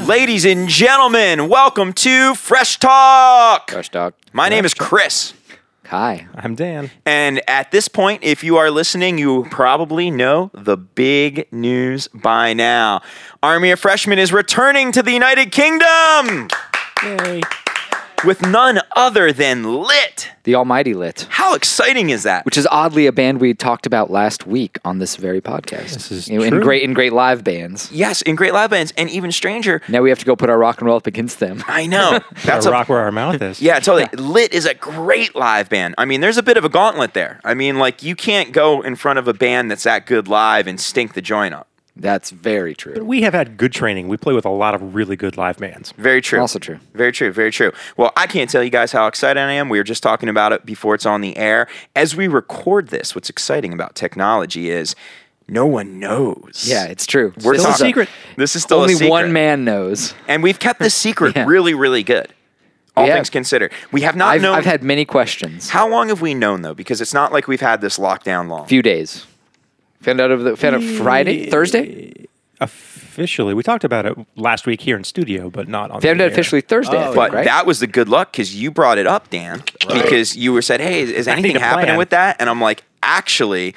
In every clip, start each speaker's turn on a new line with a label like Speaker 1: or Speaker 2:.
Speaker 1: Ladies and gentlemen, welcome to Fresh Talk.
Speaker 2: Fresh dog.
Speaker 1: My name is Chris.
Speaker 2: Hi.
Speaker 3: I'm Dan.
Speaker 1: And at this point, if you are listening, you probably know the big news by now. Army of Freshmen is returning to the United Kingdom
Speaker 3: Yay.
Speaker 1: with none other than Lit.
Speaker 2: The Almighty Lit,
Speaker 1: How exciting is that?
Speaker 2: which is oddly a band we talked about last week on this very podcast.
Speaker 3: This is
Speaker 2: in, in
Speaker 3: true.
Speaker 2: great in great live bands.
Speaker 1: yes, in great live bands, and even stranger.
Speaker 2: Now we have to go put our rock and roll up against them.
Speaker 1: I know.
Speaker 3: That's
Speaker 1: That's a
Speaker 3: rock where our mouth is.
Speaker 1: Yeah, totally. Lit is a great live band. I mean, there's a bit of a gauntlet there. I mean, like you can't go in front of a band that's that good live and stink the joint up.
Speaker 2: That's very true.
Speaker 3: We have had good training. We play with a lot of really good live bands.
Speaker 1: Very true.
Speaker 2: Also true.
Speaker 1: Very true. Very true. Well, I can't tell you guys how excited I am. We were just talking about it before it's on the air. As we record this, what's exciting about technology is no one knows.
Speaker 2: Yeah, it's true.
Speaker 1: We're
Speaker 2: This
Speaker 1: talking-
Speaker 2: is a-
Speaker 3: secret.
Speaker 1: This is still a
Speaker 2: only
Speaker 1: secret.
Speaker 2: one man knows.
Speaker 1: and we've kept this secret
Speaker 2: Yeah.
Speaker 1: really, really good. All
Speaker 2: Yeah.
Speaker 1: things considered, we have not
Speaker 2: I've,
Speaker 1: known.
Speaker 2: I've had many questions.
Speaker 1: how long have we known though? Because it's not like we've had this lockdown long.
Speaker 2: few days. Found out over the found out Friday, Thursday.
Speaker 3: Officially, we talked about it last week here in studio, but not on.
Speaker 2: Found
Speaker 3: the
Speaker 2: out
Speaker 3: air.
Speaker 2: officially Thursday.
Speaker 3: Oh,
Speaker 2: I think,
Speaker 1: But
Speaker 2: right?
Speaker 1: that was the good luck because you brought it up, Dan, because you were said, "Hey, is, is
Speaker 3: I need
Speaker 1: anything
Speaker 3: a
Speaker 1: happening
Speaker 3: plan."
Speaker 1: with that?" And I'm like, "Actually,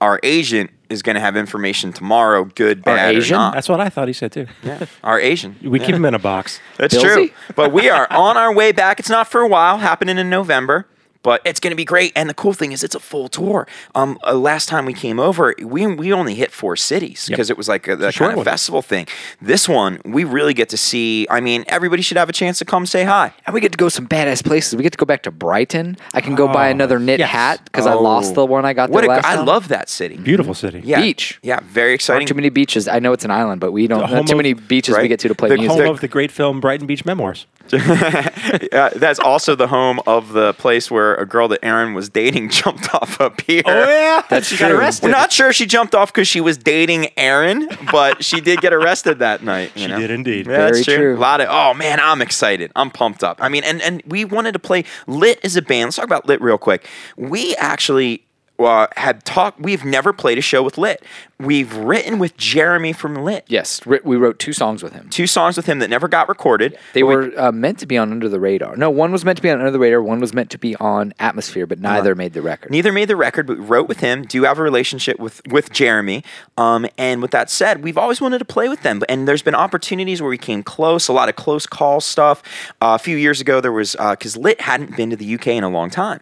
Speaker 1: our agent is going to have information tomorrow, good, bad,
Speaker 2: agent?
Speaker 1: or not."
Speaker 3: That's what I thought he said too.
Speaker 1: yeah, our agent.
Speaker 3: We keep him in a box.
Speaker 1: That's
Speaker 2: Billsy?
Speaker 1: true. But we are on our way back. It's not for a while, happening in November, but it's going to be great. And the cool thing is, it's a full tour. Um, uh, last time we came over, we we only hit four cities because it was like a, that
Speaker 3: short
Speaker 1: kind of
Speaker 3: one.
Speaker 1: festival thing. This one, we really get to see. I mean, everybody should have a chance to come say hi.
Speaker 2: And we get to go some badass places. We get to go back to Brighton. I can go buy
Speaker 3: Oh,
Speaker 2: another knit
Speaker 3: yes.
Speaker 2: hat because I lost the one I got
Speaker 1: Oh. What
Speaker 2: there
Speaker 1: a gr-
Speaker 2: last
Speaker 1: I
Speaker 2: time.
Speaker 1: love that city.
Speaker 3: Beautiful city.
Speaker 1: Mm-hmm. Yeah.
Speaker 2: Beach.
Speaker 1: Yeah, very
Speaker 2: Not
Speaker 1: exciting.
Speaker 2: too many beaches. I know it's an island, but we don't
Speaker 3: The
Speaker 2: not too
Speaker 3: home
Speaker 2: many
Speaker 3: of-
Speaker 2: beaches we
Speaker 1: right?
Speaker 2: get to to play
Speaker 1: The
Speaker 2: music.
Speaker 3: Home
Speaker 1: there-
Speaker 3: of the great film Brighton Beach Memoirs.
Speaker 1: Uh, that's also the home of the place where a girl that Aaron was dating jumped off a pier.
Speaker 3: Oh,
Speaker 2: That's
Speaker 3: she got
Speaker 2: true.
Speaker 3: arrested.
Speaker 1: We're not sure she jumped off because she was dating Aaron, but she did get arrested that night. you
Speaker 3: She
Speaker 1: know?
Speaker 3: did indeed.
Speaker 1: Yeah, that's
Speaker 2: Very
Speaker 1: true.
Speaker 2: true.
Speaker 1: A lot of oh man, I'm excited. I'm pumped up. I mean, and and we wanted to play Lit as a band. Let's talk about Lit real quick. We actually uh, had talked. We've never played a show with Lit. We've written with Jeremy from Lit.
Speaker 2: Yes, ri- we wrote two songs with him.
Speaker 1: Two songs with him that never got recorded.
Speaker 2: They were uh, meant to be on Under the Radar. No, one was meant to be on Under the Radar. One was meant to be on Atmosphere, but neither made the record.
Speaker 1: Uh-huh. Neither made the record, but we wrote with him. Do have a relationship with with Jeremy. Um, and with that said, we've always wanted to play with them. And there's been opportunities where we came close. A lot of close call stuff. Uh, a few years ago, there was because Lit hadn't been to the UK in a long time.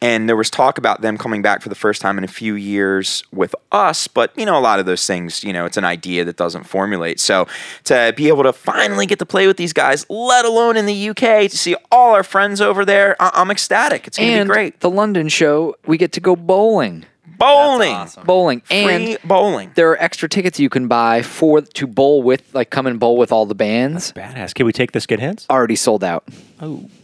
Speaker 1: And there was talk about them coming back for the first time in a few years with us, but you know, a lot of those things, you know, it's an idea that doesn't formulate. So to be able to finally get to play with these guys, let alone in the UK, to see all our friends over there, I- I'm ecstatic. It's going to
Speaker 2: and
Speaker 1: be great.
Speaker 2: the London show, we get to go bowling.
Speaker 1: Bowling.
Speaker 2: Bowling. and
Speaker 1: Free bowling.
Speaker 2: there are extra tickets you can buy for to bowl with, like come and bowl with all the bands.
Speaker 3: Badass. Can we take the skinheads?
Speaker 2: Already sold out.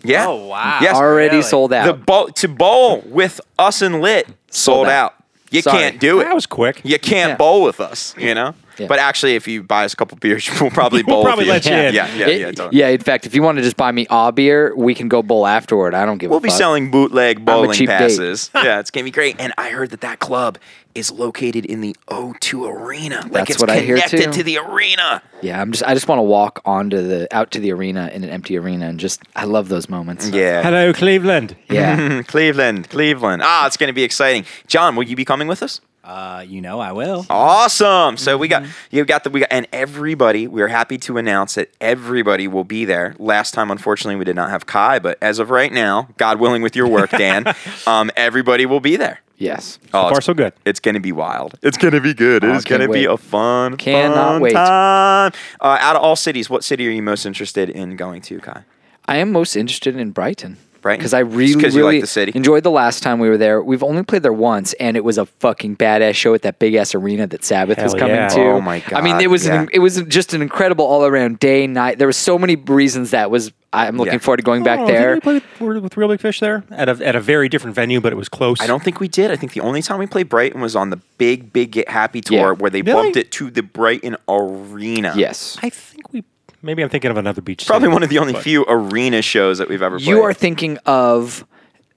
Speaker 1: Yeah.
Speaker 4: Oh, wow.
Speaker 1: Yes.
Speaker 2: Already
Speaker 4: Really?
Speaker 2: sold out.
Speaker 1: the bowl to bowl with us and lit sold,
Speaker 2: out.
Speaker 1: out. You
Speaker 2: Sorry.
Speaker 1: can't do
Speaker 3: That
Speaker 1: it.
Speaker 3: was quick.
Speaker 1: You can't
Speaker 2: Yeah.
Speaker 1: bowl with us. You know.
Speaker 2: Yeah.
Speaker 1: But actually, if you buy us a couple beers, we'll probably
Speaker 3: We'll
Speaker 1: bowl.
Speaker 3: probably
Speaker 1: with
Speaker 3: let you
Speaker 1: yeah.
Speaker 3: in.
Speaker 1: Yeah. Yeah.
Speaker 2: It-
Speaker 1: yeah, totally.
Speaker 2: yeah, in fact, if you want to just buy me a beer, we can go bowl afterward. I don't give
Speaker 1: We'll
Speaker 2: a
Speaker 1: be
Speaker 2: fuck.
Speaker 1: selling bootleg bowling
Speaker 2: cheap date.
Speaker 1: passes. yeah, it's gonna be great. And I heard that that club is located in the O2 Arena. Like
Speaker 2: That's
Speaker 1: it's
Speaker 2: what I hear,
Speaker 1: connected
Speaker 2: too.
Speaker 1: to the arena.
Speaker 2: Yeah, I'm just I just want to walk onto the out to the arena in an empty arena and just I love those moments.
Speaker 1: Yeah.
Speaker 3: Hello, Cleveland.
Speaker 2: Yeah.
Speaker 1: Cleveland, Cleveland. Ah, it's going to be exciting. John, will you be coming with us?
Speaker 4: Uh, you know I will.
Speaker 1: Awesome. So we got
Speaker 2: Mm-hmm.
Speaker 1: you got the we got and everybody. We're happy to announce that everybody will be there. Last time, unfortunately, we did not have Kai, but as of right now, God willing, with your work, Dan, um, everybody will be there.
Speaker 2: yes.
Speaker 1: Oh,
Speaker 3: Far
Speaker 1: it's,
Speaker 3: so good.
Speaker 1: it's gonna be wild. It's gonna be good. It's
Speaker 2: can't
Speaker 1: gonna be
Speaker 2: wait.
Speaker 1: a fun,
Speaker 2: Cannot
Speaker 1: fun
Speaker 2: wait.
Speaker 1: time. Uh, out of all cities, what city are you most interested in going to, Kai?
Speaker 2: I am most interested in Brighton.
Speaker 1: Brighton?
Speaker 2: Because I
Speaker 1: Just
Speaker 2: really,
Speaker 1: 'cause you like
Speaker 2: really
Speaker 1: the city?
Speaker 2: enjoyed the last time we were there. We've only played there once, and it was a fucking badass show at that big ass arena that Sabbath was
Speaker 3: Hell
Speaker 2: coming
Speaker 3: yeah.
Speaker 2: to.
Speaker 1: Oh my
Speaker 2: I mean,
Speaker 1: God,
Speaker 2: it was
Speaker 1: yeah.
Speaker 2: an, it was just an incredible all around day night. There were so many reasons that was. I'm looking
Speaker 1: Yeah.
Speaker 2: forward to going
Speaker 3: Oh,
Speaker 2: back
Speaker 3: did
Speaker 2: there.
Speaker 3: We play with, with Real Big Fish there at a, at a very different venue, but it was close.
Speaker 1: I don't think we did. I think the only time we played Brighton was on the big, big Get Happy tour
Speaker 2: Yeah.
Speaker 1: where they
Speaker 3: Really?
Speaker 1: bumped it to the Brighton Arena.
Speaker 2: Yes.
Speaker 3: I think we. Maybe I'm thinking of another beach.
Speaker 1: Probably
Speaker 3: city.
Speaker 1: one of the only few arena shows that we've ever played.
Speaker 2: You are thinking of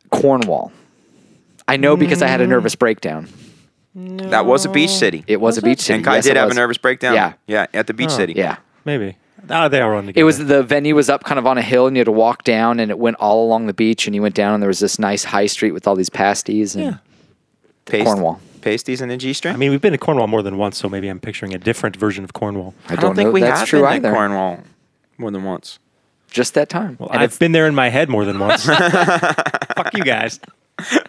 Speaker 2: Cornwall. I know because I
Speaker 3: Mm.
Speaker 2: had a nervous breakdown.
Speaker 1: that was a beach city.
Speaker 2: It was, a beach city.
Speaker 1: and Kai
Speaker 2: Yes,
Speaker 1: did
Speaker 2: it
Speaker 1: have a
Speaker 2: was.
Speaker 1: nervous breakdown.
Speaker 2: Yeah.
Speaker 1: Yeah, at the beach city.
Speaker 2: Yeah.
Speaker 3: Maybe. Ah, they are on together.
Speaker 2: It was the venue was up kind of on a hill, and you had to walk down, and it went all along the beach, and you went down, and there was this nice high street with all these pasties and
Speaker 1: Paste,
Speaker 2: Cornwall.
Speaker 1: Pasties and a G string.
Speaker 3: I mean, we've been to Cornwall more than once, so maybe I'm picturing a different version of Cornwall.
Speaker 2: I
Speaker 1: don't, think
Speaker 2: know
Speaker 1: we
Speaker 2: if that's
Speaker 1: have
Speaker 2: true
Speaker 1: been
Speaker 2: either.
Speaker 1: to Cornwall more than once.
Speaker 2: Just that time.
Speaker 3: Well,
Speaker 2: And
Speaker 3: I've been there in my head more than once. Fuck you guys.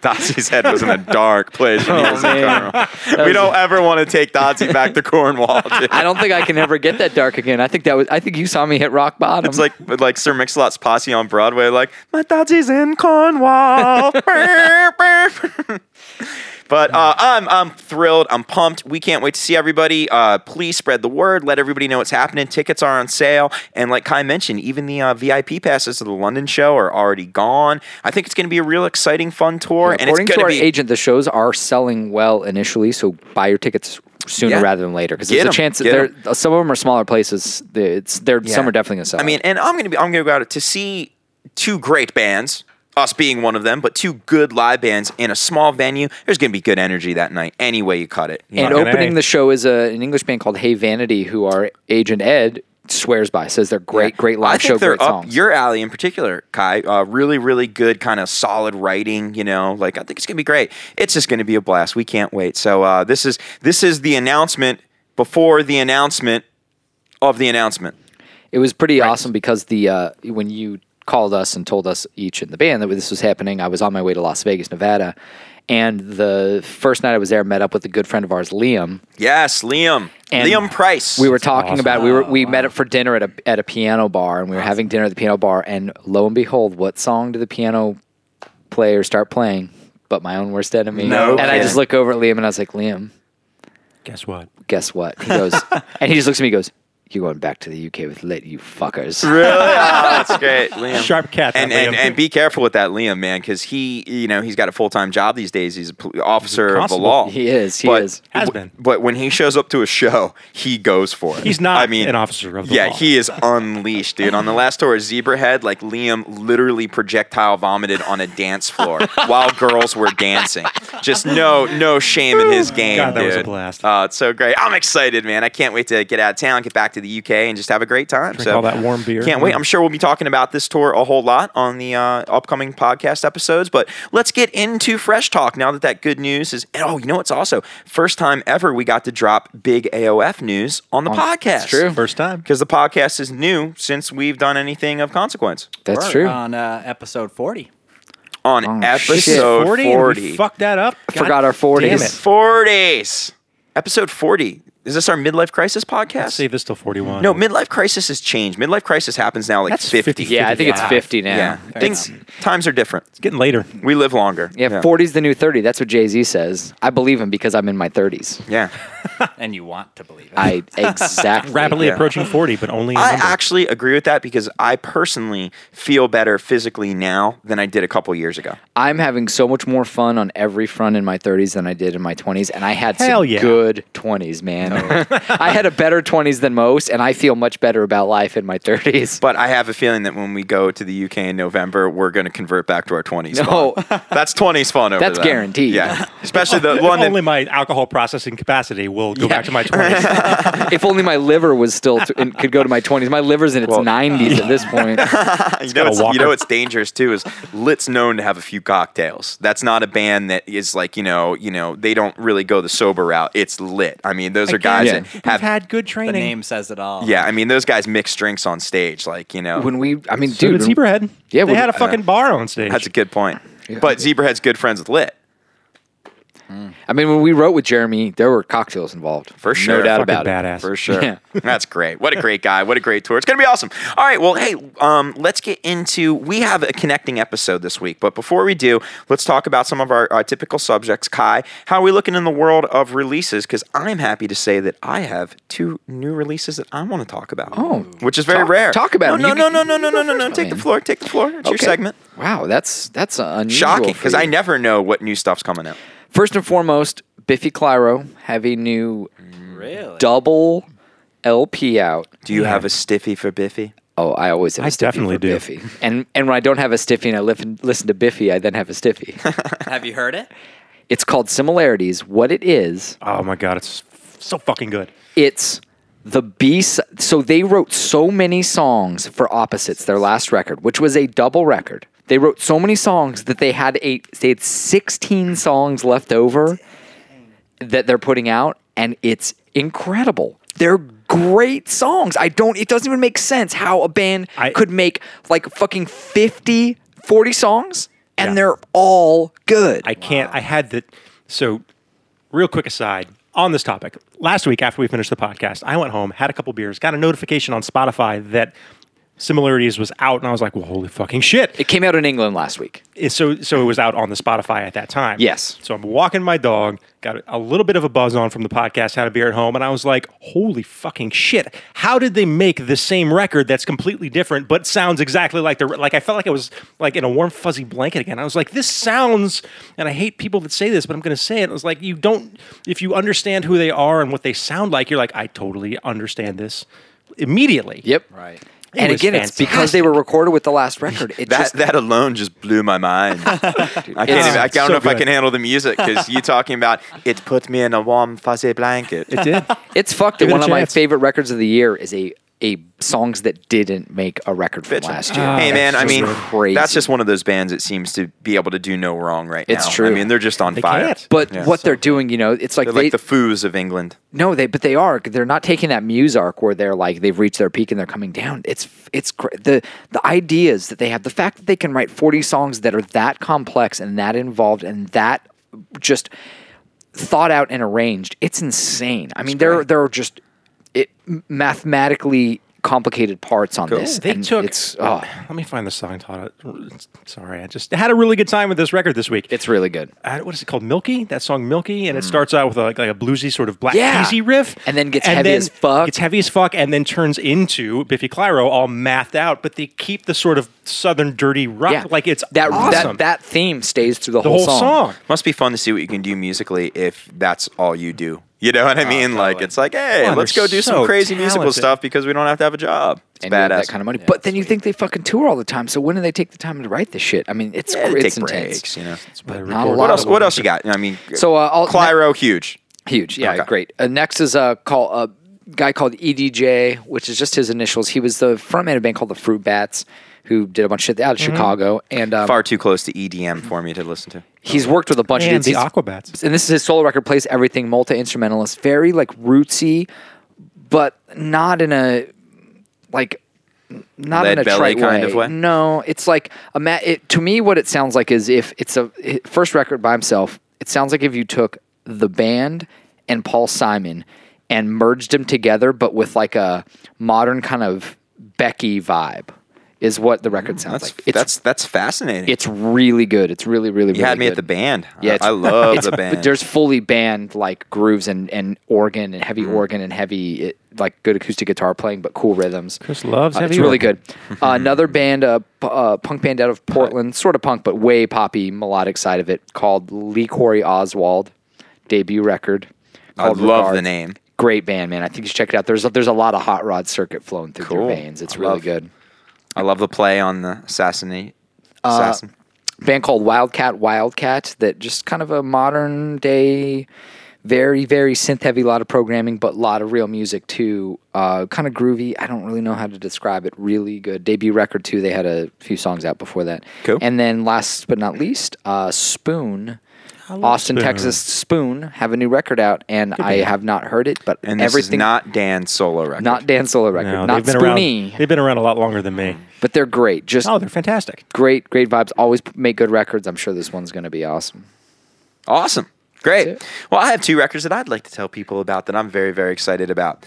Speaker 1: Dotsie's head was in a dark place. When he was in
Speaker 2: man.
Speaker 1: Cornwall. We don't ever want to take Dotsie back to Cornwall. dude.
Speaker 2: I don't think I can ever get that dark again. I think that was. I think you saw me hit rock bottom.
Speaker 1: It's like like Sir Mix-a-Lot's posse on Broadway. Like my Dotsie's in Cornwall. Burr, burr. But uh, I'm I'm thrilled. I'm pumped. We can't wait to see everybody. Uh, please spread the word. Let everybody know what's happening. Tickets are on sale, and like Kai mentioned, even the uh, VIP passes to the London show are already gone. I think it's going to be a real exciting, fun tour, and it's
Speaker 2: according to
Speaker 1: going
Speaker 2: our
Speaker 1: be
Speaker 2: agent, the shows are selling well initially, so buy your tickets sooner
Speaker 1: Yeah.
Speaker 2: rather than later because
Speaker 1: Get
Speaker 2: there's a
Speaker 1: 'em.
Speaker 2: chance that
Speaker 1: Get
Speaker 2: they're,
Speaker 1: 'em.
Speaker 2: some of them are smaller places. They- It's they're some
Speaker 1: Yeah.
Speaker 2: are definitely gonna sell.
Speaker 1: I mean, and I'm gonna be I'm gonna go out to see two great bands, us being one of them, but two good live bands in a small venue. There's gonna be good energy that night, any way you cut it.
Speaker 2: And
Speaker 3: Fucking
Speaker 2: opening
Speaker 3: A.
Speaker 2: the show is a, an English band called Hey Vanity, who our agent Ed swears by, says they're great, great live
Speaker 1: I think
Speaker 2: show,
Speaker 1: they're
Speaker 2: great
Speaker 1: up
Speaker 2: songs.
Speaker 1: your alley in particular, Kai. Uh, really, really good kind of solid writing. You know, like I think it's gonna be great. It's just gonna be a blast. We can't wait. So uh, this is this is the announcement before the announcement of the announcement.
Speaker 2: It was pretty awesome because the uh, when you called us and told us each in the band that this was happening, I was on my way to Las Vegas, Nevada, and the first night I was there, I met up with a good friend of ours, Liam.
Speaker 1: Yes, Liam,
Speaker 2: And
Speaker 1: Liam Price.
Speaker 2: We were talking
Speaker 3: awesome.
Speaker 2: about we were
Speaker 1: Oh,
Speaker 2: we met up for dinner at a at a piano bar, and we were having dinner at the piano bar, and lo and behold, what song did the piano player start playing? But my own worst enemy.
Speaker 1: No
Speaker 2: and I just
Speaker 1: kidding.
Speaker 2: look over at Liam, and I was like, Liam.
Speaker 3: Guess what?
Speaker 2: guess what? He goes, and he just looks at me and goes, You're going back to the UK with lit, you fuckers.
Speaker 1: Really? Oh, that's great. Liam.
Speaker 3: Sharp cat, that
Speaker 1: And, and,
Speaker 3: Liam.
Speaker 1: and be careful with that Liam, man, because he, you know, he's got a full time job these days. He's an officer of the
Speaker 3: constable.
Speaker 1: law.
Speaker 2: He is, he
Speaker 1: but,
Speaker 2: is.
Speaker 3: Has
Speaker 1: w-
Speaker 3: been.
Speaker 1: But when he shows up to a show, he goes for it.
Speaker 3: He's not an officer of the
Speaker 1: yeah,
Speaker 3: law.
Speaker 1: he is unleashed, dude. On the last tour, Zebrahead, like Liam literally projectile vomited on a dance floor while girls were dancing. Just no, no shame in his game,
Speaker 3: God, that
Speaker 1: dude.
Speaker 3: was a blast.
Speaker 1: Oh, it's so great. I'm excited, man. I can't wait to get out of town, get back to the UK, and just have a great time.
Speaker 3: Drink
Speaker 1: so
Speaker 3: all that warm beer.
Speaker 1: Can't wait.
Speaker 3: Yeah.
Speaker 1: I'm sure we'll be talking about this tour a whole lot on the uh, upcoming podcast episodes. But let's get into Fresh Talk now that that good news is. And oh, you know what's also first time ever we got to drop big AOF news on the podcast.
Speaker 2: it's true.
Speaker 3: First time.
Speaker 1: Because the podcast is new since we've done anything of consequence.
Speaker 2: That's
Speaker 1: Word.
Speaker 2: true.
Speaker 4: on uh, episode 40.
Speaker 1: On
Speaker 2: shit.
Speaker 1: episode 40.
Speaker 3: and We fucked that up.
Speaker 2: Forgot our 40s.
Speaker 3: Damn it.
Speaker 1: 40s. Episode 40. Is this our midlife crisis podcast?
Speaker 3: Let's save this till 41.
Speaker 1: No, midlife crisis has changed. Midlife crisis happens now like
Speaker 3: That's
Speaker 1: 50.
Speaker 2: yeah, I think it's
Speaker 3: 55.
Speaker 2: 50 now.
Speaker 1: Yeah. Things, times are different.
Speaker 3: It's getting later.
Speaker 1: We live longer.
Speaker 2: Yeah, 40's the new 30. That's what Jay Z says. I believe him because I'm in my 30s.
Speaker 1: Yeah.
Speaker 4: And you want to believe it.
Speaker 2: I exactly.
Speaker 3: Rapidly
Speaker 1: Yeah.
Speaker 3: approaching 40, but only. in
Speaker 1: I
Speaker 3: number.
Speaker 1: actually agree with that because I personally feel better physically now than I did a couple years ago.
Speaker 2: I'm having so much more fun on every front in my 30s than I did in my 20s, and I had
Speaker 3: Hell
Speaker 2: some
Speaker 3: yeah.
Speaker 2: good 20s, man. I had a better 20s than most, and I feel much better about life in my 30s.
Speaker 1: But I have a feeling that when we go to the UK in November, we're going to convert back to our 20s.
Speaker 2: No.
Speaker 1: fun. That's 20s fun over
Speaker 2: That's
Speaker 1: there.
Speaker 2: guaranteed.
Speaker 1: Yeah. Especially the
Speaker 3: If
Speaker 1: London.
Speaker 3: only my alcohol processing capacity will go
Speaker 2: Yeah.
Speaker 3: back to my 20s.
Speaker 2: if only my liver was still t- and could go to my 20s. My liver's in its
Speaker 1: Well-
Speaker 2: 90s at this point.
Speaker 1: you, know
Speaker 3: got a
Speaker 1: what's, you
Speaker 3: walker.
Speaker 1: know what's dangerous too is Lit's known to have a few cocktails. That's not a band that is like you know you know they don't really go the sober route. It's Lit. I mean those are guys
Speaker 2: Yeah.
Speaker 1: that
Speaker 3: I've
Speaker 1: have
Speaker 3: had good
Speaker 4: the
Speaker 3: training.
Speaker 4: name says it all.
Speaker 1: yeah. I mean those guys mix drinks on stage like you know
Speaker 2: When we, I mean,
Speaker 3: Dude,
Speaker 2: dude,
Speaker 3: so did Zebrahead.
Speaker 2: Yeah,
Speaker 3: they
Speaker 2: well,
Speaker 3: had a fucking bar on stage.
Speaker 1: that's a good point. But Zebrahead's good friends with Lit.
Speaker 2: I mean, when we wrote with Jeremy, there were cocktails involved
Speaker 1: For sure.
Speaker 2: No doubt
Speaker 1: Fucking
Speaker 2: about it.
Speaker 3: badass.
Speaker 1: For sure.
Speaker 2: Yeah.
Speaker 1: That's great. What a great guy. What a great tour. It's going to be awesome. All right. Well, hey, um, let's get into. We have a connecting episode this week, but before we do, let's talk about some of our, our typical subjects. Kai, how are we looking in the world of releases? Because I'm happy to say that I have two new releases that I want to talk about. Oh, which is very
Speaker 2: Talk-
Speaker 1: rare.
Speaker 2: talk about
Speaker 1: no,
Speaker 2: it.
Speaker 1: No,
Speaker 2: You-
Speaker 1: no,
Speaker 2: you
Speaker 1: no, no, no,
Speaker 2: go
Speaker 1: no, no,
Speaker 2: first,
Speaker 1: Take
Speaker 2: my
Speaker 1: the
Speaker 2: man.
Speaker 1: floor. Take the floor. It's your
Speaker 2: Okay.
Speaker 1: segment.
Speaker 2: Wow, that's that's unusual.
Speaker 1: Shocking,
Speaker 2: for
Speaker 1: because I
Speaker 2: you.
Speaker 1: never know what new stuff's coming out.
Speaker 2: First and foremost, Biffy Clyro have a new
Speaker 4: Really?
Speaker 2: double LP out.
Speaker 1: Do you
Speaker 3: Yeah.
Speaker 1: have a stiffy for Biffy?
Speaker 2: Oh, I always have
Speaker 3: I
Speaker 2: a stiffy
Speaker 3: definitely
Speaker 2: for
Speaker 3: do.
Speaker 2: Biffy. And and when I don't have a stiffy and I listen listen to Biffy, I then have a stiffy.
Speaker 4: Have you heard it?
Speaker 2: it's called Similarities. What it is,
Speaker 3: Oh my god, it's f- so fucking good.
Speaker 2: it's The B so they wrote so many songs for Opposites, their last record, which was a double record. They wrote so many songs that they had eight they had 16 songs left over that they're putting out and it's incredible. They're great songs. I don't it doesn't even make sense how a band
Speaker 3: I-
Speaker 2: could make like fucking 50 40 songs and
Speaker 3: Yeah.
Speaker 2: they're all good.
Speaker 3: I can't. I had the so real quick aside on this topic. Last week after we finished the podcast, I went home, had a couple beers, got a notification on Spotify that Similarities was out, and I was like, "Well, holy fucking shit!"
Speaker 2: it came out in England last week.
Speaker 3: It- so so it was out on the Spotify at that time.
Speaker 2: Yes.
Speaker 3: So I'm walking my dog, got a little bit of a buzz on from the podcast, had a beer at home, and I was like, "Holy fucking shit! How did they make the same record that's completely different but sounds exactly like the re- like I felt like I was like in a warm fuzzy blanket again. I was like, this sounds, and I hate people that say this, but I'm going to say it. It was like you don't if you understand who they are and what they sound like, you're like, I totally understand this immediately.
Speaker 2: Yep.
Speaker 4: Right.
Speaker 3: It
Speaker 2: and
Speaker 3: was
Speaker 2: again, it's because they
Speaker 3: fantastic.
Speaker 2: were recorded with the last record. It
Speaker 1: That
Speaker 2: just
Speaker 1: that alone just blew my mind. I can't even. I
Speaker 3: it's
Speaker 1: don't
Speaker 3: so
Speaker 1: know if I
Speaker 3: good.
Speaker 1: can handle the music because you talking about it put me in a warm fuzzy blanket.
Speaker 3: It did.
Speaker 2: it's fucked. that
Speaker 3: Give it a
Speaker 2: one of my
Speaker 3: chance.
Speaker 2: favorite records of the year is a a songs that didn't make a record from
Speaker 1: Bitchin'.
Speaker 2: last
Speaker 3: Oh,
Speaker 2: year. Oh,
Speaker 1: hey man, I
Speaker 2: just
Speaker 1: mean,
Speaker 2: crazy.
Speaker 1: that's just one of those bands that seems to be able to do no wrong right
Speaker 2: It's
Speaker 1: now. I
Speaker 2: true.
Speaker 1: mean, they're just on
Speaker 3: They
Speaker 1: fire.
Speaker 3: can't.
Speaker 2: but
Speaker 1: Yeah.
Speaker 2: what they're doing, you know, it's like
Speaker 1: They're
Speaker 2: they
Speaker 1: like the foos of England.
Speaker 2: no, they but they are. They're not taking that muse arc where they're like they've reached their peak and they're coming down. It's it's cra- the the ideas that they have, the fact that they can write forty songs that are that complex and that involved and that just thought out and arranged. It's insane. I mean, there there are just it, mathematically complicated parts on this.
Speaker 3: They
Speaker 2: and
Speaker 3: took.
Speaker 2: it's oh,
Speaker 3: Let me find the song title. Sorry, I just had a really good time with this record this week.
Speaker 2: it's really good.
Speaker 3: Uh, what is it called? Milky. That song Milky, and it starts out with a, like, like a bluesy sort of black
Speaker 2: Yeah.
Speaker 3: easy riff,
Speaker 2: And then gets heavy as fuck.
Speaker 3: Gets heavy as fuck, and then turns into Biffy Clyro, all mathed out. But they keep the sort of southern dirty rock,
Speaker 2: Yeah,
Speaker 3: like it's
Speaker 2: that
Speaker 3: awesome.
Speaker 2: that that theme stays through the,
Speaker 3: the whole song.
Speaker 1: Must be fun to see what you can do musically if that's all you do. You know
Speaker 2: Oh,
Speaker 1: what I mean? like
Speaker 4: totally.
Speaker 1: it's like, hey,
Speaker 3: Well,
Speaker 1: let's
Speaker 3: they're
Speaker 1: go do some
Speaker 3: so
Speaker 1: crazy musical
Speaker 3: talented.
Speaker 1: stuff because we don't have to have a job. It's
Speaker 2: and you have
Speaker 1: badass.
Speaker 2: that kind of money. but then you think they fucking tour all the time. So when do they take the time to write this shit? I mean, it's
Speaker 1: Yeah,
Speaker 2: cr-
Speaker 1: they
Speaker 2: it's
Speaker 1: take
Speaker 2: intense.
Speaker 1: breaks, you know.
Speaker 3: But
Speaker 2: not a
Speaker 3: record-
Speaker 2: lot
Speaker 1: What else?
Speaker 2: of
Speaker 1: What else you got? I mean,
Speaker 2: So, uh, I'll-
Speaker 1: Clyro, huge.
Speaker 2: Huge, yeah,
Speaker 1: Okay.
Speaker 2: great. Uh, next is a call a guy called EDJ, which is just his initials. He was the frontman of a band called the Fruit Bats, who did a bunch of shit out of Chicago, and um,
Speaker 1: Mm-hmm. Far too close to EDM for me to listen to.
Speaker 2: he's worked with a bunch
Speaker 3: and
Speaker 2: of dudes.
Speaker 3: the
Speaker 2: He's-
Speaker 3: Aquabats.
Speaker 2: and this is his solo record plays everything multi instrumentalist very like rootsy but not in a like n- not in a
Speaker 1: Leadbelly
Speaker 2: trite
Speaker 1: kind of way?
Speaker 2: no it's like a ma- it, to me what it sounds like is if it's a hi- first record by himself it sounds like if you took the band and paul simon and merged them together but with like a modern kind of becky vibe is what the record sounds
Speaker 1: Mm, That's
Speaker 2: like it's
Speaker 1: that's that's fascinating.
Speaker 2: it's really good it's really really
Speaker 1: you
Speaker 2: really
Speaker 1: had me
Speaker 2: good.
Speaker 1: at the band.
Speaker 2: Yeah,
Speaker 1: Yeah,
Speaker 2: it's-
Speaker 1: I love
Speaker 2: It's-
Speaker 1: the band.
Speaker 2: There's fully band like grooves and, and organ and heavy
Speaker 1: Mm-hmm.
Speaker 2: organ and heavy it, like good acoustic guitar playing, but cool rhythms.
Speaker 3: Chris loves
Speaker 2: Uh,
Speaker 3: heavy
Speaker 2: It's really
Speaker 3: organ.
Speaker 2: good. Uh, another band, a p- uh, punk band out of Portland, sort of punk, but way poppy melodic side of it, called Lee Corey Oswald, debut record.
Speaker 1: I
Speaker 2: called
Speaker 1: love
Speaker 2: Regards.
Speaker 1: the name.
Speaker 2: Great band, man. I think you should check it out. There's a, there's a lot of hot rod circuit flowing through
Speaker 1: Cool.
Speaker 2: their veins. It's
Speaker 1: I
Speaker 2: really
Speaker 1: love-
Speaker 2: good.
Speaker 1: I love the play on the assassinate.
Speaker 2: Uh,
Speaker 1: Assassin.
Speaker 2: band called Wildcat Wildcat that just kind of a modern day, very very synth heavy, lot of programming, but a lot of real music too. Uh, kind of groovy. I don't really know how to describe it. Really good debut record too. They had a few songs out before that.
Speaker 1: Cool.
Speaker 2: And then last but not least, uh, Spoon.
Speaker 3: love
Speaker 2: Austin,
Speaker 3: Spoon.
Speaker 2: Texas, Spoon have a new record out, and I have not heard it, but
Speaker 1: and this
Speaker 2: everything
Speaker 1: is not Dan's solo record.
Speaker 2: not Dan's solo record,
Speaker 3: No,
Speaker 2: not
Speaker 3: they've been around.
Speaker 2: Spoonie,
Speaker 3: They've been around a lot longer than me.
Speaker 2: but they're great. Just
Speaker 3: Oh, they're fantastic.
Speaker 2: great, great vibes. Always p- make good records. I'm sure this one's going to be awesome.
Speaker 1: Awesome. Great.
Speaker 2: That's
Speaker 1: Well, I have two records that I'd like to tell people about that I'm very, very excited about.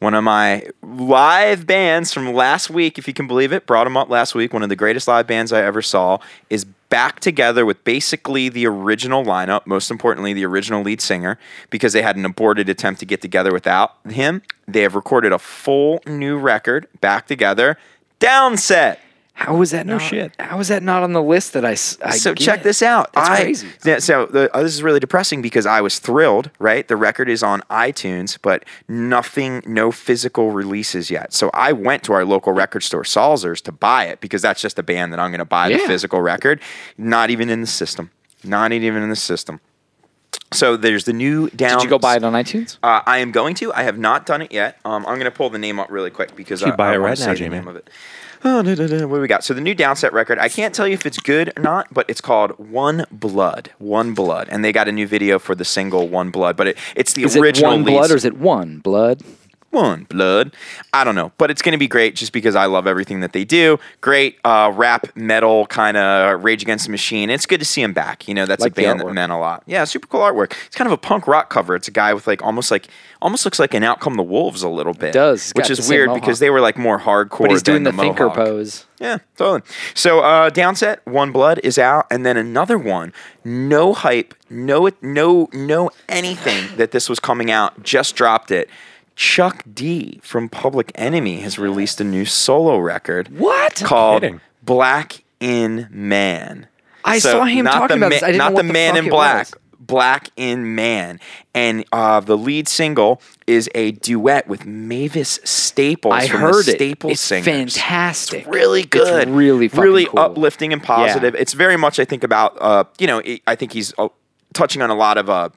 Speaker 1: One of my live bands from last week, if you can believe it, brought them up last week. One of the greatest live bands I ever saw is back together with basically the original lineup, most importantly, the original lead singer, because they had an aborted attempt to get together without him. They have recorded a full new record, back together, downset.
Speaker 2: How was that? No not,
Speaker 3: shit.
Speaker 2: How was that not on the list that I? s- I
Speaker 1: so
Speaker 2: get?
Speaker 1: check this out.
Speaker 2: That's
Speaker 1: I-
Speaker 2: crazy.
Speaker 1: Yeah, so the, uh, this is really depressing because I was thrilled. Right, the record is on iTunes, but nothing, no physical releases yet. So I went to our local record store, Salzer's, to buy it because that's just a band that I'm going to buy the
Speaker 2: Yeah.
Speaker 1: physical record. Not even in the system. Not even in the system. So there's the new down.
Speaker 2: Did you go buy it on iTunes?
Speaker 1: Uh, I am going to. I have not done it yet. Um, I'm going to pull the name up really quick because I,
Speaker 3: should buy
Speaker 1: I
Speaker 3: it
Speaker 1: wanna
Speaker 3: right now,
Speaker 1: say the
Speaker 3: Jamie.
Speaker 1: name of it. Oh, da, da, da, what do we got? So the new downset record. I can't tell you if it's good or not, but it's called One Blood. One Blood, and they got a new video for the single One Blood. But it, it's the
Speaker 2: Is it
Speaker 1: original
Speaker 2: one
Speaker 1: lead
Speaker 2: blood or is it one blood?
Speaker 1: one blood. I don't know, but it's going to be great just because I love everything that they do. Great uh, rap, metal, kind of Rage Against the Machine. It's good to see them back. You know, that's
Speaker 2: Like
Speaker 1: a
Speaker 2: the
Speaker 1: band that
Speaker 2: artwork.
Speaker 1: meant a lot. Yeah, super cool artwork. It's kind of a punk rock cover. It's a guy with like almost like almost looks like an Outcome the Wolves a little bit.
Speaker 2: does. He's
Speaker 1: which
Speaker 2: got
Speaker 1: is
Speaker 2: the same
Speaker 1: weird
Speaker 2: mohawk.
Speaker 1: because they were like more hardcore.
Speaker 2: But he's doing the,
Speaker 1: than
Speaker 2: thinker
Speaker 1: mohawk.
Speaker 2: pose.
Speaker 1: Yeah, totally. So uh, downset, one blood is out, and then another one. No hype, no no no anything that this was coming out. Just dropped it. Chuck D from Public Enemy has released a new solo record.
Speaker 2: What?
Speaker 1: Called
Speaker 3: kidding.
Speaker 1: Black in Man.
Speaker 2: I saw him
Speaker 1: not
Speaker 2: talking
Speaker 1: the
Speaker 2: about this. I didn't
Speaker 1: not
Speaker 2: know what
Speaker 1: the,
Speaker 2: the
Speaker 1: Man
Speaker 2: fuck
Speaker 1: in
Speaker 2: it
Speaker 1: Black.
Speaker 2: was.
Speaker 1: Black in Man, and uh, the lead single is a duet with Mavis Staples.
Speaker 2: I
Speaker 1: from
Speaker 2: heard
Speaker 1: the
Speaker 2: it.
Speaker 1: Staples
Speaker 2: it's
Speaker 1: singers
Speaker 2: fantastic.
Speaker 1: really good,
Speaker 2: It's really fucking
Speaker 1: really
Speaker 2: cool.
Speaker 1: uplifting and positive. It's very much, I think, about uh, you know, it, I think he's uh, touching on a lot of uh,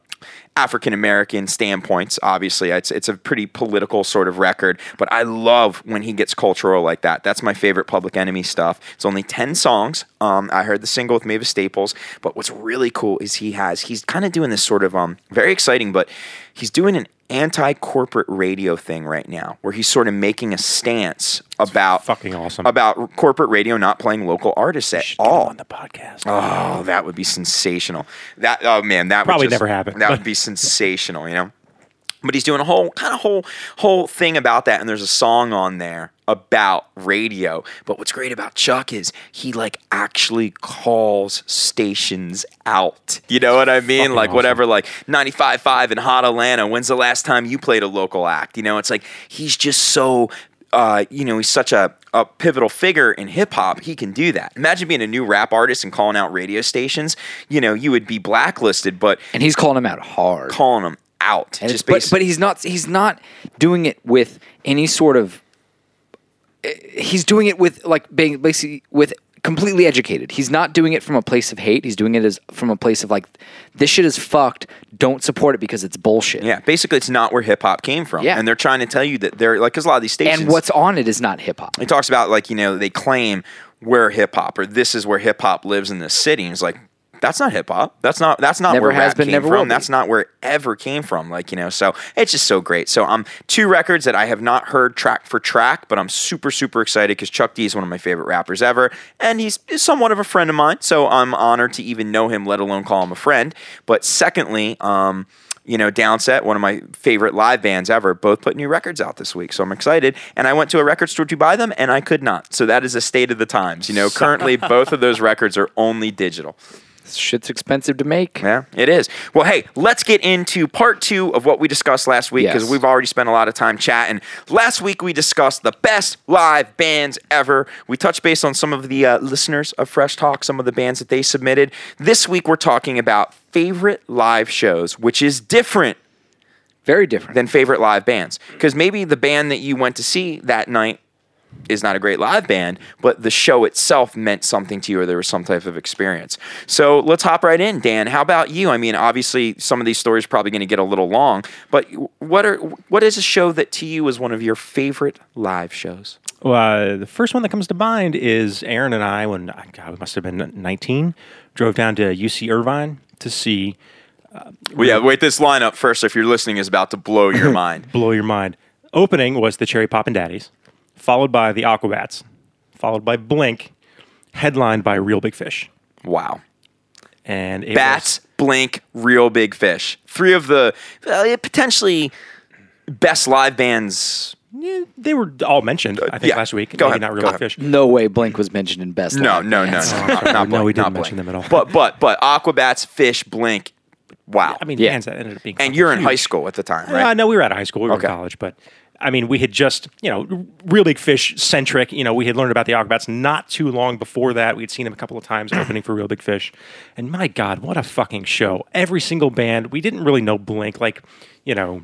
Speaker 1: African American standpoints. Obviously, it's it's a pretty political sort of record, but I love when he gets cultural like that. That's my favorite Public Enemy stuff. It's only ten songs. Um, I heard the single with Mavis Staples, but what's really cool is he has he's kind of doing this sort of um very exciting, but he's doing an anti-corporate radio thing right now where he's sort of making a stance about
Speaker 3: fucking awesome.
Speaker 1: about corporate radio not playing local artists at all.
Speaker 3: on the podcast.
Speaker 1: oh, that would be sensational. That oh man, that
Speaker 3: Probably
Speaker 1: would just-
Speaker 3: never happened,
Speaker 1: That
Speaker 3: but-
Speaker 1: would be sensational, you know. But he's doing a whole kind of whole whole thing about that, and there's a song on there about radio. But what's great about Chuck is he like actually calls stations out. You know what I mean? like
Speaker 3: awesome.
Speaker 1: whatever, like 95.5 in Hot Atlanta. When's the last time you played a local act? You know, it's like he's just so. Uh, you know, he's such a, a pivotal figure in hip hop. He can do that. Imagine being a new rap artist and calling out radio stations. You know, you would be blacklisted, but
Speaker 2: And he's calling him out hard.
Speaker 1: calling them out.
Speaker 2: And
Speaker 1: just
Speaker 2: it's-
Speaker 1: basi-
Speaker 2: but, but he's not he's not doing it with any sort of eh, he's doing it with like being basically with completely educated. He's not doing it from a place of hate. He's doing it as from a place of like this shit is fucked. Don't support it because it's bullshit.
Speaker 1: yeah, basically, it's not where hip hop came from.
Speaker 2: Yeah.
Speaker 1: and they're trying to tell you that they're like, because a lot of these stations
Speaker 2: And what's on it is not hip hop.
Speaker 1: He talks about like you know they claim we're hip hop or this is where hip hop lives in this city. And it's like that's not hip hop. That's not that's not
Speaker 2: Never
Speaker 1: where
Speaker 2: has
Speaker 1: rap
Speaker 2: been,
Speaker 1: came
Speaker 2: never will
Speaker 1: from.
Speaker 2: be.
Speaker 1: That's not where it ever came from. Like you know, so it's just so great. So um, two records that I have not heard track for track, but I'm super super excited because Chuck D is one of my favorite rappers ever, and he's is somewhat of a friend of mine. So I'm honored to even know him, let alone call him a friend. But secondly, um. You know, Downset, one of my favorite live bands ever, both put new records out this week. So I'm excited. And I went to a record store to buy them and I could not. So that is a state of the times. You know, currently both of those records are only digital.
Speaker 2: This shit's expensive to make.
Speaker 1: Yeah, it is. Well, hey, let's get into part two of what we discussed last week because
Speaker 2: Yes.
Speaker 1: we've already spent a lot of time chatting. Last week we discussed the best live bands ever. We touched base on some of the uh, listeners of Fresh Talk, some of the bands that they submitted. This week we're talking about favorite live shows, which is different
Speaker 2: Very different.
Speaker 1: than favorite live bands. Because maybe the band that you went to see that night is not a great live band, but the show itself meant something to you or there was some type of experience. So let's hop right in, Dan. How about you? I mean, obviously some of these stories are probably going to get a little long, but what are what is a show that to you is one of your favorite live shows?
Speaker 3: Uh, the first one that comes to mind is Aaron and I, when I God, we must have been 19, drove down to UC Irvine to see
Speaker 1: Well, yeah, wait, this lineup first if you're listening is about to blow your mind.
Speaker 3: Blow Your Mind. Opening was the Cherry Poppin' Daddies, followed by the Aquabats, followed by Blink, headlined by Real Big Fish.
Speaker 1: Wow.
Speaker 3: And it
Speaker 1: Bats, Blink, Real Big Fish. Three of the uh, potentially best live bands
Speaker 3: was- yeah, they were all mentioned, I think,
Speaker 1: yeah.
Speaker 3: last week.
Speaker 1: Go
Speaker 3: Maybe
Speaker 1: ahead,
Speaker 3: not Real
Speaker 1: go
Speaker 3: Big
Speaker 1: ahead.
Speaker 3: Fish.
Speaker 2: no way Blink was mentioned in best.
Speaker 1: No,
Speaker 2: Live
Speaker 1: no, no, no,
Speaker 2: Bands.
Speaker 1: no, not, not
Speaker 3: Oh, No,
Speaker 1: Blink,
Speaker 3: we didn't
Speaker 1: not
Speaker 3: mention
Speaker 1: Blink.
Speaker 3: them at all.
Speaker 1: But but but Aquabats, Fish, Blink. Wow.
Speaker 3: I mean,
Speaker 2: Yeah.
Speaker 3: bands that ended up being
Speaker 1: and you're in
Speaker 3: fucking
Speaker 1: high
Speaker 3: huge. Uh,
Speaker 1: school at the time,
Speaker 3: I
Speaker 1: right?
Speaker 3: know we were out of high school. We were
Speaker 1: Okay.
Speaker 3: in college, but I mean, we had just, you know, real big fish centric. You know, we had learned about the Aquabats not too long before that. We had seen them a couple of times opening for Real Big Fish. And my God, what a fucking show. Every single band, we didn't really know Blink. Like, you know,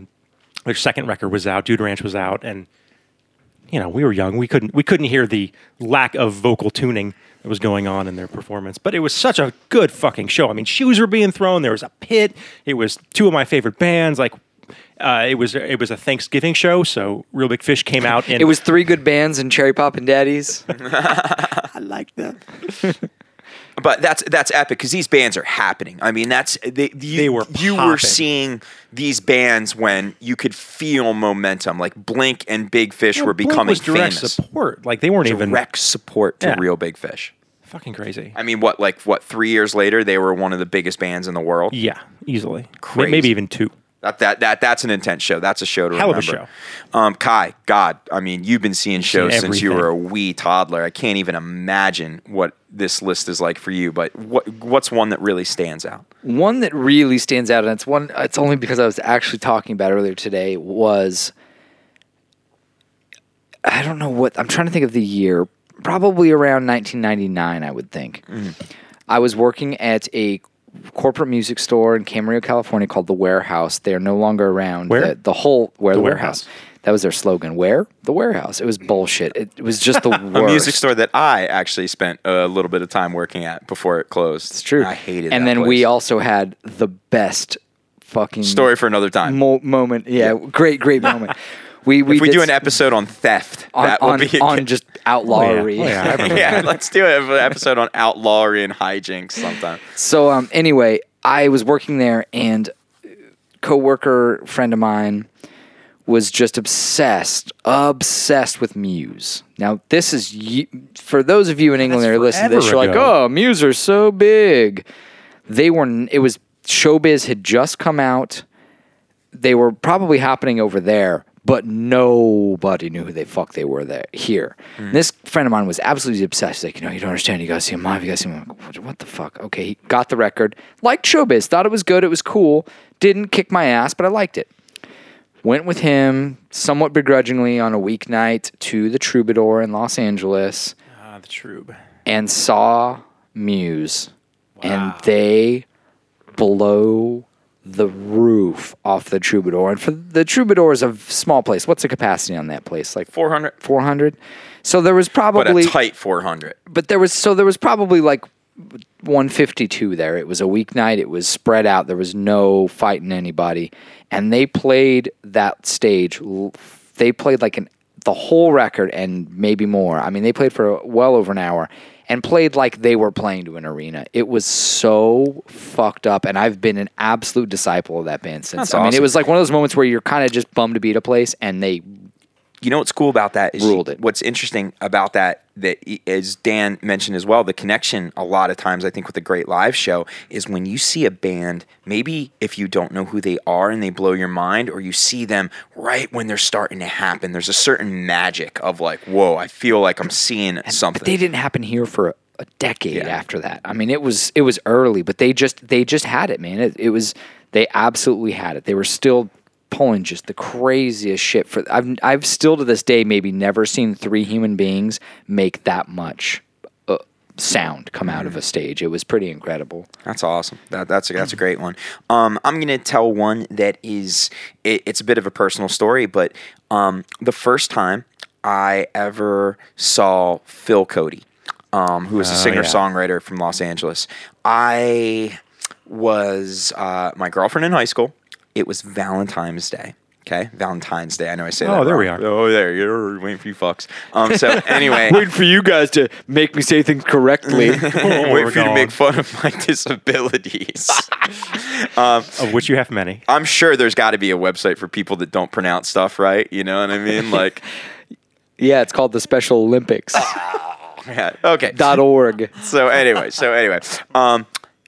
Speaker 3: their second record was out, Dude Ranch was out, and you know, we were young. We couldn't we couldn't hear the lack of vocal tuning that was going on in their performance. But it was such a good fucking show. I mean, shoes were being thrown. There was a pit. It was two of my favorite bands. Like, uh, it was it was a Thanksgiving show. So Real Big Fish came out. And
Speaker 2: It was three good bands and Cherry Pop and Daddies.
Speaker 3: I like that.
Speaker 1: But that's that's epic because these bands are happening. I mean, that's they you,
Speaker 3: They were
Speaker 1: you were
Speaker 3: popping.
Speaker 1: seeing these bands when you could feel momentum, like Blink and Big Fish were becoming
Speaker 3: was direct
Speaker 1: famous.
Speaker 3: support. Like they weren't even
Speaker 1: Direct support to
Speaker 3: Yeah.
Speaker 1: Real Big Fish.
Speaker 3: fucking crazy.
Speaker 1: I mean, what like what three years later they were one of the biggest bands in the world.
Speaker 3: yeah, easily. May-
Speaker 1: Crazy.
Speaker 3: Maybe even two.
Speaker 1: That that that that's an intense show. That's a show to
Speaker 3: Hell of a
Speaker 1: remember. Um, Kai, God, I mean, you've been seeing shows
Speaker 3: seen
Speaker 1: since you
Speaker 3: everything.
Speaker 1: were a wee toddler. I can't even imagine what this list is like for you. But what what's one that really stands out?
Speaker 2: One that really stands out, and it's one it's only because I was actually talking about it earlier today, was I don't know what I'm trying to think of the year. Probably around 1999, I would think.
Speaker 1: Mm-hmm.
Speaker 2: I was working at a corporate music store in Camarillo, California, called the Warehouse. They are no longer around.
Speaker 3: Where?
Speaker 2: The, the whole where the,
Speaker 3: Warehouse.
Speaker 2: warehouse. That was their slogan. Where the warehouse? It was bullshit. It, it was just the worst.
Speaker 1: A music store that I actually spent a little bit of time working at before it closed.
Speaker 2: It's true.
Speaker 1: I hated.
Speaker 2: And
Speaker 1: that
Speaker 2: then we
Speaker 1: place.
Speaker 2: also had the best fucking
Speaker 1: story for another time.
Speaker 2: mo- moment. Yeah, great, great moment. We we,
Speaker 1: if we
Speaker 2: did
Speaker 1: do an
Speaker 2: s-
Speaker 1: episode on theft,
Speaker 2: on,
Speaker 1: that will
Speaker 2: on,
Speaker 1: be
Speaker 2: on just outlawry.
Speaker 3: Oh, yeah. I remember.
Speaker 1: yeah, let's do it. An episode on outlawry and hijinks sometime.
Speaker 2: So um, anyway, I was working there, and coworker friend of mine was just obsessed, obsessed with Muse. Now this is ye- for those of you in England that are listening to this,
Speaker 3: forever
Speaker 2: you're like,
Speaker 3: ago.
Speaker 2: oh, Muse are so big. They were. n- It was Showbiz had just come out. They were probably happening over there. But nobody knew who they fuck they were there here. This friend of mine was absolutely obsessed. He's like, you know, you don't understand. You gotta see him live. You gotta see him. I'm like, what, what the fuck? Okay, he got the record. Liked Showbiz. Thought it was good. It was cool. Didn't kick my ass, but I liked it went with him somewhat begrudgingly on a weeknight to the Troubadour in Los Angeles
Speaker 3: Ah, the Trube.
Speaker 2: and saw Muse. And they blow the roof off the Troubadour. And for the Troubadour is a small place. What's the capacity on that place? Like
Speaker 1: Four hundred,
Speaker 2: 400? So there was
Speaker 1: but
Speaker 2: probably
Speaker 1: a tight four hundred.
Speaker 2: but there was so there was probably like 152 there. It was a weeknight. It was spread out. There was no fighting anybody, and they played that stage. l- They played like an the whole record and maybe more. I mean, they played for well over an hour and played like they were playing to an arena. It was so fucked up, and I've been an absolute disciple of that band since.
Speaker 1: That's
Speaker 2: I mean, it
Speaker 1: awesome.
Speaker 2: was like one of those moments where you're kind of just bummed to be at a place, and they
Speaker 1: you know what's cool about that is
Speaker 2: Ruled it.
Speaker 1: what's interesting about that that i- as Dan mentioned as well the connection a lot of times I think with a great live show is when you see a band maybe if you don't know who they are and they blow your mind or you see them right when they're starting to happen there's a certain magic of like whoa I feel like I'm seeing something
Speaker 2: But they didn't happen here for a, a decade after that. I mean, it was it was early, but they just they just had it, man. It, it was they absolutely had it. They were still pulling just the craziest shit. For I've I've still to this day maybe never seen three human beings make that much. Uh, sound come out of a stage it was pretty incredible
Speaker 1: That's awesome. That, that's a, that's a great one. Um, I'm gonna tell one that is it, it's a bit of a personal story, but um, the first time I ever saw Phil Cody, um, who
Speaker 3: Oh,
Speaker 1: is a singer songwriter from Los Angeles, I was uh, my girlfriend in high school. It was Valentine's Day. Okay, Valentine's Day. I know I say that.
Speaker 3: Oh, there we
Speaker 1: wrong.
Speaker 3: are.
Speaker 1: Oh, there you're waiting for you fucks. Um, so anyway,
Speaker 2: for you guys to make me say things correctly
Speaker 1: wait for you to
Speaker 3: God.
Speaker 1: make fun of my disabilities.
Speaker 3: Of which you have many.
Speaker 1: I'm sure there's got to be a website for people that don't pronounce stuff right. You know what I mean? Like,
Speaker 2: yeah it's called the special olympics
Speaker 1: yeah. okay.
Speaker 2: dot org
Speaker 1: So anyway, so anyway, um,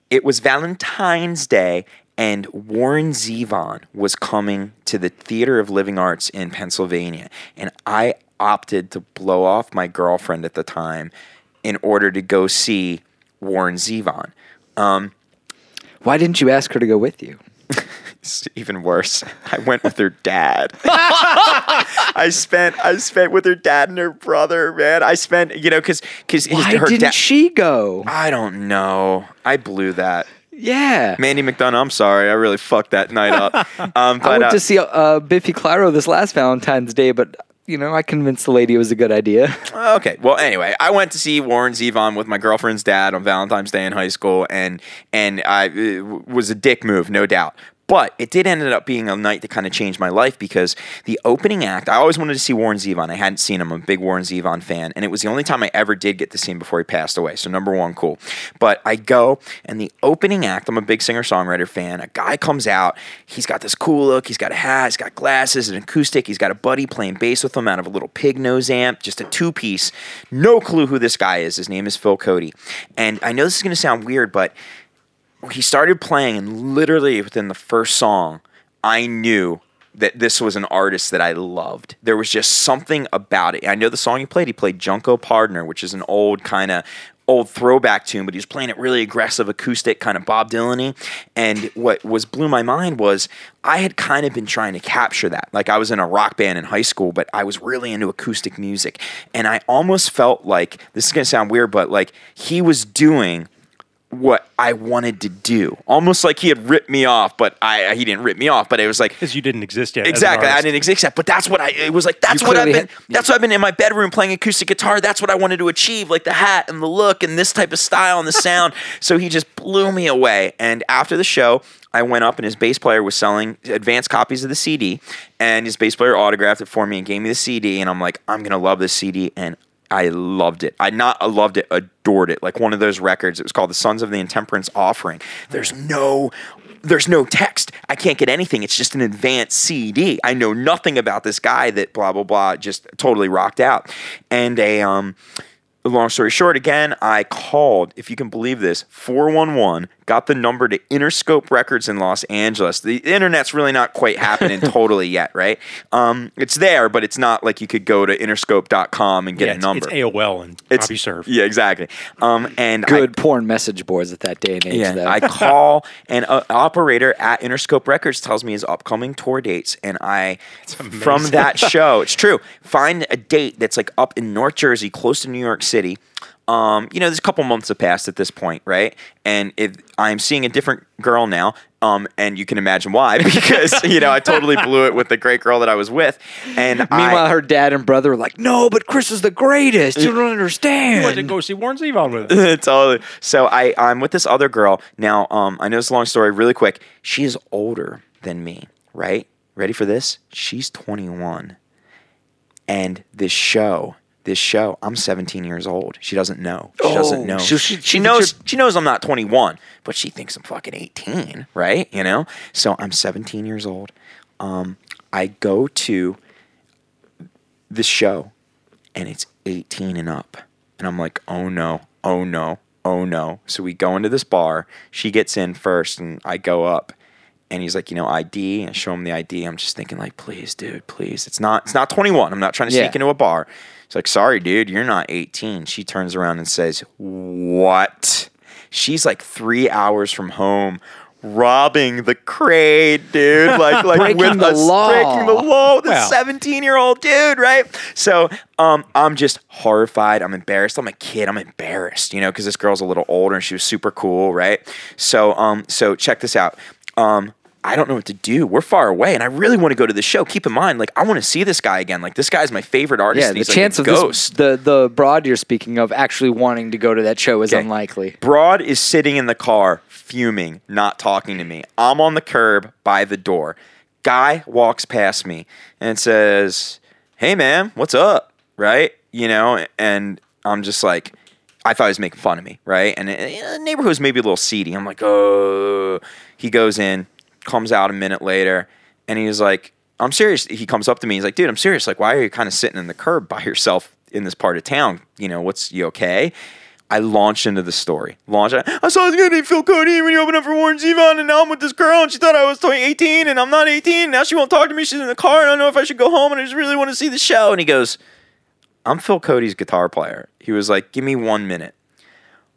Speaker 1: it was Valentine's Day, and Warren Zevon was coming to the Theater of Living Arts in Pennsylvania, and I opted to blow off my girlfriend at the time in order to go see Warren Zevon. Um,
Speaker 2: why didn't you ask her to go with you
Speaker 1: It's even worse. I went with her dad. I spent I spent with her dad and her brother, man. I spent you know because because
Speaker 2: why
Speaker 1: her
Speaker 2: didn't
Speaker 1: dad.
Speaker 2: she go
Speaker 1: I don't know. I blew that.
Speaker 2: yeah
Speaker 1: Mandy McDonough, I'm sorry. I really fucked that night up. Um, but,
Speaker 2: I went
Speaker 1: uh,
Speaker 2: to see uh, Biffy Clyro this last Valentine's Day, but you know, I convinced the lady it was a good idea.
Speaker 1: Uh, Okay. Well, anyway, I went to see Warren Zevon with my girlfriend's dad on Valentine's Day in high school, and and I it was a dick move, no doubt. But it did end up being a night that kind of changed my life because the opening act, I always wanted to see Warren Zevon. I hadn't seen him. I'm a big Warren Zevon fan. And it was the only time I ever did get to see him before he passed away. So, number one, cool. But I go, and the opening act, I'm a big singer songwriter fan. A guy comes out. He's got this cool look. He's got a hat. He's got glasses, an acoustic. He's got a buddy playing bass with him out of a little pig nose amp, just a two piece. No clue who this guy is. His name is Phil Cody. And I know this is going to sound weird, but he started playing and literally within the first song i knew that this was an artist that i loved there was just something about it i know the song he played he played junko pardner which is an old kind of old throwback tune but he was playing it really aggressive acoustic kind of bob dylan and what was blew my mind was i had kind of been trying to capture that like i was in a rock band in high school but i was really into acoustic music and i almost felt like this is going to sound weird but like he was doing what I wanted to do. Almost like he had ripped me off, but I he didn't rip me off, but it was like
Speaker 3: because you didn't exist yet. as an
Speaker 1: exactly I
Speaker 3: artist.
Speaker 1: didn't exist yet, but that's what I it was like that's
Speaker 2: You
Speaker 1: what I've
Speaker 2: clearly
Speaker 1: been
Speaker 2: had-
Speaker 1: that's what I've been in my bedroom playing acoustic guitar. That's what I wanted to achieve, like the hat and the look and this type of style and the sound. so he just blew me away. And after the show, I went up and his bass player was selling advanced copies of the CD and his bass player autographed it for me and gave me the CD and I'm like I'm going to love this CD and I loved it. I not loved it, adored it. Like one of those records. It was called The Sons of the Intemperance Offering. There's no there's no text. I can't get anything. It's just an advanced CD. I know nothing about this guy that blah blah blah just totally rocked out. And a um long story short again, I called, if you can believe this, 411, got the number to Interscope Records in Los Angeles. The internet's really not quite happening totally yet, right? Um it's there, but it's not like you could go to interscope.com and get
Speaker 3: Yeah,
Speaker 1: a
Speaker 3: it's,
Speaker 1: number.
Speaker 3: it's AOL and
Speaker 1: It's-
Speaker 3: copy serve.
Speaker 1: Yeah, exactly. Um, and I-
Speaker 2: Good porn message boards at that day and age, though.
Speaker 1: yeah, I call and an uh, operator at Interscope Records tells me his upcoming tour dates, and I from that show, it's true. Find a date that's like up in North Jersey, close to New York City. Um, you know, there's a couple months have passed at this point, right? And if I'm seeing a different girl now, um, and you can imagine why because you know I totally blew it with the great girl that I was with, and
Speaker 2: Meanwhile,
Speaker 1: I,
Speaker 2: her dad and brother were like, "No, but Chris is the greatest. You don't
Speaker 3: You went to
Speaker 2: understand."
Speaker 3: go see Warren Zevon with it.
Speaker 1: totally. So I, I'm with this other girl now. Um, I know it's a long story, really quick. She is older than me, right? Ready for this? She's 21, and this show, this show, I'm 17 years old. She doesn't know. She doesn't
Speaker 2: Oh,
Speaker 1: know.
Speaker 2: so she- she
Speaker 1: knows.
Speaker 2: thinks
Speaker 1: She knows I'm not 21, but she thinks I'm fucking 18, right? You know. So I'm 17 years old. Um, I go to this show and it's 18 and up. And I'm like, oh no, oh no, oh no. So we go into this bar. She gets in first and I go up. And he's like, you know, ID. And I show him the ID. I'm just thinking, like, please, dude, please. It's not, it's not 21. I'm not trying to
Speaker 2: Yeah.
Speaker 1: sneak into a bar. He's like, sorry, dude, you're not 18. She turns around and says, what? She's like three hours from home, robbing the crate, dude. Like, like
Speaker 2: Breaking
Speaker 1: with
Speaker 2: the
Speaker 1: us,
Speaker 2: law.
Speaker 1: breaking the law. This
Speaker 3: Well.
Speaker 1: 17 year old dude, right? So um, I'm just horrified. I'm embarrassed. I'm a kid. I'm embarrassed, you know, because this girl's a little older and she was super cool, right? So, um, so check this out. Um, I don't know what to do. We're far away, and I really want to go to the show. Keep in mind, like I want to see this guy again. Like this guy's my favorite artist.
Speaker 2: yeah,
Speaker 1: and
Speaker 2: the
Speaker 1: he's like a
Speaker 2: chance of
Speaker 1: ghost.
Speaker 2: this, the the broad you're speaking of actually wanting to go to that show is
Speaker 1: Okay.
Speaker 2: unlikely.
Speaker 1: Broad is sitting in the car, fuming, not talking to me. I'm on the curb by the door. Guy walks past me and says, Hey, ma'am, what's up? Right? You know, and I'm just like, I thought he was making fun of me, right? And uh, the neighborhood's maybe a little seedy. I'm like, oh. He goes in, comes out a minute later, and he's like, I'm serious. He comes up to me. He's like, dude, I'm serious. Like, why are you kind of sitting in the curb by yourself in this part of town? You know, what's you okay? I launched into the story. Launch. I I saw this guy named Phil Cody when he opened up for Warren Zevon, and now I'm with this girl, and she thought I was 20 18, and I'm not 18. Now she won't talk to me. She's in the car, and I don't know if I should go home, and I just really want to see the show. And he goes, I'm Phil Cody's guitar player. He was like, Give me one minute.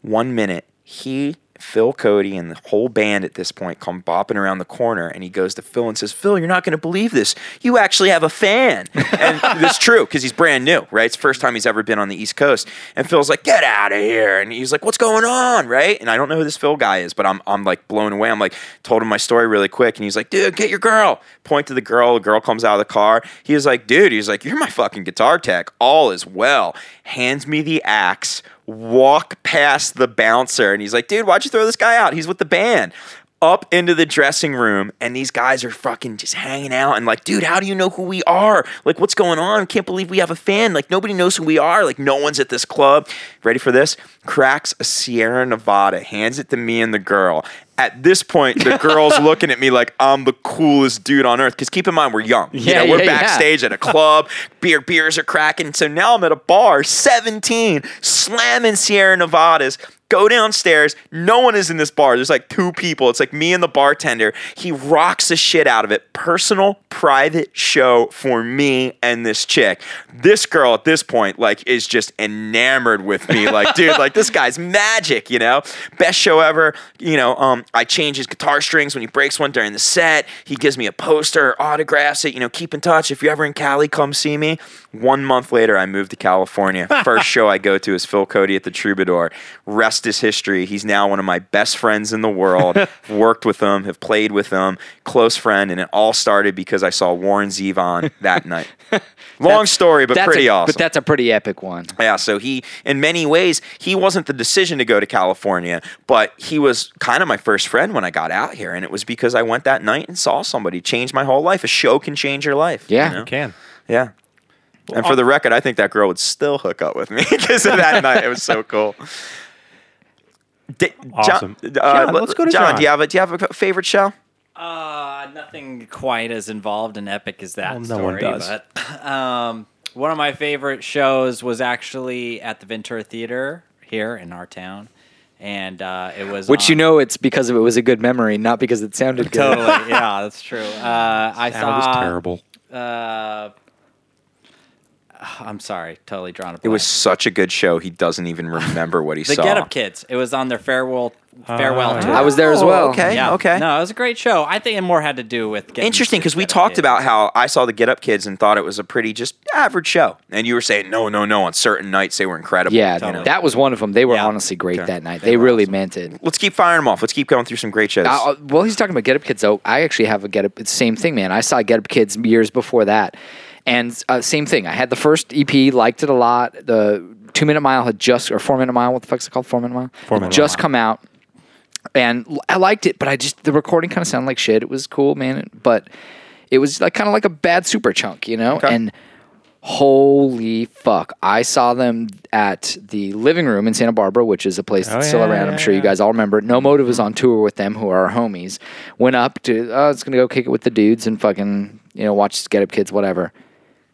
Speaker 1: One minute. He Phil Cody and the whole band at this point come bopping around the corner, and he goes to Phil and says, "Phil, you're not going to believe this. You actually have a fan." And it's true because he's brand new, right? It's the first time he's ever been on the East Coast. And Phil's like, "Get out of here!" And he's like, "What's going on?" Right? And I don't know who this Phil guy is, but I'm I'm like blown away. I'm like, told him my story really quick, and he's like, "Dude, get your girl." Point to the girl. The girl comes out of the car. He was like, "Dude," he's like, "You're my fucking guitar tech. All is well." Hands me the axe walk past the bouncer and he's like, dude, why'd you throw this guy out? He's with the band. Up into the dressing room, and these guys are fucking just hanging out and like, dude, how do you know who we are? Like, what's going on? Can't believe we have a fan. Like, nobody knows who we are. Like, no one's at this club. Ready for this? Cracks a Sierra Nevada, hands it to me and the girl. At this point, the girl's looking at me like I'm the coolest dude on earth. Because keep in mind, we're young.
Speaker 2: Yeah,
Speaker 1: you know, we're
Speaker 2: yeah, yeah.
Speaker 1: backstage backstage at a club. Beer beers are cracking. So now I'm at a bar, 17, slamming Sierra Nevadas. Go downstairs. No one is in this bar. There's like two people. It's like me and the bartender. He rocks the shit out of it. Personal, private show for me and this chick. This girl at this point, like, is just enamored with me. Like, dude, like this guy's magic, you know? Best show ever. You know, um, I change his guitar strings when he breaks one during the set. He gives me a poster, autographs it. You know, keep in touch. If you're ever in Cali, come see me. One month later, I moved to California. First show I go to is Phil Cody at the Troubadour. Rest is history. He's now one of my best friends in the world. Worked with him, have played with him, close friend, and it all started because I saw Warren Zevon that night. Long story, but
Speaker 2: That's
Speaker 1: pretty
Speaker 2: a,
Speaker 1: awesome.
Speaker 2: But that's a pretty epic one.
Speaker 1: Yeah, so he, in many ways, he wasn't the decision to go to California, but he was kind of my first friend when I got out here. And it was because I went that night and saw somebody, changed my whole life. A show can change your life.
Speaker 2: Yeah.
Speaker 1: you know?
Speaker 3: Can.
Speaker 1: Yeah. And for the record, I think that girl would still hook up with me because of that night. It was so cool. D-
Speaker 3: Awesome.
Speaker 1: John,
Speaker 3: John, let's go to
Speaker 1: John.
Speaker 3: John.
Speaker 1: Do you have a do you have a favorite show?
Speaker 4: Uh, nothing quite as involved and epic as that
Speaker 3: Well, no
Speaker 4: story.
Speaker 3: one does.
Speaker 4: But um, one of my favorite shows was actually at the Ventura Theater here in our town, and uh, it was
Speaker 2: Which you
Speaker 4: on-
Speaker 2: know, it's because it was a good memory, not because it sounded good.
Speaker 4: totally yeah that's true. Uh, I
Speaker 3: That
Speaker 4: saw
Speaker 3: was terrible.
Speaker 4: Uh, I'm sorry, totally drawn a
Speaker 1: It
Speaker 4: blank.
Speaker 1: was such a good show. He doesn't even remember what he
Speaker 4: the
Speaker 1: saw.
Speaker 4: Get Up Kids. It was on their farewell farewell
Speaker 3: Ah.
Speaker 4: tour.
Speaker 2: I was there as
Speaker 1: Oh,
Speaker 2: well.
Speaker 1: okay.
Speaker 4: Yeah.
Speaker 1: Okay.
Speaker 4: No, it was a great show. I think it more had to do with getting
Speaker 1: Interesting because we
Speaker 4: Get Up
Speaker 1: talked
Speaker 4: Kids.
Speaker 1: about how I saw the Get Up Kids and thought it was a pretty just average show, and you were saying no, no, no. On certain nights, they were incredible.
Speaker 2: Yeah,
Speaker 1: you know?
Speaker 2: that was one of them. They were
Speaker 4: Yeah.
Speaker 2: honestly great that night. They,
Speaker 1: They were
Speaker 2: really meant it.
Speaker 1: Let's keep firing them off. Let's keep going through some great shows.
Speaker 2: I, I- well, he's talking about Get Up Kids. Though I actually have a Get Up. It's the same thing, man. I saw Get Up Kids years before that, and uh, same thing. I had the first EP, liked it a lot. The Two Minute Mile had just, or Four Minute Mile. What the fuck's it called? Four Minute Mile.
Speaker 3: Four
Speaker 2: Had
Speaker 3: Minute
Speaker 2: just
Speaker 3: Mile.
Speaker 2: come out, and l- I liked it, but I just the recording kind of sounded like shit. It was cool, man, but it was like kind of like a bad super chunk, you know, and. Holy fuck. I saw them at the living room in Santa Barbara, which is a place that's
Speaker 3: Oh,
Speaker 2: still
Speaker 3: yeah,
Speaker 2: around.
Speaker 3: yeah,
Speaker 2: I'm sure you
Speaker 3: yeah.
Speaker 2: guys all remember. it. No Motive was on tour with them, who are our homies. Went up to, oh, it's going to go kick it with the dudes and fucking, you know, watch Get Up Kids, whatever.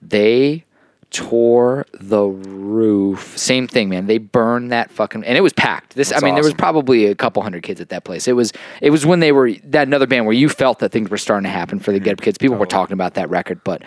Speaker 2: They tore the roof. Same thing, man. They burned that fucking, and it was packed. This, I mean, there was
Speaker 1: awesome.
Speaker 2: probably a couple hundred kids at that place. It was, it was when they were that another band where you felt that things were starting to happen for the Get Up Kids. People were talking about that record, but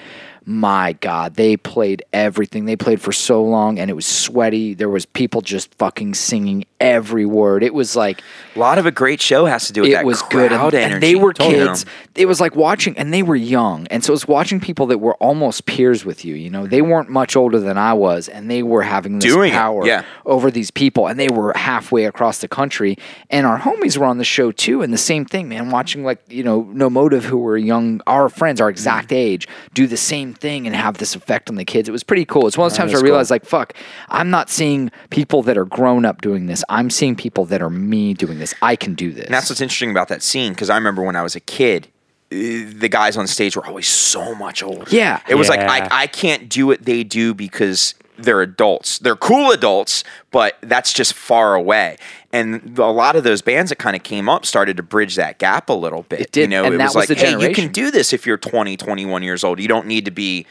Speaker 2: my God, they played everything. They played for so long, and it was sweaty. There was people just fucking singing every word. It was like
Speaker 1: a lot of a great show has to do with
Speaker 2: it
Speaker 1: that
Speaker 2: was
Speaker 1: crowd
Speaker 2: good and,
Speaker 1: energy.
Speaker 2: and they were
Speaker 1: you know?
Speaker 2: kids it was like watching and they were young and so it was watching people that were almost peers with you you know they weren't much older than i was and they were having this
Speaker 1: Doing it,
Speaker 2: power
Speaker 1: yeah.
Speaker 2: over these people and they were halfway across the country and our homies were on the show too and the same thing man watching like you know no motive who were young our friends our exact
Speaker 1: Mm-hmm.
Speaker 2: age do the same thing and have this effect on the kids it was pretty cool it's one of those times where i realized like fuck i'm not seeing people that are grown up doing this i'm seeing people that are me doing this i can do this
Speaker 1: And that's what's interesting about that scene because I remember when I was a kid, uh, the guys on stage were always so much older.
Speaker 2: Yeah.
Speaker 1: It was
Speaker 3: Yeah.
Speaker 1: like, I, I can't do what they do because they're adults. They're cool adults, but that's just far away. And a lot of those bands that kind of came up started to bridge that gap a little bit.
Speaker 2: It did,
Speaker 1: You know,
Speaker 2: and
Speaker 1: it
Speaker 2: that
Speaker 1: was
Speaker 2: was
Speaker 1: like,
Speaker 2: the
Speaker 1: hey, you can
Speaker 2: generation."
Speaker 1: do this if you're 20, 21 years old. You don't need to be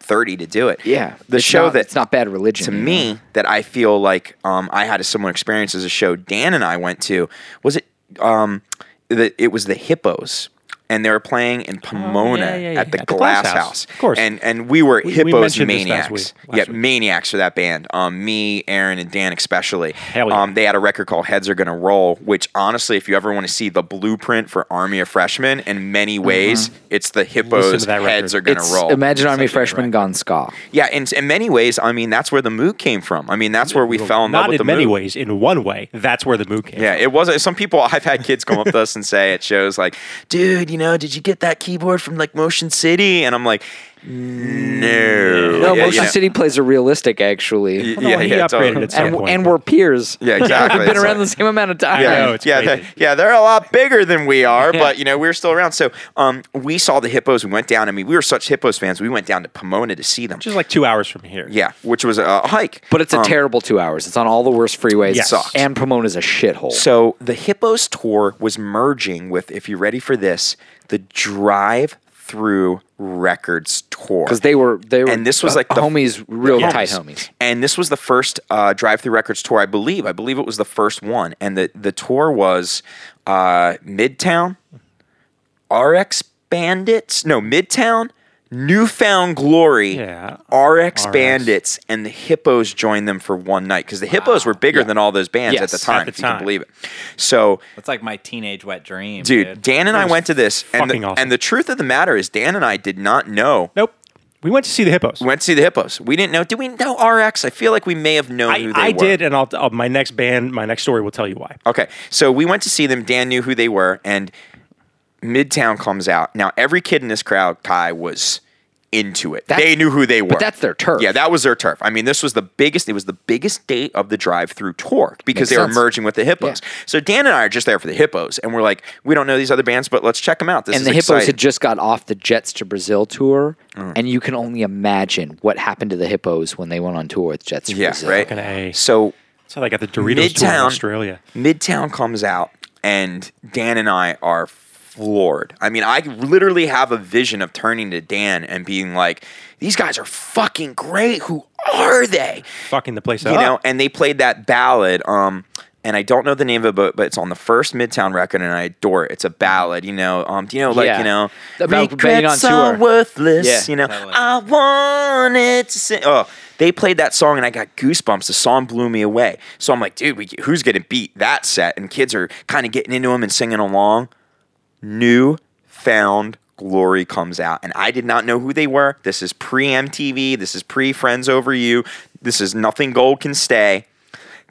Speaker 1: 30 to do it.
Speaker 2: Yeah,
Speaker 1: The
Speaker 2: it's
Speaker 1: show
Speaker 2: not,
Speaker 1: that
Speaker 2: it's not bad religion
Speaker 1: to
Speaker 2: you know?
Speaker 1: me that I feel like um, I had a similar experience as a show Dan and I went to was it um, the, it was the hippos and they were playing in
Speaker 3: Oh,
Speaker 1: Pomona
Speaker 4: yeah, yeah, yeah.
Speaker 1: at the
Speaker 3: At the
Speaker 1: Glass,
Speaker 3: Glass
Speaker 1: House.
Speaker 3: House. Of course.
Speaker 1: And and we were
Speaker 3: we
Speaker 1: hippos
Speaker 3: mentioned this last
Speaker 1: maniacs.
Speaker 3: week- last
Speaker 1: yeah,
Speaker 3: week.
Speaker 1: maniacs for that band. Um, me, Aaron, and Dan especially.
Speaker 3: Hell yeah.
Speaker 1: Um, they had a record called Heads Are Gonna Roll, which honestly, if you ever want to see the blueprint for Army of Freshmen, in many ways, it's the hippos
Speaker 3: Mm-hmm. that record.
Speaker 1: heads are gonna
Speaker 2: It's
Speaker 1: roll.
Speaker 2: Imagine Army
Speaker 1: Such a good
Speaker 2: Freshman
Speaker 1: record.
Speaker 2: gone ska.
Speaker 1: Yeah, and in many ways, I mean that's where the mood came from. I mean that's where we fell in love
Speaker 3: Not
Speaker 1: with the
Speaker 3: in many
Speaker 1: mood.
Speaker 3: ways. In one way, that's where the mood came.
Speaker 1: Yeah, it was. Some people I've had kids come up to us and say at shows like, "Dude, you know, did you get that keyboard from like Motion City?" And I'm like, "No,
Speaker 2: No,
Speaker 1: Yeah,
Speaker 2: Motion
Speaker 1: you know.
Speaker 2: City plays are realistic actually,
Speaker 1: Y-
Speaker 3: Well, no,
Speaker 1: yeah,
Speaker 3: he
Speaker 1: yeah,
Speaker 3: upgraded
Speaker 1: totally.
Speaker 3: at some
Speaker 2: and
Speaker 3: point.
Speaker 2: and we're peers.
Speaker 1: Yeah, exactly.
Speaker 2: We've been
Speaker 1: It's
Speaker 2: around the
Speaker 1: like-
Speaker 2: same amount of time.
Speaker 1: yeah,
Speaker 3: know, it's
Speaker 1: yeah,
Speaker 3: crazy.
Speaker 1: they- yeah, they're a lot bigger than we are, but you know we're still around. So um, we saw the hippos. We went down. I mean, we were such hippos fans. We went down to Pomona to see them.
Speaker 3: Which is like two hours from here.
Speaker 1: yeah, which was a, a hike.
Speaker 2: But it's a
Speaker 1: Um,
Speaker 2: terrible two hours. It's on all the worst freeways.
Speaker 3: Yes. Sucks.
Speaker 2: And Pomona's a shithole.
Speaker 1: So the Hippos tour was merging with, if you're ready for this, the Drive Through Records tour.
Speaker 2: because they were they were
Speaker 1: And this was
Speaker 2: uh,
Speaker 1: like the-
Speaker 2: homies, real
Speaker 3: Yes.
Speaker 2: tight homies.
Speaker 1: And this was the first uh, Drive Through Records tour, I believe. I believe it was the first one. And the, the tour was uh, Midtown, RX Bandits, no, Midtown, Newfound Glory,
Speaker 3: Yeah.
Speaker 1: RX,
Speaker 3: RX.
Speaker 1: Bandits, and the Hippos joined them for one night because the Hippos were bigger than all those bands at
Speaker 2: Yes.
Speaker 1: the time,
Speaker 3: At the
Speaker 1: if you can
Speaker 3: time.
Speaker 1: believe it. So
Speaker 4: That's like my teenage wet dream,
Speaker 1: dude,
Speaker 4: dude.
Speaker 1: Dan and I
Speaker 3: was
Speaker 1: went to this, and the,
Speaker 3: fucking awesome.
Speaker 1: and the truth of the matter is, Dan and I did not know.
Speaker 3: Nope. We went to see the hippos.
Speaker 1: We went to see the hippos. We didn't know. Did we know RX? I feel like we may have known
Speaker 3: I,
Speaker 1: who they
Speaker 3: I
Speaker 1: were.
Speaker 3: did, and I'll, I'll, my next band, my next story will tell you why.
Speaker 1: Okay, so we went to see them. Dan knew who they were, and Midtown comes out. Now every kid in this crowd, Kai was into it.
Speaker 2: That's-
Speaker 1: they knew who they were.
Speaker 2: that's their turf.
Speaker 1: Yeah, that was their turf. I mean, this was the biggest. It was the biggest date of the drive-through tour because
Speaker 2: Makes
Speaker 1: they were
Speaker 2: sense.
Speaker 1: merging with the hippos.
Speaker 2: Yeah.
Speaker 1: So Dan and I are just there for the hippos, and we're like, we don't know these other bands, but let's check them out. This
Speaker 2: And
Speaker 1: is
Speaker 2: the hippos
Speaker 1: exciting. Mm.
Speaker 2: had just got off the Jets to Brazil tour, and you can only imagine what happened to the hippos when they went on tour with Jets to
Speaker 1: yeah,
Speaker 2: Brazil.
Speaker 1: right.
Speaker 3: Fucking A.
Speaker 1: So
Speaker 3: That's how they got the Doritos tour in
Speaker 1: Midtown.
Speaker 3: Australia.
Speaker 1: Midtown comes out, and Dan and I are floored. I mean, I literally have a vision of turning to Dan and being like, "These guys are fucking great. Who are they?"
Speaker 3: Fucking the place
Speaker 1: You
Speaker 3: up.
Speaker 1: know, and they played that ballad. Um, and I don't know the name of it, but, but it's on the first Midtown record, and I adore it. It's a ballad, you know. Um, do you know, like
Speaker 2: Yeah.
Speaker 1: you know,
Speaker 2: About being on
Speaker 1: regrets are
Speaker 2: tour."
Speaker 1: worthless.
Speaker 2: Yeah.
Speaker 1: You know,
Speaker 4: That one.
Speaker 1: I wanted to sing. Oh, they played that song, and I got goosebumps. The song blew me away. So I'm like, dude, we, who's gonna beat that set? And kids are kind of getting into them and singing along. New Found Glory comes out, and I did not know who they were. This is pre MTV. This is pre Friends Over You. This is Nothing Gold Can Stay.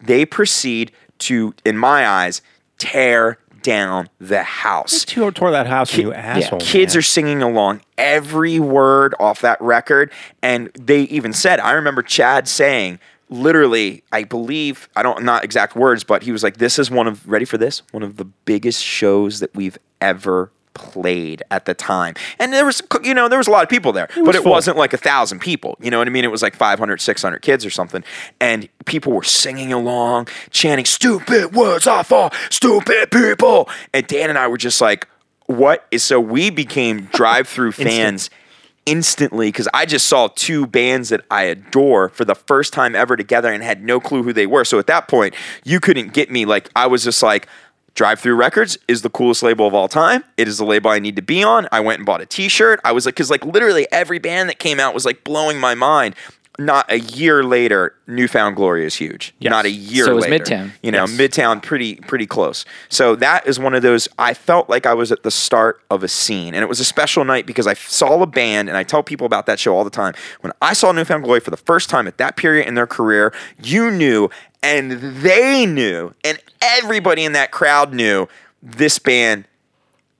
Speaker 1: They proceed to, in my eyes, tear down the house.
Speaker 3: Tour, tore that house, you asshole.
Speaker 1: Kids are singing along every word off that record. And they even said, I remember Chad saying, literally, I believe, I don't, not exact words, but he was like, this is one of, ready for this? One of the biggest shows that we've ever played at the time. And there was, you know, there was a lot of people there, but
Speaker 3: was
Speaker 1: it
Speaker 3: full.
Speaker 1: wasn't like a thousand people. You know what I mean? It was like 500, 600 kids or something. And people were singing along, chanting, stupid words are for stupid people. And Dan and I were just like, what is so we became drive through fans instantly because I just saw two bands that I adore for the first time ever together and had no clue who they were. So at that point, you couldn't get me. Like, I was just like, Drive Through Records is the coolest label of all time. It is the label I need to be on. I went and bought a t shirt. I was like, because like literally every band that came out was like blowing my mind. Not a year later, Newfound Glory is huge.
Speaker 3: Yes.
Speaker 1: Not a year
Speaker 2: So it was
Speaker 1: later.
Speaker 2: Midtown.
Speaker 1: You know,
Speaker 3: Yes.
Speaker 1: Midtown pretty pretty close. So that is one of those I felt like I was at the start of a scene and it was a special night because I saw a band and I tell people about that show all the time. When I saw Newfound Glory for the first time at that period in their career, you knew and they knew and everybody in that crowd knew this band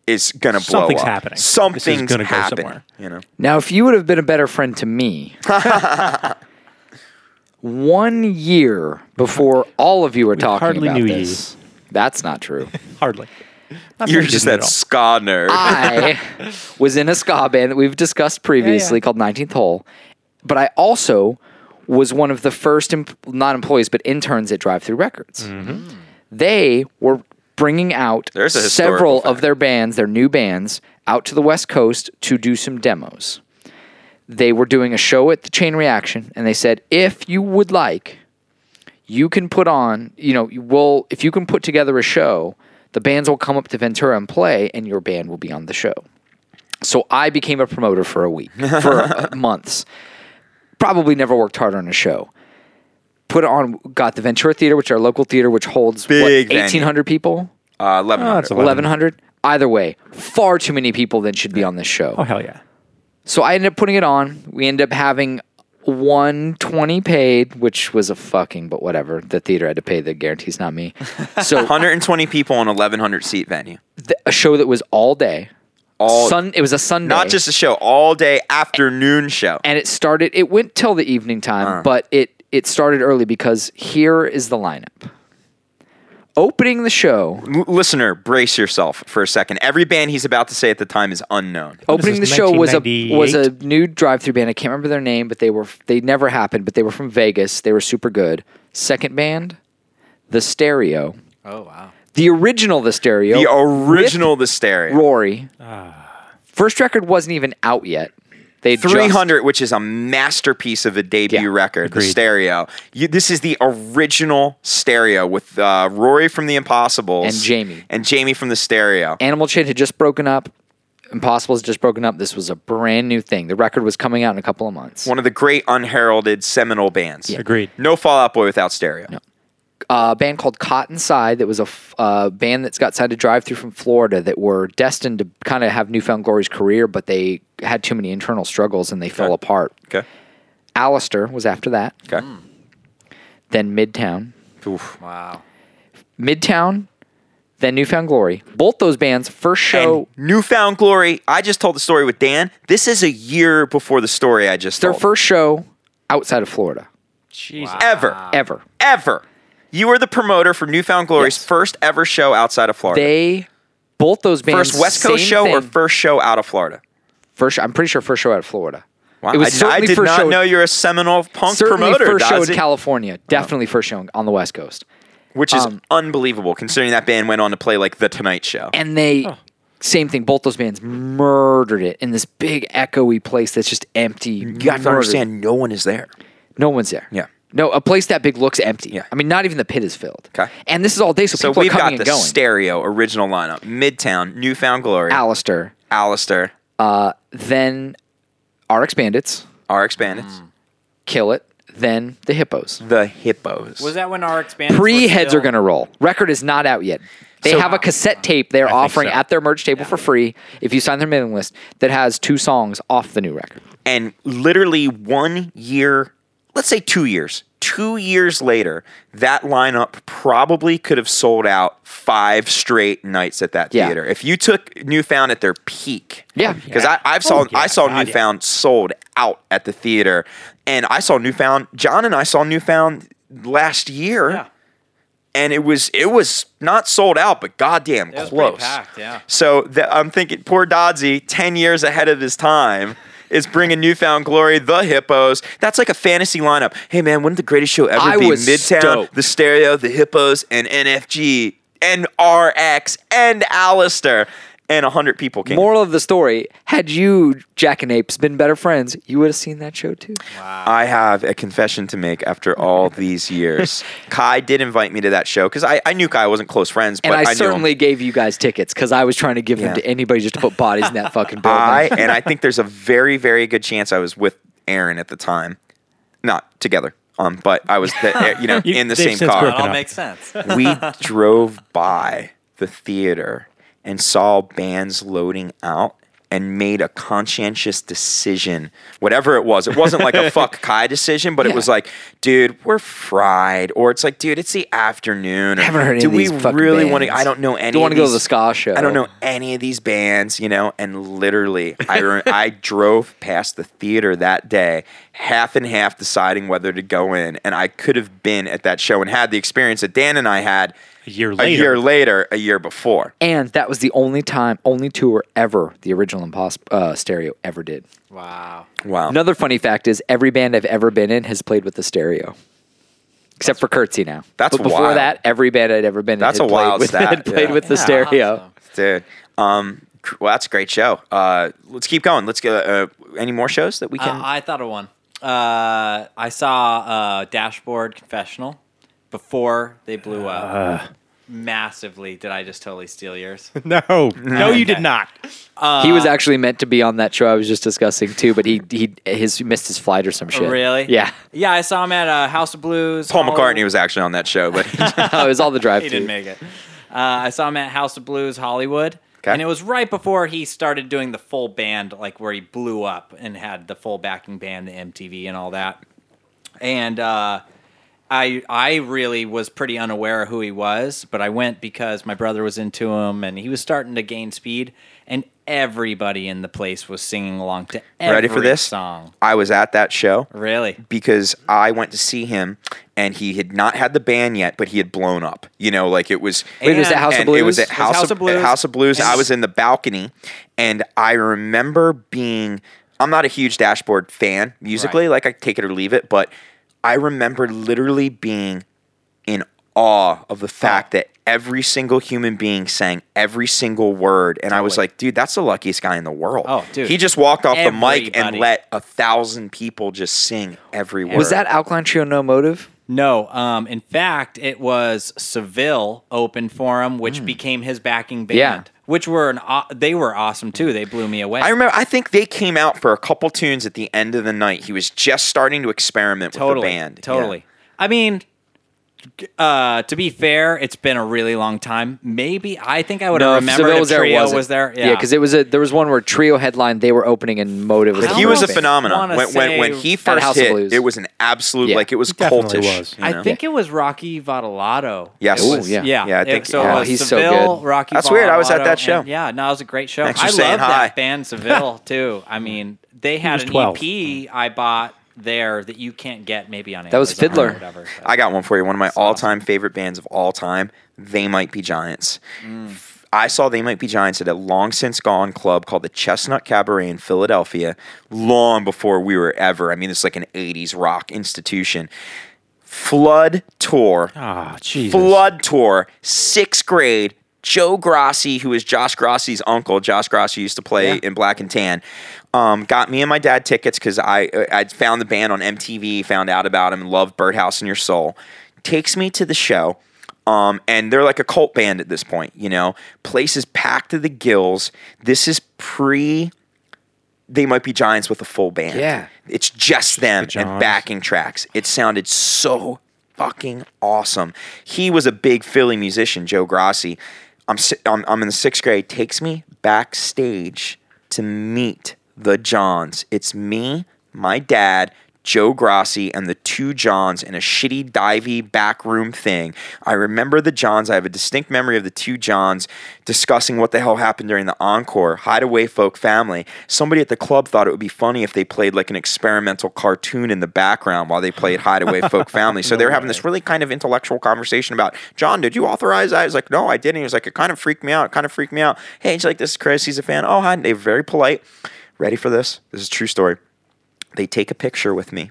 Speaker 1: is going to blow
Speaker 3: Something's
Speaker 1: up.
Speaker 3: happening. This is
Speaker 1: Something's
Speaker 3: gonna go
Speaker 1: happening,
Speaker 3: somewhere.
Speaker 1: you know.
Speaker 2: Now, if you would have been a better friend to me, one year before all of you were talking
Speaker 3: hardly
Speaker 2: about
Speaker 3: knew you.
Speaker 2: this, that's not true.
Speaker 3: hardly. Not
Speaker 1: You're
Speaker 3: very
Speaker 1: just
Speaker 3: good at
Speaker 1: that ska nerd.
Speaker 3: Ah.
Speaker 2: I was in a ska band that we've discussed previously called 19th Hole, but I also was one of the first, em- not employees, but interns at Drive Through Records.
Speaker 3: Mm.
Speaker 2: They were bringing out
Speaker 1: There's a historical
Speaker 2: several
Speaker 1: fact.
Speaker 2: of their bands, their new bands, out to the West Coast to do some demos. They were doing a show at the Chain Reaction, and they said, if you would like, you can put on, you know, you will if you can put together a show the bands will come up to Ventura and play, and your band will be on the show. So I became a promoter for a week, for uh, months. Probably never worked harder on a show. Put on, got the Ventura Theater, which our local theater, which holds what,
Speaker 1: Big venue.
Speaker 2: 1,800 people,
Speaker 1: Uh, 1100.
Speaker 3: that's a lot.
Speaker 2: 1,100. Either way, far too many people than should be on this show.
Speaker 3: Oh hell yeah!
Speaker 2: So I ended up putting it on. We ended up having 120 paid, which was a fucking, but whatever. The theater had to pay the guarantees, not me. So
Speaker 1: 120 people in a 1100 seat venue.
Speaker 2: th- a show that was all day.
Speaker 1: All
Speaker 2: Sun. It was a Sunday.
Speaker 1: not just a show, all day afternoon show.
Speaker 2: and it started it went till the evening time but it it started early because here is the lineup opening the show
Speaker 1: L- listener, brace yourself for a second. Every band he's about to say at the time is unknown.
Speaker 2: opening the
Speaker 3: this,
Speaker 2: show was a was a
Speaker 3: 1998?
Speaker 2: new drive-through band i can't remember their name but they were they never happened but they were from vegas they were super good second band the stereo
Speaker 4: Oh wow.
Speaker 2: the original the stereo
Speaker 1: The original The Stereo.
Speaker 2: rory first record wasn't even out yet they
Speaker 1: 300, which is a masterpiece of a debut
Speaker 2: Yeah,
Speaker 1: record, the stereo. You, this is the original stereo with uh, Rory from The Impossibles
Speaker 2: And Jamie.
Speaker 1: and Jamie from the stereo.
Speaker 2: Animal Chain had just broken up. Impossible had just broken up. This was a brand new thing. The record was coming out in a couple of months.
Speaker 1: one of the great unheralded seminal bands.
Speaker 3: Agreed.
Speaker 1: No Fallout Boy without stereo.
Speaker 2: a band called Cotton Side that was a f- uh, band that's got signed to drive through from Florida that were destined to kind of have Newfound Glory's career, but they had too many internal struggles and they fell apart.
Speaker 1: Okay.
Speaker 2: Alistair was after that,
Speaker 1: Okay.
Speaker 2: then Midtown.
Speaker 1: Oof.
Speaker 4: Wow.
Speaker 2: Midtown, then Newfound Glory. Both those bands, first show,
Speaker 1: And Newfound Glory. I just told the story with Dan. This is a year before the story I just
Speaker 2: their
Speaker 1: told.
Speaker 2: first show outside of Florida,
Speaker 3: Jesus.
Speaker 1: ever,
Speaker 2: ever.
Speaker 1: ever. You were the promoter for Newfound Glory's
Speaker 2: Yes.
Speaker 1: first ever show outside of Florida.
Speaker 2: They, both those bands,
Speaker 1: first West Coast
Speaker 2: same
Speaker 1: show or
Speaker 2: thing.
Speaker 1: first show out of Florida?
Speaker 2: first. I'm pretty sure first show out of Florida.
Speaker 1: Wow.
Speaker 2: It was
Speaker 1: I did, I
Speaker 2: certainly
Speaker 1: did
Speaker 2: first
Speaker 1: not
Speaker 2: show-
Speaker 1: know you're a Seminole punk
Speaker 2: certainly
Speaker 1: promoter,
Speaker 2: first show in
Speaker 1: Dodzy,
Speaker 2: California. Definitely first show on the West Coast.
Speaker 1: which is unbelievable considering that band went on to play like The Tonight Show.
Speaker 2: um, And they, same thing. Both those bands murdered it in this big echoey place that's just empty.
Speaker 1: You have to Mm, understand, no one is there.
Speaker 2: No one's there.
Speaker 1: Yeah.
Speaker 2: No, a place that big looks empty.
Speaker 1: Yeah.
Speaker 2: I mean, not even the pit is filled.
Speaker 1: Okay.
Speaker 2: And this is all day, so,
Speaker 1: So
Speaker 2: people
Speaker 1: we've
Speaker 2: are coming
Speaker 1: got the
Speaker 2: and going.
Speaker 1: stereo original lineup: Midtown, Newfound Glory,
Speaker 2: Alistair,
Speaker 1: Alistair,
Speaker 2: then RX Bandits,
Speaker 1: RX Bandits,
Speaker 2: Mm. Kill It, then the Hippos.
Speaker 1: the Hippos.
Speaker 4: Was that when our expansion?
Speaker 2: Pre heads are gonna roll. Record is not out yet. They
Speaker 1: Mm. So-
Speaker 2: have a cassette tape they're
Speaker 3: think
Speaker 2: offering
Speaker 3: so.
Speaker 2: at their merch table for free if you sign their mailing list that has two songs off the new record.
Speaker 1: and literally one year, let's say two years, two years later, that lineup probably could have sold out five straight nights at that
Speaker 2: Yeah.
Speaker 1: theater. If you took Newfound at their peak,
Speaker 2: Yeah.
Speaker 1: because I
Speaker 4: Oh,
Speaker 1: I've saw
Speaker 3: yeah,
Speaker 1: I saw
Speaker 3: God, yeah.
Speaker 1: Newfound sold out at the theater, and I saw Newfound. John and I saw Newfound last year.
Speaker 4: Yeah.
Speaker 1: And it was it was not sold out, but goddamn
Speaker 4: It was pretty
Speaker 1: close.
Speaker 4: packed, yeah.
Speaker 1: So the, I'm thinking, poor Dodzy, 10 years ahead of his time, is bringing Newfound Glory, The Hippos. That's like a fantasy lineup. Hey, man, wouldn't the greatest show ever
Speaker 2: I
Speaker 1: be
Speaker 2: was
Speaker 1: Midtown,
Speaker 2: stoked.
Speaker 1: The Stereo, The Hippos, and NFG, and RX, and Alistair? And 100 people came.
Speaker 2: Moral of the story: Had you Jack and Apes been better friends, you would have seen that show too.
Speaker 1: I have a confession to make after all these years. Kai did invite me to that show because I, I knew Kai wasn't close friends, but
Speaker 2: And
Speaker 1: I,
Speaker 2: I,
Speaker 1: knew him.
Speaker 2: certainly gave you guys tickets because I was trying to give them
Speaker 1: Yeah.
Speaker 2: to anybody just to put bodies in that fucking building.
Speaker 1: I and I think there's a very very good chance I was with Aaron at the time, not together. Um, but I was the, you know
Speaker 3: You-
Speaker 1: in the
Speaker 3: they've
Speaker 1: same
Speaker 3: since
Speaker 4: That
Speaker 1: car.
Speaker 3: broken
Speaker 4: all
Speaker 3: up.
Speaker 4: makes sense.
Speaker 1: we drove by the theater and saw bands loading out and made a conscientious decision whatever it was it wasn't like a fuck kai decision but it
Speaker 2: Yeah.
Speaker 1: was like dude we're fried or it's like dude it's the afternoon or,
Speaker 2: I haven't heard any
Speaker 1: do
Speaker 2: of these
Speaker 1: we
Speaker 2: fucking
Speaker 1: really want to
Speaker 2: bands.
Speaker 1: i don't know any
Speaker 2: Don't
Speaker 1: want
Speaker 2: wanna go to the ska show.
Speaker 1: i don't know any of these bands, you know, and literally I re- I drove past the theater that day, half and half deciding whether to go in, and I could have been at that show and had the experience that Dan and I had
Speaker 3: A year
Speaker 1: a
Speaker 3: later.
Speaker 1: year later, a year before.
Speaker 2: and that was the only time, only tour ever the original Impossible uh, Stereo ever did.
Speaker 4: Wow.
Speaker 1: Wow.
Speaker 2: Another funny fact is every band I've ever been in has played with the stereo. Except for Curtsy now.
Speaker 1: That's
Speaker 2: but before
Speaker 1: wild.
Speaker 2: that, every band I'd ever been in
Speaker 1: That's
Speaker 2: had
Speaker 1: a
Speaker 2: played
Speaker 1: wild
Speaker 2: with,
Speaker 1: stat,
Speaker 2: had played
Speaker 1: yeah.
Speaker 2: with the
Speaker 4: Yeah,
Speaker 2: stereo.
Speaker 4: awesome.
Speaker 1: Dude. Um cr- well, that's a great show. Uh, let's keep going. Let's go. Uh, any more shows that we can?
Speaker 4: Uh, I thought of one. Uh, I saw uh, Dashboard Confessional before they blew up. massively. Did I just totally steal yours?
Speaker 3: No, no, you did
Speaker 4: Okay.
Speaker 3: not.
Speaker 2: he
Speaker 1: Uh,
Speaker 2: was actually meant to be on that show I was just discussing too, but he he his he missed his flight or some shit.
Speaker 4: Really?
Speaker 2: Yeah.
Speaker 4: Yeah, I saw him at uh, House of Blues.
Speaker 1: Paul
Speaker 4: Halloween-
Speaker 1: McCartney was actually on that show, but
Speaker 2: it was all the drive.
Speaker 4: He didn't make it. Uh, I saw him at House of Blues Hollywood.
Speaker 1: Okay.
Speaker 4: And it was right before he started doing the full band, like where he blew up and had the full backing band, the MTV and all that. And uh, I I really was pretty unaware of who he was, but I went because my brother was into him and he was starting to gain speed. And everybody in the place was singing along to every
Speaker 1: ready for this?
Speaker 4: song.
Speaker 1: I was at that show.
Speaker 4: Really?
Speaker 1: because I went to see him and he had not had the band yet, but he had blown up. You know, like it was.
Speaker 2: Wait, it was at House of
Speaker 1: and It was
Speaker 2: Blues?
Speaker 1: at House,
Speaker 4: House
Speaker 1: of,
Speaker 4: of Blues.
Speaker 1: at House of Blues.
Speaker 4: And-
Speaker 1: I was in the balcony, and I remember being. I'm not a huge Dashboard fan musically. Like I take it or leave it, but I remember literally being in awe of the fact that every single human being sang every single word, and I was
Speaker 4: Totally.
Speaker 1: like, "Dude, that's the luckiest guy in the world."
Speaker 4: Oh, dude.
Speaker 1: He just walked off the mic and
Speaker 4: Everybody.
Speaker 1: let a thousand people just sing every word.
Speaker 2: Was that Alkaline Trio No Motive?
Speaker 4: No, um, in fact, it was Seville open for him, which became his backing band.
Speaker 2: Yeah.
Speaker 4: Which were an aw- they were awesome too. They blew me away.
Speaker 1: I remember. I think they came out for a couple tunes at the end of the night. He was just starting to experiment
Speaker 4: totally,
Speaker 1: with the band.
Speaker 4: totally. I mean, uh, to be fair, it's been a really long time. Maybe I think I would have remembered if Trio was, there. Yeah,
Speaker 2: because it was a there was one where Trio headlined. They were opening and Motive was.
Speaker 1: Yeah.
Speaker 2: the
Speaker 1: He was a
Speaker 2: band.
Speaker 1: phenomenon.
Speaker 4: wanna
Speaker 1: When, when, when
Speaker 4: say
Speaker 1: he
Speaker 4: at
Speaker 1: first
Speaker 2: House of
Speaker 1: hit,
Speaker 2: Blues.
Speaker 1: it was an absolute
Speaker 2: Yeah.
Speaker 1: like it was
Speaker 3: Definitely
Speaker 1: cultish.
Speaker 3: was,
Speaker 1: you
Speaker 4: I
Speaker 1: know?
Speaker 4: think it was Rocky Vadalato.
Speaker 1: Yes.
Speaker 4: It
Speaker 1: Ooh,
Speaker 4: was,
Speaker 2: yeah.
Speaker 4: yeah,
Speaker 1: Yeah, I
Speaker 4: It-
Speaker 1: think-
Speaker 4: so.
Speaker 1: yeah.
Speaker 4: it
Speaker 1: Oh,
Speaker 4: was
Speaker 2: he's so
Speaker 4: Seville,
Speaker 2: good.
Speaker 4: Rocky.
Speaker 1: That's weird, I was at
Speaker 4: Vadalato,
Speaker 1: that show.
Speaker 4: and- yeah, no, it was a great show.
Speaker 1: Thanks
Speaker 4: I
Speaker 1: for saying
Speaker 4: love
Speaker 1: hi.
Speaker 4: that band Seville too. I mean, they had
Speaker 3: was
Speaker 4: an
Speaker 3: 12.
Speaker 4: EP I bought there that you can't get maybe on.
Speaker 2: That was
Speaker 4: Amazon
Speaker 2: Fiddler.
Speaker 4: Or whatever, but-
Speaker 1: I got one for you. One of my all-time favorite bands of all time. They might be giants. I saw They Might Be Giants at a long since gone club called the Chestnut Cabaret in Philadelphia, long before we were ever. I mean, it's like an 80s rock institution. Flood tour.
Speaker 3: Ah, Jesus.
Speaker 1: Flood Tour, sixth grade. Joe Grassi, who is Josh Grassi's uncle, Josh Grassi used to play in Black and Tan, um, got me and my dad tickets because I I found the band on MTV, found out about him, loved Birdhouse in Your Soul. Takes me to the show, um, and they're like a cult band at this point. You know, place is packed to the gills. This is pre. They might be giants with a full band.
Speaker 2: Yeah.
Speaker 1: it's just them and
Speaker 3: Giants.
Speaker 1: back backing tracks. It sounded so fucking awesome. He was a big Philly musician, Joe Grassi. I'm si- I'm, I'm in the sixth grade. Takes me backstage to meet the Johns. It's me, my dad. Joe Grassi and the two Johns in a shitty divey backroom thing. I remember the Johns. I have a distinct memory of the two Johns discussing what the hell happened during the encore. Hideaway folk family. Somebody at the club thought it would be funny if they played like an experimental cartoon in the background while they played Hideaway Folk Family. So they were having this really kind of intellectual conversation about, John, did you authorize that? I was like, no, I didn't. He was like, it kind of freaked me out. It kind of freaked me out. Hey, he's like, this is Chris. He's a fan. Oh, hi. And they were very polite. Ready for this? This is a true story. They take a picture with me.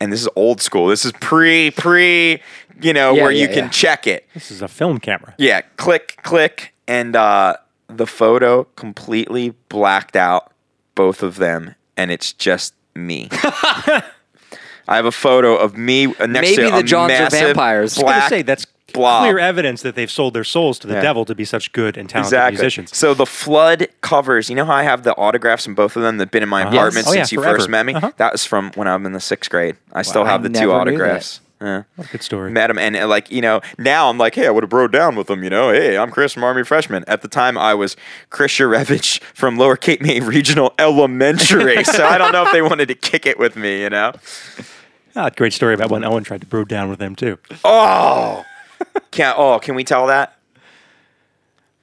Speaker 1: And this is old school. This is pre, pre, you know,
Speaker 2: Yeah,
Speaker 1: where
Speaker 2: yeah,
Speaker 1: you can
Speaker 2: yeah.
Speaker 1: check it.
Speaker 3: This is a film camera.
Speaker 1: Yeah, click, click, and uh, the photo completely blacked out both of them, and it's just me. I have a photo of me uh, next
Speaker 2: Maybe
Speaker 1: to
Speaker 2: the
Speaker 1: a
Speaker 2: Johns are
Speaker 1: massive
Speaker 2: vampires.
Speaker 3: I was
Speaker 2: I was
Speaker 3: gonna
Speaker 1: black
Speaker 3: say that's
Speaker 1: blob.
Speaker 3: clear evidence that they've sold their souls to the
Speaker 1: Yeah.
Speaker 3: devil to be such good and talented
Speaker 1: Exactly.
Speaker 3: musicians.
Speaker 1: So the flood covers. You know how I have the autographs from both of them that have been in my
Speaker 2: Uh-huh.
Speaker 1: apartment
Speaker 3: Oh, yeah,
Speaker 1: since you
Speaker 3: forever.
Speaker 1: first met me.
Speaker 3: Uh-huh.
Speaker 1: That was from when I'm in the sixth grade. I still
Speaker 2: Wow.
Speaker 1: have the
Speaker 2: I
Speaker 1: two
Speaker 2: never knew that.
Speaker 1: autographs. Yeah.
Speaker 3: Good story.
Speaker 1: Met him, and uh, like you know, now I'm like, hey, I would have broed down with him. You know, hey, I'm Chris from Army Freshman. At the time, I was Chris Yurevich from Lower Cape May Regional Elementary. so I don't know if they wanted to kick it with me. You know,
Speaker 3: Ah, great story about when Owen tried to brew down with them too.
Speaker 1: oh, can oh, can we tell that?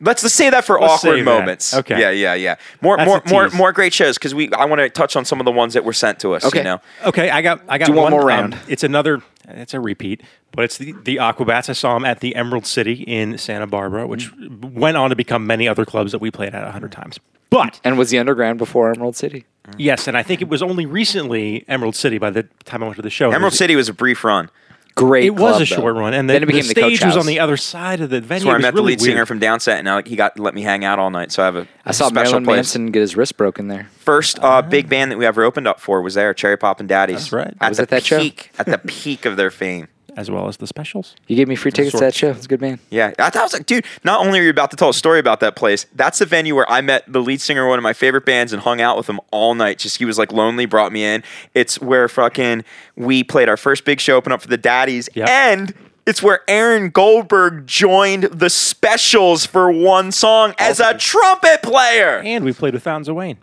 Speaker 1: Let's let's say that for
Speaker 3: Let's
Speaker 1: awkward
Speaker 3: save that.
Speaker 1: moments.
Speaker 3: Okay.
Speaker 1: Yeah, yeah, yeah. More
Speaker 3: That's
Speaker 1: more
Speaker 3: a
Speaker 1: more
Speaker 3: tease.
Speaker 1: more great shows because we I want to touch on some of the ones that were sent to us.
Speaker 2: Okay.
Speaker 1: You know.
Speaker 3: Okay, I got I got
Speaker 2: Do one
Speaker 3: one um,
Speaker 2: more round.
Speaker 3: it's another. It's a repeat, but it's the the Aquabats. I saw them at the Emerald City in Santa Barbara, which went on to become many other clubs that we played at a hundred times. But
Speaker 2: And was the underground before Emerald City?
Speaker 3: yes, and I think it was only recently Emerald City by the time I went to the show. It
Speaker 1: Emerald
Speaker 3: was-
Speaker 1: City was a brief run.
Speaker 2: Great.
Speaker 3: It was
Speaker 2: club,
Speaker 3: a short
Speaker 2: though.
Speaker 3: run, and the,
Speaker 2: then it became
Speaker 3: the
Speaker 2: the
Speaker 3: stage
Speaker 2: Coach
Speaker 3: was
Speaker 2: House.
Speaker 3: on the other side of the venue.
Speaker 1: That's where I
Speaker 3: It was
Speaker 1: met
Speaker 3: really
Speaker 1: the lead singer
Speaker 3: weird.
Speaker 1: from Downset, and now he got let me hang out all night. So I have a
Speaker 2: I saw
Speaker 1: special
Speaker 2: Marilyn
Speaker 1: place.
Speaker 2: Manson get his wrist broken there.
Speaker 1: First uh, big band that we ever opened up for was there, Cherry Pop and Daddies.
Speaker 3: right.
Speaker 1: At
Speaker 2: Was
Speaker 1: the
Speaker 2: it that show?
Speaker 1: peak, at the peak of their fame.
Speaker 3: as well as the specials.
Speaker 2: You gave me free tickets to that show. It's a good man.
Speaker 1: Yeah, I, thought- I was like, dude, not only are you about to tell a story about that place, that's the venue where I met the lead singer of one of my favorite bands and hung out with him all night. Just he was like lonely, brought me in. It's where fucking we played our first big show, open up for the Daddies,
Speaker 3: Yep.
Speaker 1: and it's where Aaron Goldberg joined the Specials for one song
Speaker 3: Oh,
Speaker 1: as a trumpet player.
Speaker 3: And we played with Fountains of Wayne.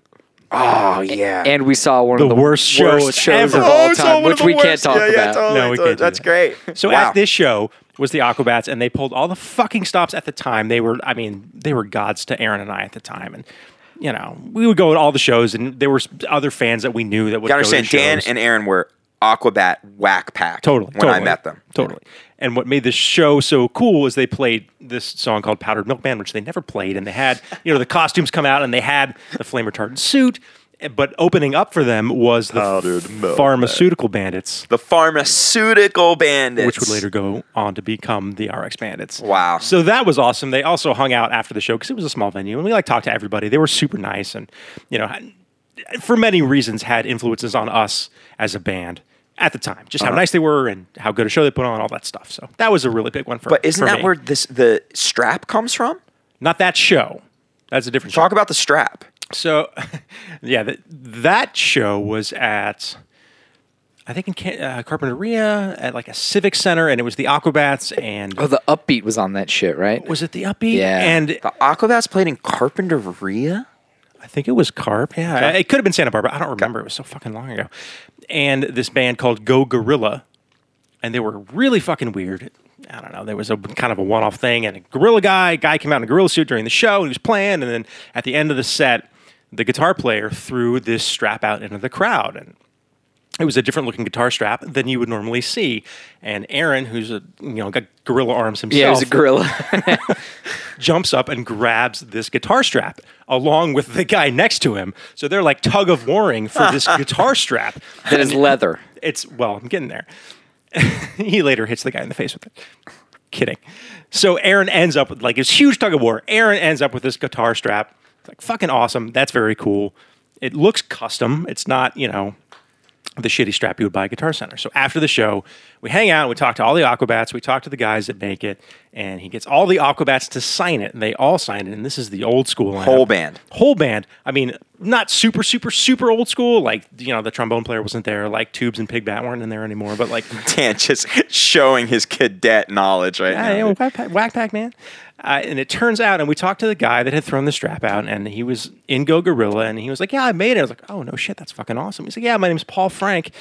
Speaker 1: Oh yeah,
Speaker 2: And we saw one
Speaker 3: The
Speaker 2: of the
Speaker 3: worst shows
Speaker 2: shows
Speaker 3: ever.
Speaker 2: of all
Speaker 1: Oh, it's
Speaker 2: time,
Speaker 1: one of
Speaker 2: which
Speaker 1: the
Speaker 2: we can't
Speaker 1: worst.
Speaker 2: talk
Speaker 1: yeah, Yeah,
Speaker 2: about.
Speaker 1: totally,
Speaker 3: No, we
Speaker 1: totally.
Speaker 3: can't do
Speaker 1: That's
Speaker 3: that.
Speaker 1: great.
Speaker 3: So
Speaker 1: Wow.
Speaker 3: at this show was the Aquabats, and they pulled all the fucking stops at the time. They were, I mean, they were gods to Aaron and I at the time, and you know, we would go to all the shows, and there were s- other fans that we knew that would
Speaker 1: you gotta
Speaker 3: go
Speaker 1: understand,
Speaker 3: to
Speaker 1: Dan
Speaker 3: shows.
Speaker 1: and Aaron were Aquabat whack pack.
Speaker 3: totally
Speaker 1: when I
Speaker 3: totally,
Speaker 1: met them.
Speaker 3: totally. And what made this show so cool was they played this song called "Powdered Milkman," which they never played, and they had you know the costumes come out, and they had the flame retardant suit. But opening up for them was the
Speaker 1: Powdered Milkman.
Speaker 3: pharmaceutical bandits,
Speaker 1: The pharmaceutical bandits,
Speaker 3: which would later go on to become the RX Bandits.
Speaker 1: Wow.
Speaker 3: So that was awesome. They also hung out after the show because it was a small venue, and we like talked to everybody. They were super nice, and you know, had- for many reasons, had influences on us as a band at the time. Just
Speaker 1: Uh-huh.
Speaker 3: how nice they were, and how good a show they put on, all that stuff. So that was a really big one for.
Speaker 1: But isn't
Speaker 3: for
Speaker 1: that
Speaker 3: me.
Speaker 1: where this the strap comes from?
Speaker 3: Not that show. That's a different show.
Speaker 1: Talk about the strap.
Speaker 3: So, yeah, that, that show was at, I think in Can- uh, Carpinteria at like a civic center, and it was the Aquabats and
Speaker 2: Oh, the upbeat was on that shit, right?
Speaker 3: was it the Upbeat?
Speaker 2: Yeah.
Speaker 3: and
Speaker 1: The Aquabats played in Carpinteria.
Speaker 3: I think it was Carp. Yeah, it could have been Santa Barbara. I don't remember. It was so fucking long ago. And this band called Go Gorilla, and they were really fucking weird. I don't know. There was a kind of a one-off thing, and a gorilla guy guy came out in a gorilla suit during the show, and he was playing, and then at the end of the set, the guitar player threw this strap out into the crowd, and it was a different looking guitar strap than you would normally see. And Aaron, who's a you know got gorilla arms himself,
Speaker 2: yeah, it was a gorilla.
Speaker 3: jumps up and grabs this guitar strap along with the guy next to him. So they're like tug of warring for this guitar strap.
Speaker 2: that is leather.
Speaker 3: It's well, I'm getting there. he later hits the guy in the face with it. Kidding. So Aaron ends up with like this huge tug of war. Aaron ends up with this guitar strap. It's like fucking awesome. That's very cool. It looks custom. It's not, you know, the shitty strap you would buy at Guitar Center. So after the show, we hang out, we talk to all the Aquabats, we talk to the guys that make it, and he gets all the Aquabats to sign it, and they all sign it. And this is the old school lineup.
Speaker 1: Whole band.
Speaker 3: Whole band. I mean, not super, super, super old school. Like, you know, the trombone player wasn't there, like Tubes and Pig Bat weren't in there anymore, but like
Speaker 1: Dan just showing his cadet knowledge right
Speaker 3: yeah, yeah,
Speaker 1: now.
Speaker 3: whack, pack, whack pack man. Uh, and it turns out, and we talked to the guy that had thrown the strap out, and he was in Go Gorilla, and he was like, "Yeah, I made it." I was like, "Oh no, shit, that's fucking awesome." He's like, "Yeah, my name's Paul Frank,"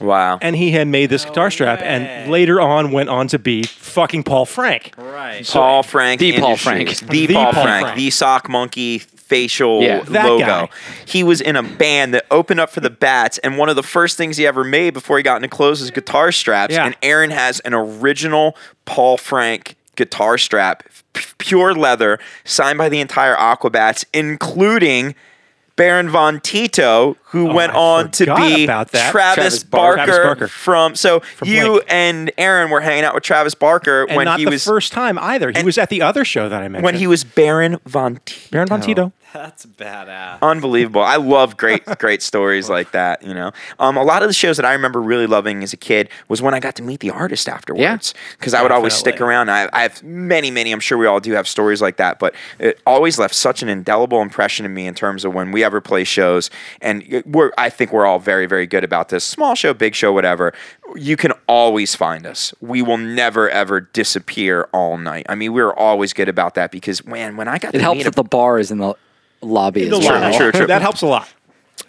Speaker 1: Wow.
Speaker 3: and he had made this guitar strap, and
Speaker 4: way.
Speaker 3: later on went on to be fucking Paul Frank.
Speaker 4: Right.
Speaker 1: Paul Frank.
Speaker 2: The Paul
Speaker 1: Industries.
Speaker 2: Frank.
Speaker 1: The,
Speaker 3: The
Speaker 1: Paul,
Speaker 3: Paul
Speaker 1: Frank.
Speaker 3: Frank.
Speaker 1: The sock monkey facial
Speaker 2: Yeah,
Speaker 3: that
Speaker 1: logo.
Speaker 3: guy.
Speaker 1: He was in a band that opened up for the Bats, and one of the first things he ever made before he got into clothes was guitar straps.
Speaker 3: Yeah.
Speaker 1: And Aaron has an original Paul Frank guitar strap, p- pure leather, signed by the entire Aquabats, including. Baron Von Tito, who went
Speaker 3: Oh, I
Speaker 1: on to
Speaker 3: forgot
Speaker 1: be
Speaker 3: about that.
Speaker 1: Travis,
Speaker 2: Travis
Speaker 1: Barker
Speaker 2: Barker.
Speaker 3: Travis Barker.
Speaker 1: from. So you
Speaker 3: Blink.
Speaker 1: and Aaron were hanging out with Travis Barker
Speaker 3: And
Speaker 1: when
Speaker 3: not
Speaker 1: he
Speaker 3: the
Speaker 1: was
Speaker 3: first time either. He was at the other show that I mentioned
Speaker 1: when he was Baron Von T.
Speaker 3: Baron Von Tito.
Speaker 4: That's
Speaker 1: Oh,
Speaker 4: badass.
Speaker 1: Unbelievable. I love great, great stories like that, you know. Um, a lot of the shows that I remember really loving as a kid was when I got to meet the artist afterwards. Because I would always stick
Speaker 3: Definitely.
Speaker 1: around. I, I have many, many, I'm sure we all do have stories like that, but it always left such an indelible impression in me in terms of when we ever play shows. And it- we're, I think we're all very, very good about this. Small show, big show, whatever. You can always find us. We will never, ever disappear all night. I mean, we were always good about that because, man, when I got
Speaker 2: It
Speaker 1: to
Speaker 2: helps
Speaker 1: meet a
Speaker 2: that the bar is in the lobby as
Speaker 1: lobby.
Speaker 2: well.
Speaker 1: True, true, true.
Speaker 3: That helps a lot.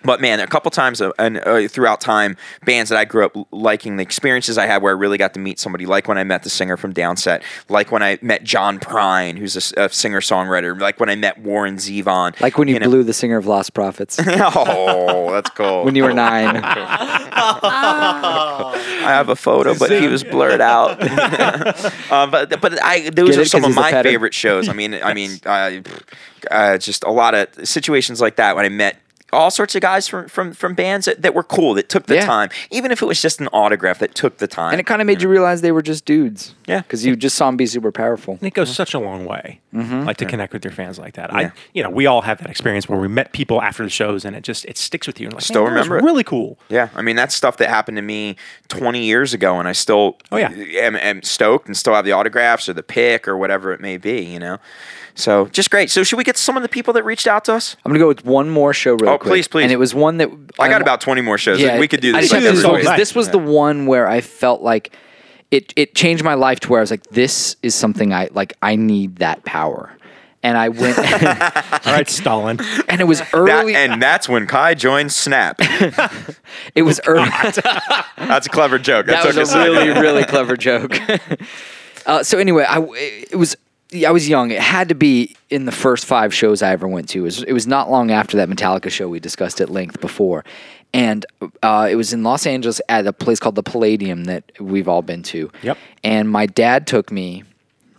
Speaker 1: But man, a couple times uh, and uh, throughout time, bands that I grew up liking, the experiences I had where I really got to meet somebody, like when I met the singer from Downset, like when I met John Prine, who's a s- a, singer songwriter, like when I met Warren Zevon.
Speaker 2: Like when you,
Speaker 1: know-
Speaker 2: blew the singer of Lost Prophets
Speaker 1: oh, that's cool.
Speaker 2: when you were nine.
Speaker 1: I have a photo, but he was blurred out. uh, but but I those
Speaker 2: Get
Speaker 1: are
Speaker 2: it,
Speaker 1: some
Speaker 2: 'cause
Speaker 1: of
Speaker 2: he's a
Speaker 1: my
Speaker 2: pedant.
Speaker 1: favorite shows. I mean I mean uh, uh, just a lot of situations like that when I met all sorts of guys from from from bands that, that were cool that took the
Speaker 2: Yeah.
Speaker 1: time, even if it was just an autograph that took the time.
Speaker 2: And it kind of made you realize they were just dudes.
Speaker 1: Yeah.
Speaker 2: Because you just saw them be super powerful.
Speaker 3: And it goes such a long way,
Speaker 1: Mm-hmm.
Speaker 3: like to connect with your fans like that. I, you know, we all have that experience where we met people after the shows, and it just it sticks with you. And like,
Speaker 1: Still
Speaker 3: "Man, that was
Speaker 1: remember it."
Speaker 3: really cool.
Speaker 1: Yeah, I mean that's stuff that happened to me 20 years ago, and I still
Speaker 3: Oh, yeah.
Speaker 1: am, am stoked and still have the autographs or the pick or whatever it may be, you know. So just great. So should we get some of the people that reached out to us?
Speaker 2: I'm going to go with one more show real
Speaker 1: Oh,
Speaker 2: quick.
Speaker 1: please, please.
Speaker 2: And it was one that
Speaker 1: I got about 20 more shows. we could do
Speaker 2: I
Speaker 1: this.
Speaker 2: just
Speaker 1: like,
Speaker 3: do
Speaker 2: had
Speaker 1: every
Speaker 2: this,
Speaker 3: all
Speaker 1: week.
Speaker 2: because
Speaker 3: night.
Speaker 2: this was the one where I felt like it it changed my life to where I was like, this is something I like. I need that power, and I went,
Speaker 3: All right, Stalin.
Speaker 2: and it was
Speaker 1: That-
Speaker 2: early.
Speaker 1: and that's when Kai joined Snap.
Speaker 2: it was early.
Speaker 1: That's a clever joke. That,
Speaker 2: that
Speaker 1: took
Speaker 2: was
Speaker 1: a second.
Speaker 2: a really really clever joke. uh, so anyway, I it was yeah, I was young. It had to be in the first five shows I ever went to. It was, it was not long after that Metallica show we discussed at length before, and uh, it was in Los Angeles at a place called the Palladium that we've all been to.
Speaker 3: Yep.
Speaker 2: And my dad took me.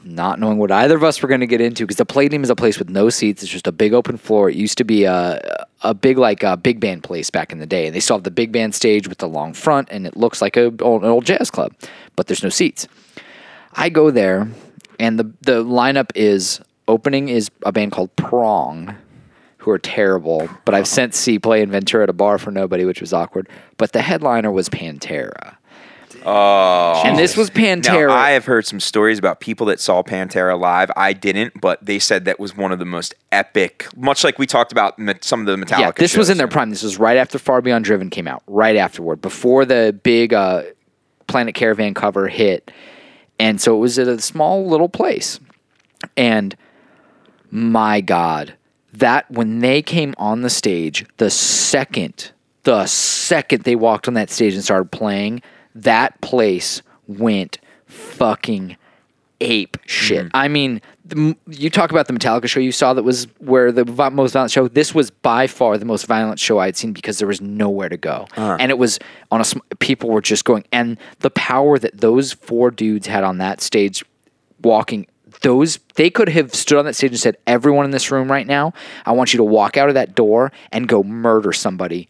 Speaker 2: Not knowing what either of us were going to get into, because the Palladium is a place with no seats. It's just a big open floor. It used to be a a big like a big band place back in the day, and they still have the big band stage with the long front, and it looks like a an old jazz club, but there's no seats. I go there, and the the lineup is opening is a band called Prong, who are terrible. But I've sent C play in Ventura at a bar for nobody, which was awkward. But the headliner was Pantera. Oh, and this was Pantera.
Speaker 1: Now, I have heard some stories about people that saw Pantera live. I didn't, but they said that was one of the most epic. Much like we talked about me- some of the Metallica.
Speaker 2: yeah, this was
Speaker 1: shows.
Speaker 2: in their prime. This was right after Far Beyond Driven came out, right afterward, before the big uh, Planet Caravan cover hit. And so it was at a small little place. And my God, that when they came on the stage, the second, the second they walked on that stage and started playing, that place went fucking ape shit. I mean, the, m- you talk about the Metallica show you saw that was where the vi- most violent show. This was by far the most violent show I had seen because there was nowhere to go, and it was on a. Sm- people were just going, and the power that those four dudes had on that stage, walking. Those they could have stood on that stage and said, "Everyone in this room right now, I want you to walk out of that door and go murder somebody."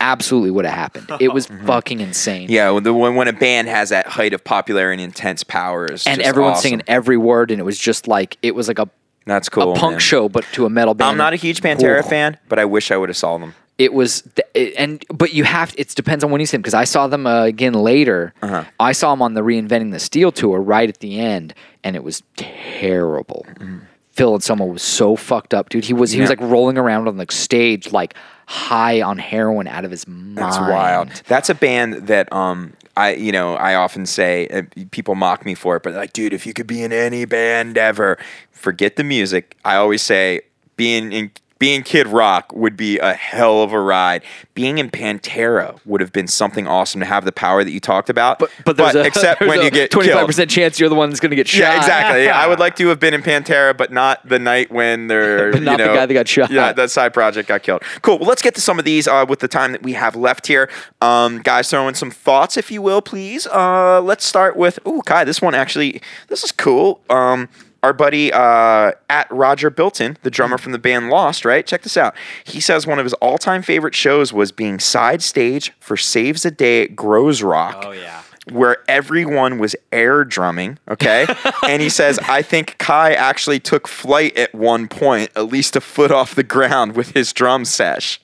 Speaker 2: Absolutely would have happened. It was fucking insane.
Speaker 1: Mm-hmm. Yeah, when the when, when a band has that height of popularity and intense power is
Speaker 2: and
Speaker 1: just
Speaker 2: everyone
Speaker 1: awesome.
Speaker 2: singing every word, and it was just like it was like a
Speaker 1: That's cool.
Speaker 2: a punk
Speaker 1: man.
Speaker 2: show, but to a metal band.
Speaker 1: I'm not a huge Pantera
Speaker 2: Cool.
Speaker 1: fan, but I wish I would have saw them.
Speaker 2: It was, th- it- and but you have. It depends on when you see them because I saw them uh, again later.
Speaker 1: Uh-huh.
Speaker 2: I saw them on the reinventing the steel tour right at the end, and it was terrible.
Speaker 1: Mm-hmm.
Speaker 2: Phil and someone was so fucked up, dude. He was he was like rolling around on the stage like high on heroin out of his mind.
Speaker 1: That's wild. That's a band that um I you know I often say uh, people mock me for it, but like, dude, if you could be in any band ever, forget the music. I always say being in being Kid Rock would be a hell of a ride. Being in Pantera would have been something awesome to have the power that you talked about.
Speaker 2: But but there's a
Speaker 1: except
Speaker 2: there's
Speaker 1: when
Speaker 2: a
Speaker 1: you get
Speaker 2: twenty five
Speaker 1: killed.
Speaker 2: percent chance you're the one that's gonna get shot.
Speaker 1: Yeah, exactly. Yeah, I would like to have been in Pantera, but not the night when they're
Speaker 2: But not
Speaker 1: you
Speaker 2: the
Speaker 1: know,
Speaker 2: guy that got shot.
Speaker 1: Yeah, that side project got killed. Cool. Well, let's get to some of these uh, with the time that we have left here. Um, guys, throw in some thoughts if you will, please. Uh, let's start with ooh, Kai. This one actually, this is cool. Um, our buddy uh, at Roger Bilton, the drummer
Speaker 2: Hmm.
Speaker 1: from the band Lost, right? Check this out. He says one of his all-time favorite shows was being side stage for Saves a Day at Grows Rock
Speaker 4: Oh, yeah.
Speaker 1: where everyone was air drumming. Okay. and he says, I think Kai actually took flight at one point, at least a foot off the ground with his drum sesh.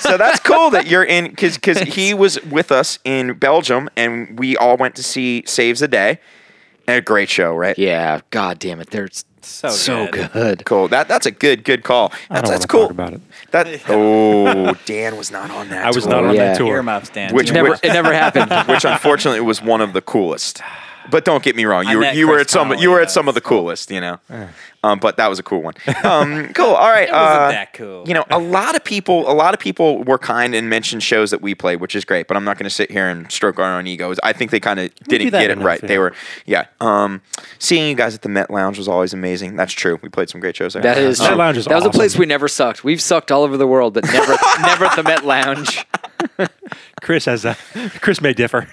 Speaker 1: So that's cool that you're in because because he was with us in Belgium and we all went to see Saves the Day. And a great show, right?
Speaker 2: Yeah, god damn it, they're so
Speaker 4: So
Speaker 2: so
Speaker 4: good.
Speaker 2: good.
Speaker 1: Cool. That that's a good good call. That's,
Speaker 3: don't
Speaker 1: that's
Speaker 3: wanna
Speaker 1: cool.
Speaker 3: talk about it.
Speaker 1: That oh, Dan was not on that.
Speaker 3: I was
Speaker 1: tour.
Speaker 3: not on
Speaker 2: yeah.
Speaker 3: that tour.
Speaker 4: Earmuffs, Dan.
Speaker 1: Which-
Speaker 2: It never it never happened.
Speaker 1: which unfortunately was one of the coolest. But don't get me wrong,
Speaker 4: I
Speaker 1: you were
Speaker 4: met
Speaker 1: you were
Speaker 4: Chris
Speaker 1: at some
Speaker 4: Connelly,
Speaker 1: you were
Speaker 4: yeah,
Speaker 1: at some of the coolest, you know. Um, but that was a cool one. Um, cool. All right.
Speaker 4: It wasn't
Speaker 1: uh,
Speaker 4: that cool.
Speaker 1: You know, a lot of people a lot of people were kind and mentioned shows that we played, which is great. But I'm not going to sit here and stroke our own egos. I think they kind of didn't
Speaker 3: do that
Speaker 1: get it
Speaker 3: enough,
Speaker 1: right. They
Speaker 3: yeah.
Speaker 1: were yeah. Um, seeing you guys at the Met Lounge was always amazing. That's true. We played some great shows there. Um,
Speaker 2: That is
Speaker 3: Met
Speaker 2: true.
Speaker 3: Lounge is
Speaker 2: that was a place
Speaker 3: awesome.
Speaker 2: we never sucked. We've sucked all over the world, but never never at the Met Lounge.
Speaker 3: Chris has a Chris may differ.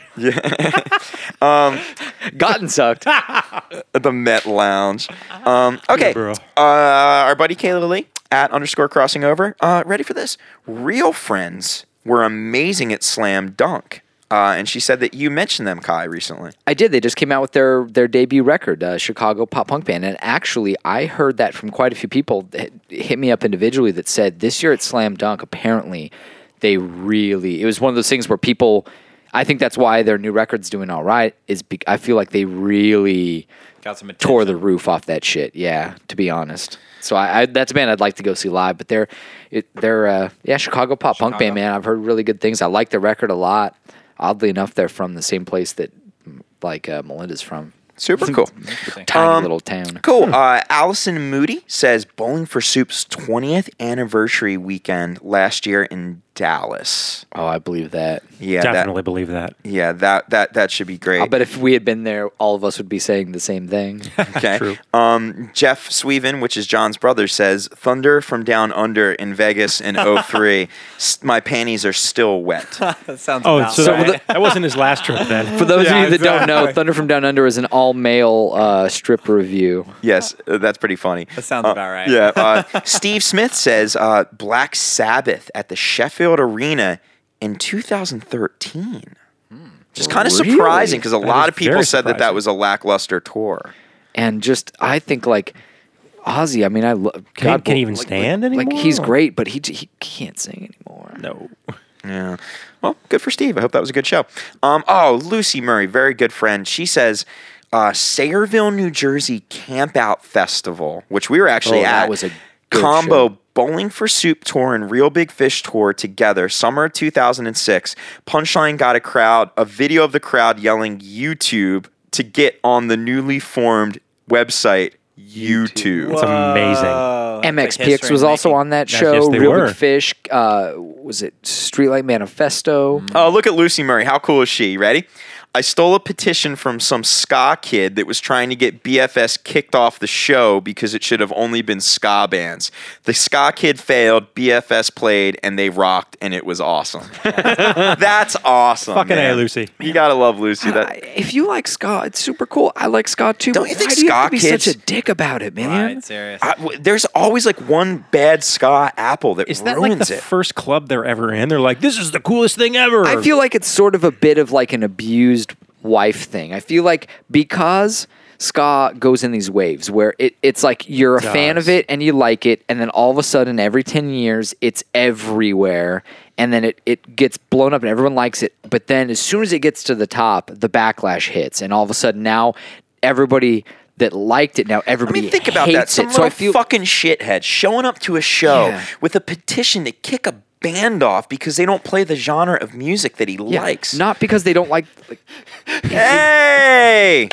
Speaker 2: Gotten sucked.
Speaker 1: at the Met Lounge. Um, okay.
Speaker 3: bro.
Speaker 1: Uh, our buddy Kayla Lee at underscore crossing over. Uh, ready for this? Real friends were amazing at slam dunk. Uh, and she said that you mentioned them, Kai, recently.
Speaker 2: I did. They just came out with their their debut record, uh, Chicago pop punk band, and actually, I heard that from quite a few people that hit me up individually that said this year at Slam Dunk, apparently, they really it was one of those things where people. I think that's why their new record's doing all right. Is be, I feel like they really
Speaker 4: Got some attention.
Speaker 2: tore the roof off that shit. Yeah, to be honest. So I, I that's a band I'd like to go see live, but they're it, they're uh, yeah Chicago pop punk band man. I've heard really good things. I like the record a lot. Oddly enough, they're from the same place that like uh, Melinda's from.
Speaker 1: Super cool.
Speaker 2: Tiny
Speaker 1: Um,
Speaker 2: little town.
Speaker 1: Cool. Uh, Allison Moody says Bowling for Soup's 20th anniversary weekend last year in Dallas.
Speaker 2: Oh, I believe that.
Speaker 1: Yeah,
Speaker 3: Definitely believe that.
Speaker 1: That, yeah, that that that should be great.
Speaker 2: I bet if we had been there, all of us would be saying the same thing.
Speaker 1: Okay.
Speaker 3: True.
Speaker 1: Um, Jeff Sweven, which is John's brother, says Thunder from Down Under in Vegas in 03. S- My panties are still wet.
Speaker 4: That sounds
Speaker 3: Oh,
Speaker 4: about
Speaker 3: so
Speaker 4: right.
Speaker 3: that, that wasn't his last trip then.
Speaker 2: For those of you that don't know, Thunder from Down Under is an all male uh, strip review.
Speaker 1: Yes, uh, that's pretty funny. That
Speaker 4: sounds about right.
Speaker 1: Yeah. Uh, Steve Smith says uh, Black Sabbath at the Sheffield Arena in 2013. Just kind of surprising because a
Speaker 3: Hmm. That
Speaker 1: lot
Speaker 3: is
Speaker 1: of people
Speaker 3: very
Speaker 1: said that that
Speaker 3: surprising.
Speaker 1: was a lackluster tour.
Speaker 2: and just I think like Ozzy. I mean, I love.
Speaker 3: Can he- can he even stand
Speaker 2: like,
Speaker 3: anymore?
Speaker 2: Like he's great, but he j- he can't sing anymore.
Speaker 3: No.
Speaker 1: Yeah. Well, good for Steve. I hope that was a good show. Um, oh, Lucy Murray, very good friend. She says, uh, Sayreville, New Jersey Camp Out Festival, which we were actually
Speaker 2: Oh,
Speaker 1: at.
Speaker 2: that was a good
Speaker 1: combo
Speaker 2: show.
Speaker 1: Bowling for Soup tour and Real Big Fish tour together, summer of 2006. Punchline got a crowd, a video of the crowd yelling YouTube to get on the newly formed website YouTube.
Speaker 3: It's amazing.
Speaker 4: Oh, that's like
Speaker 2: MXPX
Speaker 4: history
Speaker 2: was
Speaker 4: in the
Speaker 2: also
Speaker 4: making.
Speaker 2: on that
Speaker 3: Yes,
Speaker 2: show.
Speaker 3: yes, they
Speaker 2: Real
Speaker 3: were.
Speaker 2: Big Fish. Uh, was it Streetlight Manifesto?
Speaker 1: Oh, look at Lucy Murray. How cool is she? Ready? I stole a petition from some ska kid that was trying to get BFS kicked off the show because it should have only been ska bands. The ska kid failed, BFS played, and they rocked, and it was awesome. That's awesome.
Speaker 3: Fucking
Speaker 1: man.
Speaker 3: A, Lucy.
Speaker 1: You gotta love Lucy.
Speaker 2: I-
Speaker 1: That
Speaker 2: if you like ska, it's super cool. I like ska too.
Speaker 1: Don't
Speaker 2: but
Speaker 1: you think
Speaker 2: why do you have to
Speaker 1: ska
Speaker 2: be
Speaker 1: kids-
Speaker 2: such a dick about it, man?
Speaker 4: Right, serious.
Speaker 1: I, w- there's always like one bad ska apple that
Speaker 3: Is that like
Speaker 1: ruins
Speaker 3: the
Speaker 1: it.
Speaker 3: first club they're ever in? They're like, this is the coolest thing ever.
Speaker 2: I feel like it's sort of a bit of like an abused wife thing. I feel like because ska goes in these waves where it, it's like you're a fan of
Speaker 3: Does.
Speaker 2: it and you like it, and then all of a sudden, every 10 years, it's everywhere. And then it, it gets blown up and everyone likes it. But then as soon as it gets to the top, the backlash hits. And all of a sudden, now everybody that liked it, now
Speaker 1: I
Speaker 2: everybody
Speaker 1: mean, think about
Speaker 2: hates
Speaker 1: that. Some
Speaker 2: it.
Speaker 1: little
Speaker 2: So I feel
Speaker 1: fucking shithead showing up to a show
Speaker 2: Yeah.
Speaker 1: with a petition to kick a band off because they don't play the genre of music that he
Speaker 2: yeah,
Speaker 1: likes.
Speaker 2: Not because they don't like. like
Speaker 1: hey,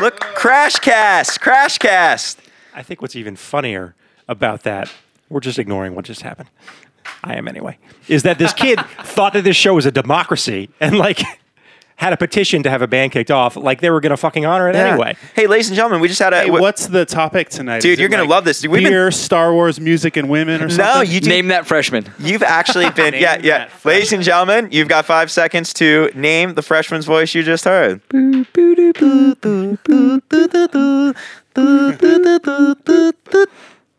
Speaker 1: look, Crash Cast, Crash Cast.
Speaker 3: I think what's even funnier about that, we're just ignoring what just happened. I am anyway. Is that this kid thought that this show was a democracy and like had a petition to have a band kicked off, like they were going to fucking honor it anyway.
Speaker 1: Hey, ladies and gentlemen, we just had a.
Speaker 5: Hey,
Speaker 1: what-
Speaker 5: what's the topic tonight?
Speaker 1: Dude,
Speaker 5: Is it
Speaker 1: you're gonna
Speaker 5: like
Speaker 1: love this. Dude, we've been-
Speaker 5: beer, Star Wars, music, and women, or
Speaker 1: No,
Speaker 5: something.
Speaker 1: you two-
Speaker 2: name that freshman.
Speaker 1: You've actually been, yeah, yeah. Ladies and gentlemen, you've got five seconds to name the freshman's voice you just heard.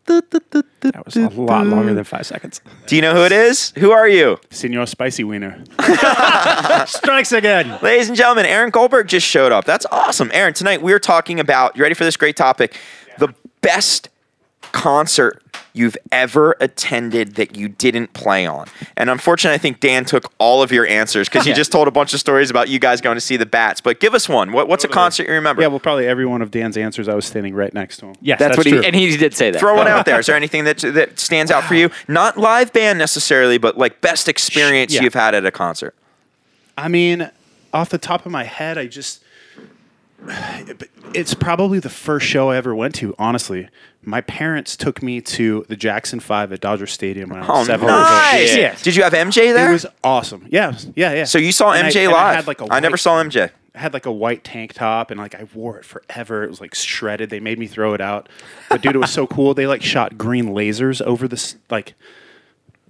Speaker 3: That was a lot longer than five seconds.
Speaker 1: Do you know who it is? Who are you?
Speaker 5: Senor Spicy Wiener. Uh,
Speaker 3: Strikes again.
Speaker 1: Ladies and gentlemen, Aaron Goldberg just showed up. That's awesome. Aaron, tonight we're talking about, you ready for this great topic? The best concert you've ever attended that you didn't play on. And unfortunately, I think Dan took all of your answers because he just told a bunch of stories about you guys going to see the Bats. But give us one. What, what's a concert you remember?
Speaker 5: Yeah, well, probably every one of Dan's answers. I was standing right next to him.
Speaker 3: Yes, that's,
Speaker 2: That's, what
Speaker 3: true.
Speaker 2: he and he did say that.
Speaker 1: Throw one
Speaker 5: uh,
Speaker 1: out there. Is there anything that that stands out for you? Not live band necessarily, but like best experience
Speaker 3: yeah.
Speaker 1: you've had at a concert.
Speaker 5: I mean, off the top of my head, I just. It's probably the first show I ever went to, honestly. My parents took me to the Jackson 5 at Dodger Stadium when I
Speaker 1: Oh,
Speaker 5: was seven years
Speaker 1: nice.
Speaker 5: old.
Speaker 3: Yeah.
Speaker 1: Did you have MJ there?
Speaker 5: It was awesome. Yeah, yeah, yeah.
Speaker 1: so you saw
Speaker 5: And I-
Speaker 1: MJ
Speaker 5: and
Speaker 1: live.
Speaker 5: I, had like a
Speaker 1: I never
Speaker 5: white-
Speaker 1: saw MJ.
Speaker 5: I had like a white tank top and like I wore it forever. It was like shredded. They made me throw it out. But dude, it was so cool. They like shot green lasers over this. Like,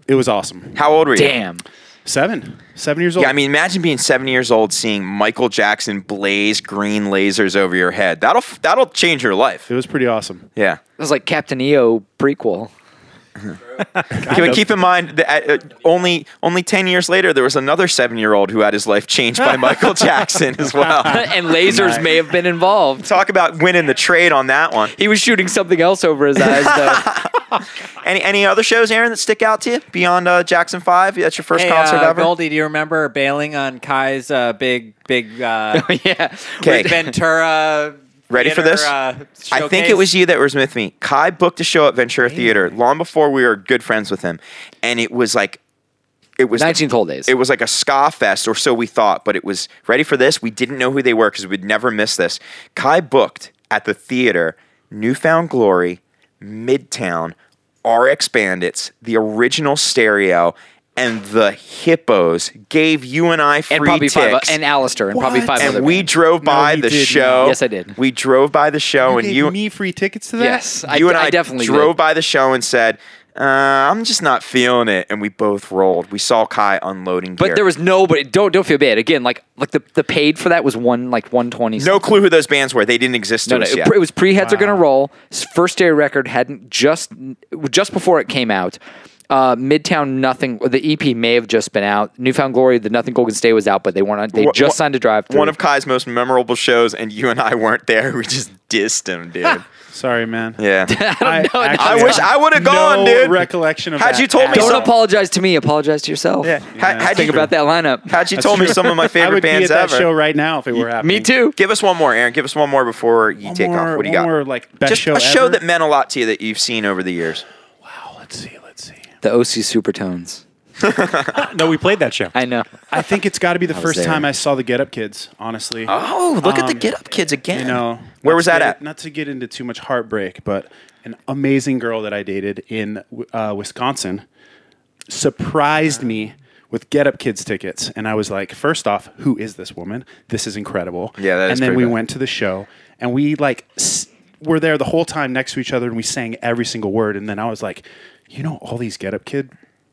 Speaker 5: it was awesome.
Speaker 1: How old were you?
Speaker 2: Damn.
Speaker 5: Seven, seven years old.
Speaker 1: Yeah, I mean, imagine being seven years old, seeing Michael Jackson blaze green lasers over your head. That'll that'll change your life.
Speaker 5: it was pretty awesome.
Speaker 1: Yeah.
Speaker 2: It was like Captain EO E prequel.
Speaker 1: Can we keep in mind that uh, only only ten years later there was another seven year old who had his life changed by Michael Jackson as well.
Speaker 2: and lasers may have been involved.
Speaker 1: Talk about winning the trade on that one.
Speaker 2: He was shooting something else over his eyes, though.
Speaker 1: Any any other shows, Aaron, that stick out to you beyond uh, Jackson Five? That's your first
Speaker 4: Hey,
Speaker 1: concert
Speaker 4: uh,
Speaker 1: ever.
Speaker 4: Goldie, do you remember bailing on Kai's uh, big, big uh,
Speaker 2: yeah.
Speaker 1: Oh, Okay.
Speaker 4: Ventura?
Speaker 1: Ready for
Speaker 4: theater,
Speaker 1: this?
Speaker 4: Uh,
Speaker 1: I think
Speaker 4: showcase?
Speaker 1: it was you that was with me. Kai booked a show at Ventura Theater long before we were good friends with him, and it was like, it was
Speaker 2: 19 whole days.
Speaker 1: It was like a ska fest, or so we thought. But it was ready for this. We didn't know who they were because we'd never miss this. Kai booked at the theater, Newfound Glory, Midtown, RX Bandits, the original Stereo, and the Hippos gave you and I free
Speaker 2: and probably
Speaker 1: ticks.
Speaker 2: five, uh, and Alistair, and probably five other
Speaker 1: And we
Speaker 2: bands.
Speaker 1: drove by
Speaker 5: you
Speaker 1: the
Speaker 5: did not.
Speaker 1: show.
Speaker 2: Yes, I did.
Speaker 1: We drove by the show, and
Speaker 5: gave
Speaker 1: you
Speaker 5: me free tickets to that.
Speaker 2: Yes, I,
Speaker 1: you and
Speaker 2: I
Speaker 1: I,
Speaker 2: definitely
Speaker 1: drove
Speaker 2: did.
Speaker 1: by the show and said, uh, "I'm just not feeling it," and we both rolled. We saw Kai unloading gear,
Speaker 2: But there was nobody. Don't don't feel bad. Again, like like the, the paid for that was one like one twenty.
Speaker 1: no clue who those bands were. They didn't exist to
Speaker 2: No, no,
Speaker 1: us
Speaker 2: it,
Speaker 1: yet.
Speaker 2: pre- it was pre heads are gonna roll. S- First day record hadn't just just before it came out. Uh, Midtown Nothing. The EP may have just been out. Newfound Glory. The Nothing Golden Stay was out, but they weren't. on- They
Speaker 1: Wha-
Speaker 2: just
Speaker 1: wha-
Speaker 2: signed a drive.
Speaker 1: One of Kai's most memorable shows, and you and I weren't there. We just dissed him, dude.
Speaker 5: Sorry, man.
Speaker 1: yeah.
Speaker 5: I,
Speaker 2: know.
Speaker 5: actually
Speaker 1: I wish
Speaker 5: have
Speaker 1: I would've gone,
Speaker 5: no
Speaker 1: dude.
Speaker 5: Recollection of
Speaker 1: Had
Speaker 5: that
Speaker 1: you told me
Speaker 5: at
Speaker 2: Don't
Speaker 1: so-
Speaker 5: all.
Speaker 2: apologize to me. Apologize to yourself.
Speaker 1: Yeah. How,
Speaker 5: Yeah,
Speaker 1: how'd
Speaker 2: Think
Speaker 1: you,
Speaker 2: about that lineup.
Speaker 1: How'd you told me some of my
Speaker 5: I
Speaker 1: favorite
Speaker 5: would
Speaker 1: bands
Speaker 5: be at
Speaker 1: ever?
Speaker 5: that show right now if it were happening.
Speaker 2: Me too.
Speaker 1: Give us one more, Aaron. Give us one more before you
Speaker 5: One
Speaker 1: take
Speaker 5: more,
Speaker 1: off. What do you
Speaker 5: one
Speaker 1: got?
Speaker 5: More, like best
Speaker 1: just
Speaker 5: show
Speaker 1: a show
Speaker 5: ever.
Speaker 1: that meant a lot to you that you've seen over the years.
Speaker 2: Oh,
Speaker 5: Wow. Let's see. Let's see.
Speaker 2: The OC Supertones.
Speaker 3: No, we played that show.
Speaker 2: I know.
Speaker 5: I think it's got to be the
Speaker 2: was
Speaker 5: first
Speaker 2: there.
Speaker 5: time I saw the Get Up Kids. Honestly.
Speaker 1: Oh, look at the
Speaker 5: Um,
Speaker 1: Get Up Kids again.
Speaker 5: you know
Speaker 1: where
Speaker 5: not
Speaker 1: was
Speaker 5: to
Speaker 1: that
Speaker 5: get-
Speaker 1: at?
Speaker 5: not to get into too much heartbreak but an amazing girl that i dated in uh, wisconsin surprised me with get up kids tickets and i was like first off who is this woman this is incredible
Speaker 1: Yeah, that
Speaker 5: and
Speaker 1: is
Speaker 5: then
Speaker 1: pretty
Speaker 5: we
Speaker 1: bad.
Speaker 5: went to the show and we like s- were there the whole time next to each other and we sang every single word and then i was like you know all these get up kid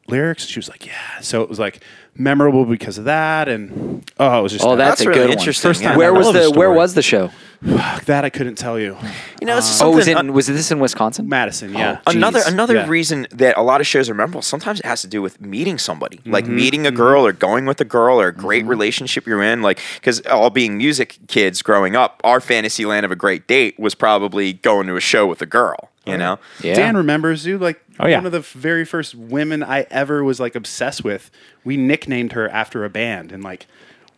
Speaker 5: lyrics she was like yeah so it was like memorable because of that and oh it was just
Speaker 2: Oh, that's,
Speaker 1: That's
Speaker 2: a
Speaker 1: really
Speaker 2: good
Speaker 1: interesting,
Speaker 2: one.
Speaker 1: First yeah. time
Speaker 2: Where
Speaker 5: I
Speaker 2: was
Speaker 5: love
Speaker 2: the
Speaker 5: the
Speaker 2: Where
Speaker 5: story.
Speaker 2: was the show?
Speaker 5: that i couldn't tell you
Speaker 1: You know, this is
Speaker 2: Oh, it was
Speaker 1: something-
Speaker 2: in was this in Wisconsin?
Speaker 5: madison yeah
Speaker 2: Oh,
Speaker 1: another
Speaker 2: Jeez.
Speaker 1: another
Speaker 5: Yeah.
Speaker 1: reason that a lot of shows are memorable sometimes it has to do with meeting somebody like
Speaker 2: Mm-hmm.
Speaker 1: meeting a girl or going with a girl or a great relationship you're in like because all being music kids growing up our fantasy land of a great date was probably going to a show with a girl you know
Speaker 2: Yeah.
Speaker 5: Dan remembers you like
Speaker 3: Oh, yeah.
Speaker 5: one of the f- very first women I ever was like obsessed with. We nicknamed her after a band, and like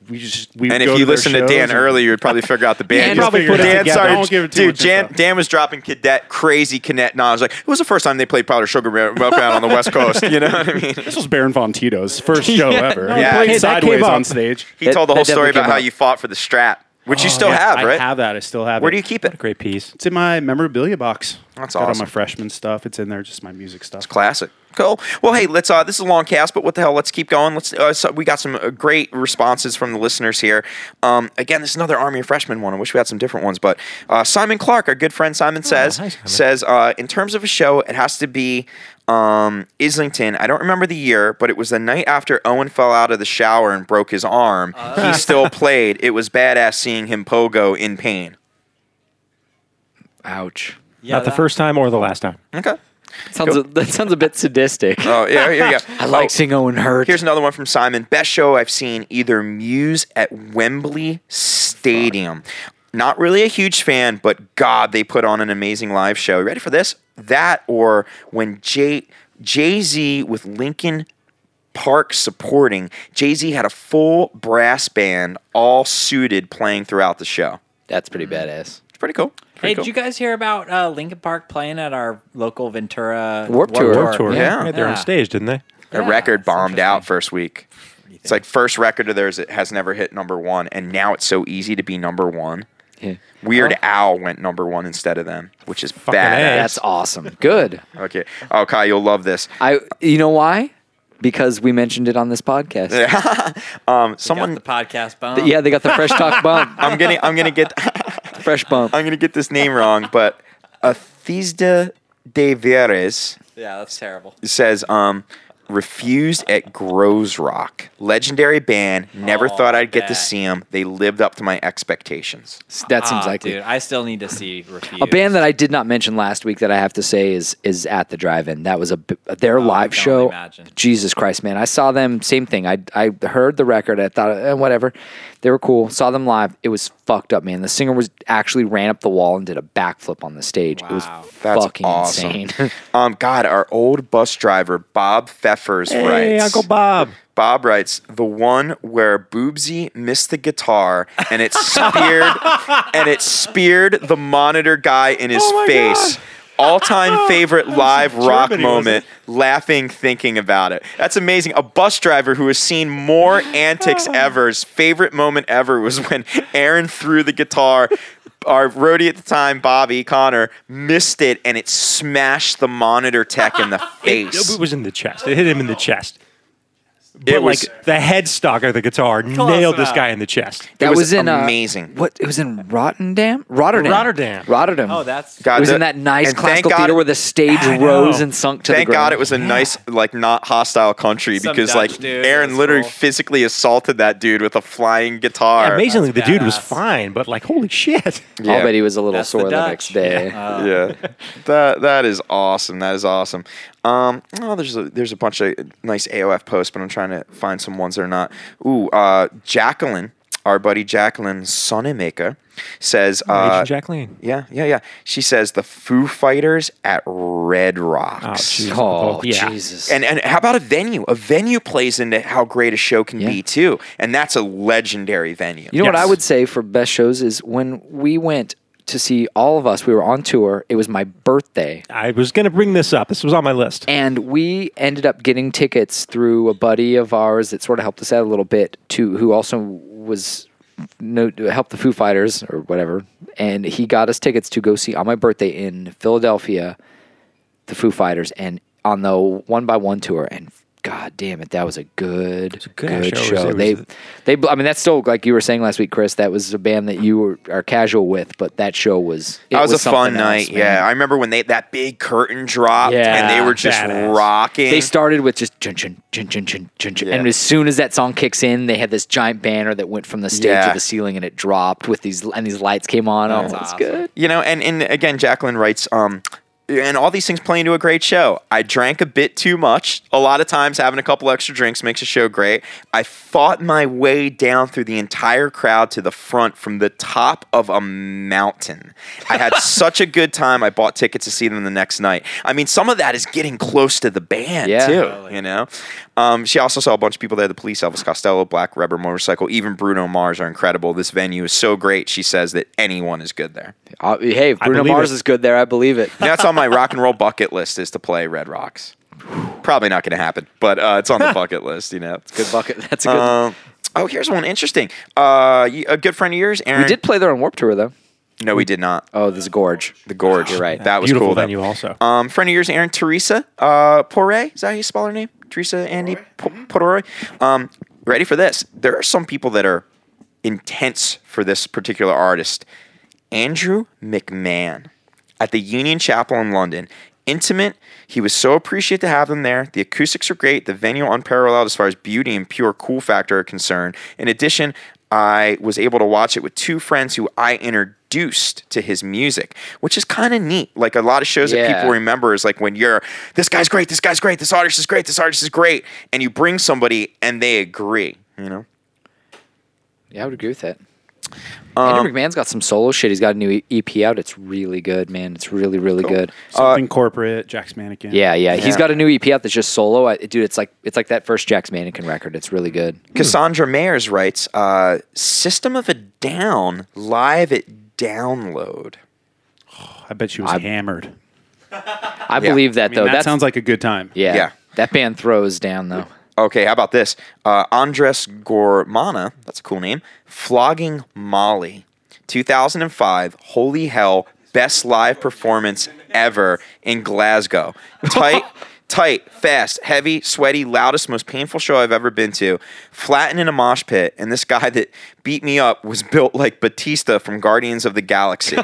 Speaker 5: we just we.
Speaker 1: and
Speaker 5: go
Speaker 1: if you
Speaker 5: their
Speaker 1: listen to
Speaker 5: shows
Speaker 1: Dan
Speaker 5: and-
Speaker 1: earlier, you'd probably figure out the band.
Speaker 2: you'll
Speaker 5: probably put it
Speaker 1: Dan,
Speaker 5: together.
Speaker 1: sorry,
Speaker 5: I won't give it too
Speaker 1: dude.
Speaker 5: much
Speaker 1: Jan,
Speaker 5: info.
Speaker 1: Dan was dropping cadet, crazy cadet knowledge. Like it was the first time they played Powder Sugar Mel- Meltdown on the West Coast. You know what I mean?
Speaker 5: This was Baron Von Tito's first show ever.
Speaker 1: Yeah. That came
Speaker 5: he played sideways
Speaker 3: up.
Speaker 5: on stage.
Speaker 1: He
Speaker 2: That-
Speaker 1: told the
Speaker 2: that
Speaker 1: whole story
Speaker 2: definitely
Speaker 1: about
Speaker 2: came
Speaker 1: how
Speaker 2: up.
Speaker 1: you fought for the strap, which you still
Speaker 5: Oh, Yeah,
Speaker 1: have, right?
Speaker 5: I have that. I still have.
Speaker 1: Where
Speaker 5: it.
Speaker 1: do you keep it?
Speaker 3: Great piece.
Speaker 5: It's in my memorabilia box.
Speaker 1: That's
Speaker 5: Got all
Speaker 1: awesome.
Speaker 5: my freshman stuff. It's in there. Just my music stuff.
Speaker 1: Classic. Cool. Well, hey, let's. Uh, this is a long cast, but what the hell? Let's keep going. Let's. Uh, so we got some uh, great responses from the listeners here. Um, again, this is another Army of Freshmen one. I wish we had some different ones, but uh, Simon Clark, our good friend Simon,
Speaker 2: Oh,
Speaker 1: says
Speaker 3: hi, Simon.
Speaker 1: says uh, in terms of a show, it has to be um, Islington. I don't remember the year, but it was the night after Owen fell out of the shower and broke his arm.
Speaker 2: Ah.
Speaker 1: he still played. It was badass seeing him pogo in pain.
Speaker 2: Ouch.
Speaker 3: Not the
Speaker 4: that-
Speaker 3: first time or the last time.
Speaker 1: Okay.
Speaker 2: Sounds a, that sounds a bit sadistic.
Speaker 1: Oh yeah, here you go.
Speaker 2: I like
Speaker 1: Oh,
Speaker 2: seeing Owen hurt.
Speaker 1: Here's another one from Simon. Best show I've seen either Muse at Wembley Stadium. Not really a huge fan, but God, they put on an amazing live show. You ready for this? That or when Jay Jay Z with Lincoln Park supporting Jay Z had a full brass band, all suited, playing throughout the show.
Speaker 2: That's pretty badass.
Speaker 1: It's pretty cool.
Speaker 4: Hey,
Speaker 1: Pretty
Speaker 4: did
Speaker 1: cool.
Speaker 4: you guys hear about uh, Linkin Park playing at our local Ventura
Speaker 2: Warped Tour.
Speaker 3: Warped Tour.
Speaker 1: Yeah.
Speaker 3: Right there on
Speaker 4: Yeah.
Speaker 3: stage, didn't they?
Speaker 1: A
Speaker 4: Yeah,
Speaker 1: record
Speaker 4: that's
Speaker 1: bombed out
Speaker 4: interesting.
Speaker 1: first week. It's like first record of theirs that has never hit number one, and now it's so easy to be number one.
Speaker 2: Yeah.
Speaker 1: Weird Al went number one instead of them, which is
Speaker 3: Fucking
Speaker 1: bad.
Speaker 2: That's awesome. Good.
Speaker 1: Okay. Oh, Kai, you'll love this.
Speaker 2: I. You know why? Because we mentioned it on this podcast. Yeah,
Speaker 1: Um,
Speaker 4: Got
Speaker 1: someone,
Speaker 4: the podcast bomb.
Speaker 2: they got the fresh talk bump.
Speaker 1: I'm gonna, I'm gonna get,
Speaker 2: fresh bump.
Speaker 1: I'm gonna get this name wrong, but Athesda de Veres
Speaker 4: yeah, that's terrible.
Speaker 1: says, um, refused at Grows Rock. Legendary band. Never
Speaker 4: Oh,
Speaker 1: thought
Speaker 4: I
Speaker 1: I'd get to
Speaker 4: bet.
Speaker 1: see them. They lived up to my expectations.
Speaker 2: That seems
Speaker 4: Ah,
Speaker 2: likely.
Speaker 4: Dude, I still need to see Refuse.
Speaker 2: A band that I did not mention last week that I have to say is is at the drive-in. That was a b- their live
Speaker 4: can
Speaker 2: show.
Speaker 4: only Oh, imagine.
Speaker 2: Jesus Christ, man! I saw them. Same thing. I I heard the record. I thought, eh, whatever. They were cool. Saw them live. It was fucked up, man. The singer was actually ran up the wall and did a backflip on the stage. It was
Speaker 4: Wow.
Speaker 1: That's
Speaker 2: fucking
Speaker 1: awesome.
Speaker 2: insane.
Speaker 1: Um, God, our old bus driver Bob Pfeffers
Speaker 3: Hey,
Speaker 1: writes.
Speaker 3: Uncle Bob.
Speaker 1: Bob writes the one where Boobsy missed the guitar and it speared and it speared the monitor guy in his
Speaker 3: Oh my
Speaker 1: face.
Speaker 3: God.
Speaker 1: All time favorite live
Speaker 3: in
Speaker 1: rock
Speaker 3: Germany,
Speaker 1: moment. Laughing, thinking about it. That's amazing. A bus driver who has seen more
Speaker 3: Oh.
Speaker 1: antics ever. His favorite moment ever was when Aaron threw the guitar. Our roadie at the time, Bobby Connor, missed it and it smashed the monitor tech in the face.
Speaker 3: It was in the chest. It hit him in the chest. But
Speaker 1: It was-
Speaker 3: like the headstock of the guitar nailed this guy in the chest.
Speaker 2: that
Speaker 1: was
Speaker 2: was, in uh,
Speaker 1: amazing.
Speaker 2: what it was in Rotterdam, Rotterdam,
Speaker 3: Rotterdam.
Speaker 2: Rotterdam.
Speaker 4: Oh, that's
Speaker 1: God,
Speaker 2: it was
Speaker 1: the-
Speaker 2: in that nice
Speaker 1: and thank
Speaker 2: classical
Speaker 1: God-
Speaker 2: theater where the stage
Speaker 3: I know.
Speaker 2: rose and sunk to the
Speaker 1: Thank
Speaker 2: ground.
Speaker 1: God it was a nice, like, not hostile country
Speaker 4: Some
Speaker 1: because,
Speaker 4: Dutch
Speaker 1: like,
Speaker 4: dude,
Speaker 1: Aaron
Speaker 4: that's
Speaker 1: literally
Speaker 4: cool.
Speaker 1: physically assaulted that dude with a flying guitar.
Speaker 3: Amazingly, the
Speaker 4: that's
Speaker 3: dude was
Speaker 4: badass.
Speaker 3: fine, but like, holy shit.
Speaker 2: I'll
Speaker 1: Yeah.
Speaker 2: bet he was a little
Speaker 4: That's the
Speaker 2: sore the,
Speaker 4: Dutch.
Speaker 2: next day.
Speaker 1: yeah,
Speaker 4: Uh.
Speaker 1: that that is awesome. That is awesome. Um, oh, there's a there's a bunch of nice AOF posts, but I'm trying to find some ones that are not. Ooh, uh, Jacqueline, our buddy Jacqueline Sonnemaker, says, uh,
Speaker 3: Agent Jacqueline.
Speaker 1: yeah, yeah, yeah. She says the Foo Fighters at Red Rocks.
Speaker 3: jeez.
Speaker 2: Oh,
Speaker 3: Yeah.
Speaker 2: Jesus.
Speaker 1: And and how about a venue? A venue plays into how great a show can
Speaker 2: Yeah.
Speaker 1: be too, and that's a legendary venue.
Speaker 2: you know what I
Speaker 3: Yes.
Speaker 2: would say for best shows is when we went to see all of us, we were on tour. It was my birthday.
Speaker 3: I was going to bring this up. This was on my list.
Speaker 2: And we ended up getting tickets through a buddy of ours that sort of helped us out a little bit to who also was no helped the Foo Fighters or whatever. And he got us tickets to go see on my birthday in Philadelphia the Foo Fighters and on the one by one tour and God damn it, that was a good,
Speaker 3: good
Speaker 2: good,
Speaker 3: show. It
Speaker 2: show.
Speaker 3: was- it was
Speaker 2: They,
Speaker 3: the-
Speaker 2: they, bl- I mean, that's still like you were saying last week, Chris. That was a band that you were are casual with, but that show was. It
Speaker 1: that was, a
Speaker 2: something
Speaker 1: fun
Speaker 2: else,
Speaker 1: night.
Speaker 2: man.
Speaker 1: yeah, I remember when they that big curtain dropped and they
Speaker 2: Yeah,
Speaker 1: were just
Speaker 3: badass.
Speaker 1: rocking.
Speaker 2: They started with just chun chun chun chun chun chun, chun. and
Speaker 1: Yeah.
Speaker 2: as soon as that song kicks in, they had this giant banner that went from the stage
Speaker 1: Yeah.
Speaker 2: to the ceiling, and it dropped with these and these lights came on. Oh, it's
Speaker 4: awesome.
Speaker 2: good.
Speaker 1: you know, and and again, Jacqueline writes, um, and all these things play into a great show. I drank a bit too much. A lot of times, having a couple extra drinks makes a show great. I fought my way down through the entire crowd to the front from the top of a mountain. I had such a good time. I bought tickets to see them the next night. I mean, some of that is getting close to the band
Speaker 2: Yeah.
Speaker 1: too.
Speaker 4: Totally.
Speaker 1: You know, um, she also saw a bunch of people there: the police, Elvis Costello, Black Rubber Motorcycle, even Bruno Mars are incredible. This venue is so great. She says that anyone is good there.
Speaker 2: Uh, hey, if Bruno
Speaker 3: believe
Speaker 2: Mars
Speaker 3: it.
Speaker 2: is good there. I believe it.
Speaker 1: That's on my rock and roll bucket list is to play Red Rocks. Probably not going to happen, but uh, it's on the bucket list, you know.
Speaker 2: Good bucket. That's a good.
Speaker 1: Um, oh, here's one interesting. Uh, y- a good friend of yours, Aaron.
Speaker 2: we did play there on Warp Tour though.
Speaker 1: No, we did not.
Speaker 2: Oh, this gorge.
Speaker 1: The Gorge.
Speaker 2: You're right.
Speaker 1: That was
Speaker 3: Beautiful
Speaker 1: cool. though.
Speaker 3: venue also.
Speaker 1: Um, friend of yours, Aaron Teresa uh, Poray. Is that how you spell her name? Teresa Andy Po- Poray. Um, ready for this? There are some people that are intense for this particular artist. Andrew McMahon at the Union Chapel in London. Intimate. He was so appreciated to have them there. The acoustics are great. The venue unparalleled as far as beauty and pure cool factor are concerned. In addition, I was able to watch it with two friends who I introduced to his music, which is kind of neat. Like a lot of shows that
Speaker 2: Yeah.
Speaker 1: people remember is like when you're this guy's great, this guy's great, this artist is great, this artist is great, and you bring somebody and they agree. You know.
Speaker 2: Yeah, I would agree with that.
Speaker 1: Um,
Speaker 2: Andrew McMahon's got some solo shit. He's got a new EP out. It's really good, man. It's really, really good.
Speaker 1: uh,
Speaker 5: Something corporate, Jack's mannequin.
Speaker 2: Yeah, yeah, He's
Speaker 1: Yeah.
Speaker 2: got a new EP out that's just solo. I, dude, it's like it's like that first Jack's Mannequin record. It's really good.
Speaker 1: Cassandra Mayers writes, uh, "System of a Down live at Download."
Speaker 5: I bet she was hammered.
Speaker 2: I believe that
Speaker 5: I mean,
Speaker 2: though.
Speaker 5: that
Speaker 2: That's-
Speaker 5: sounds like a good time.
Speaker 2: yeah,
Speaker 1: Yeah.
Speaker 2: That band throws down though.
Speaker 1: Okay, how about this? Uh, Andres Gormana, that's a cool name. Flogging Molly, 2005. Holy hell, best live performance ever in Glasgow. Tight, tight, fast, heavy, sweaty, loudest, most painful show I've ever been to. Flattened in a mosh pit, and this guy that beat me up was built like Batista from Guardians of the Galaxy.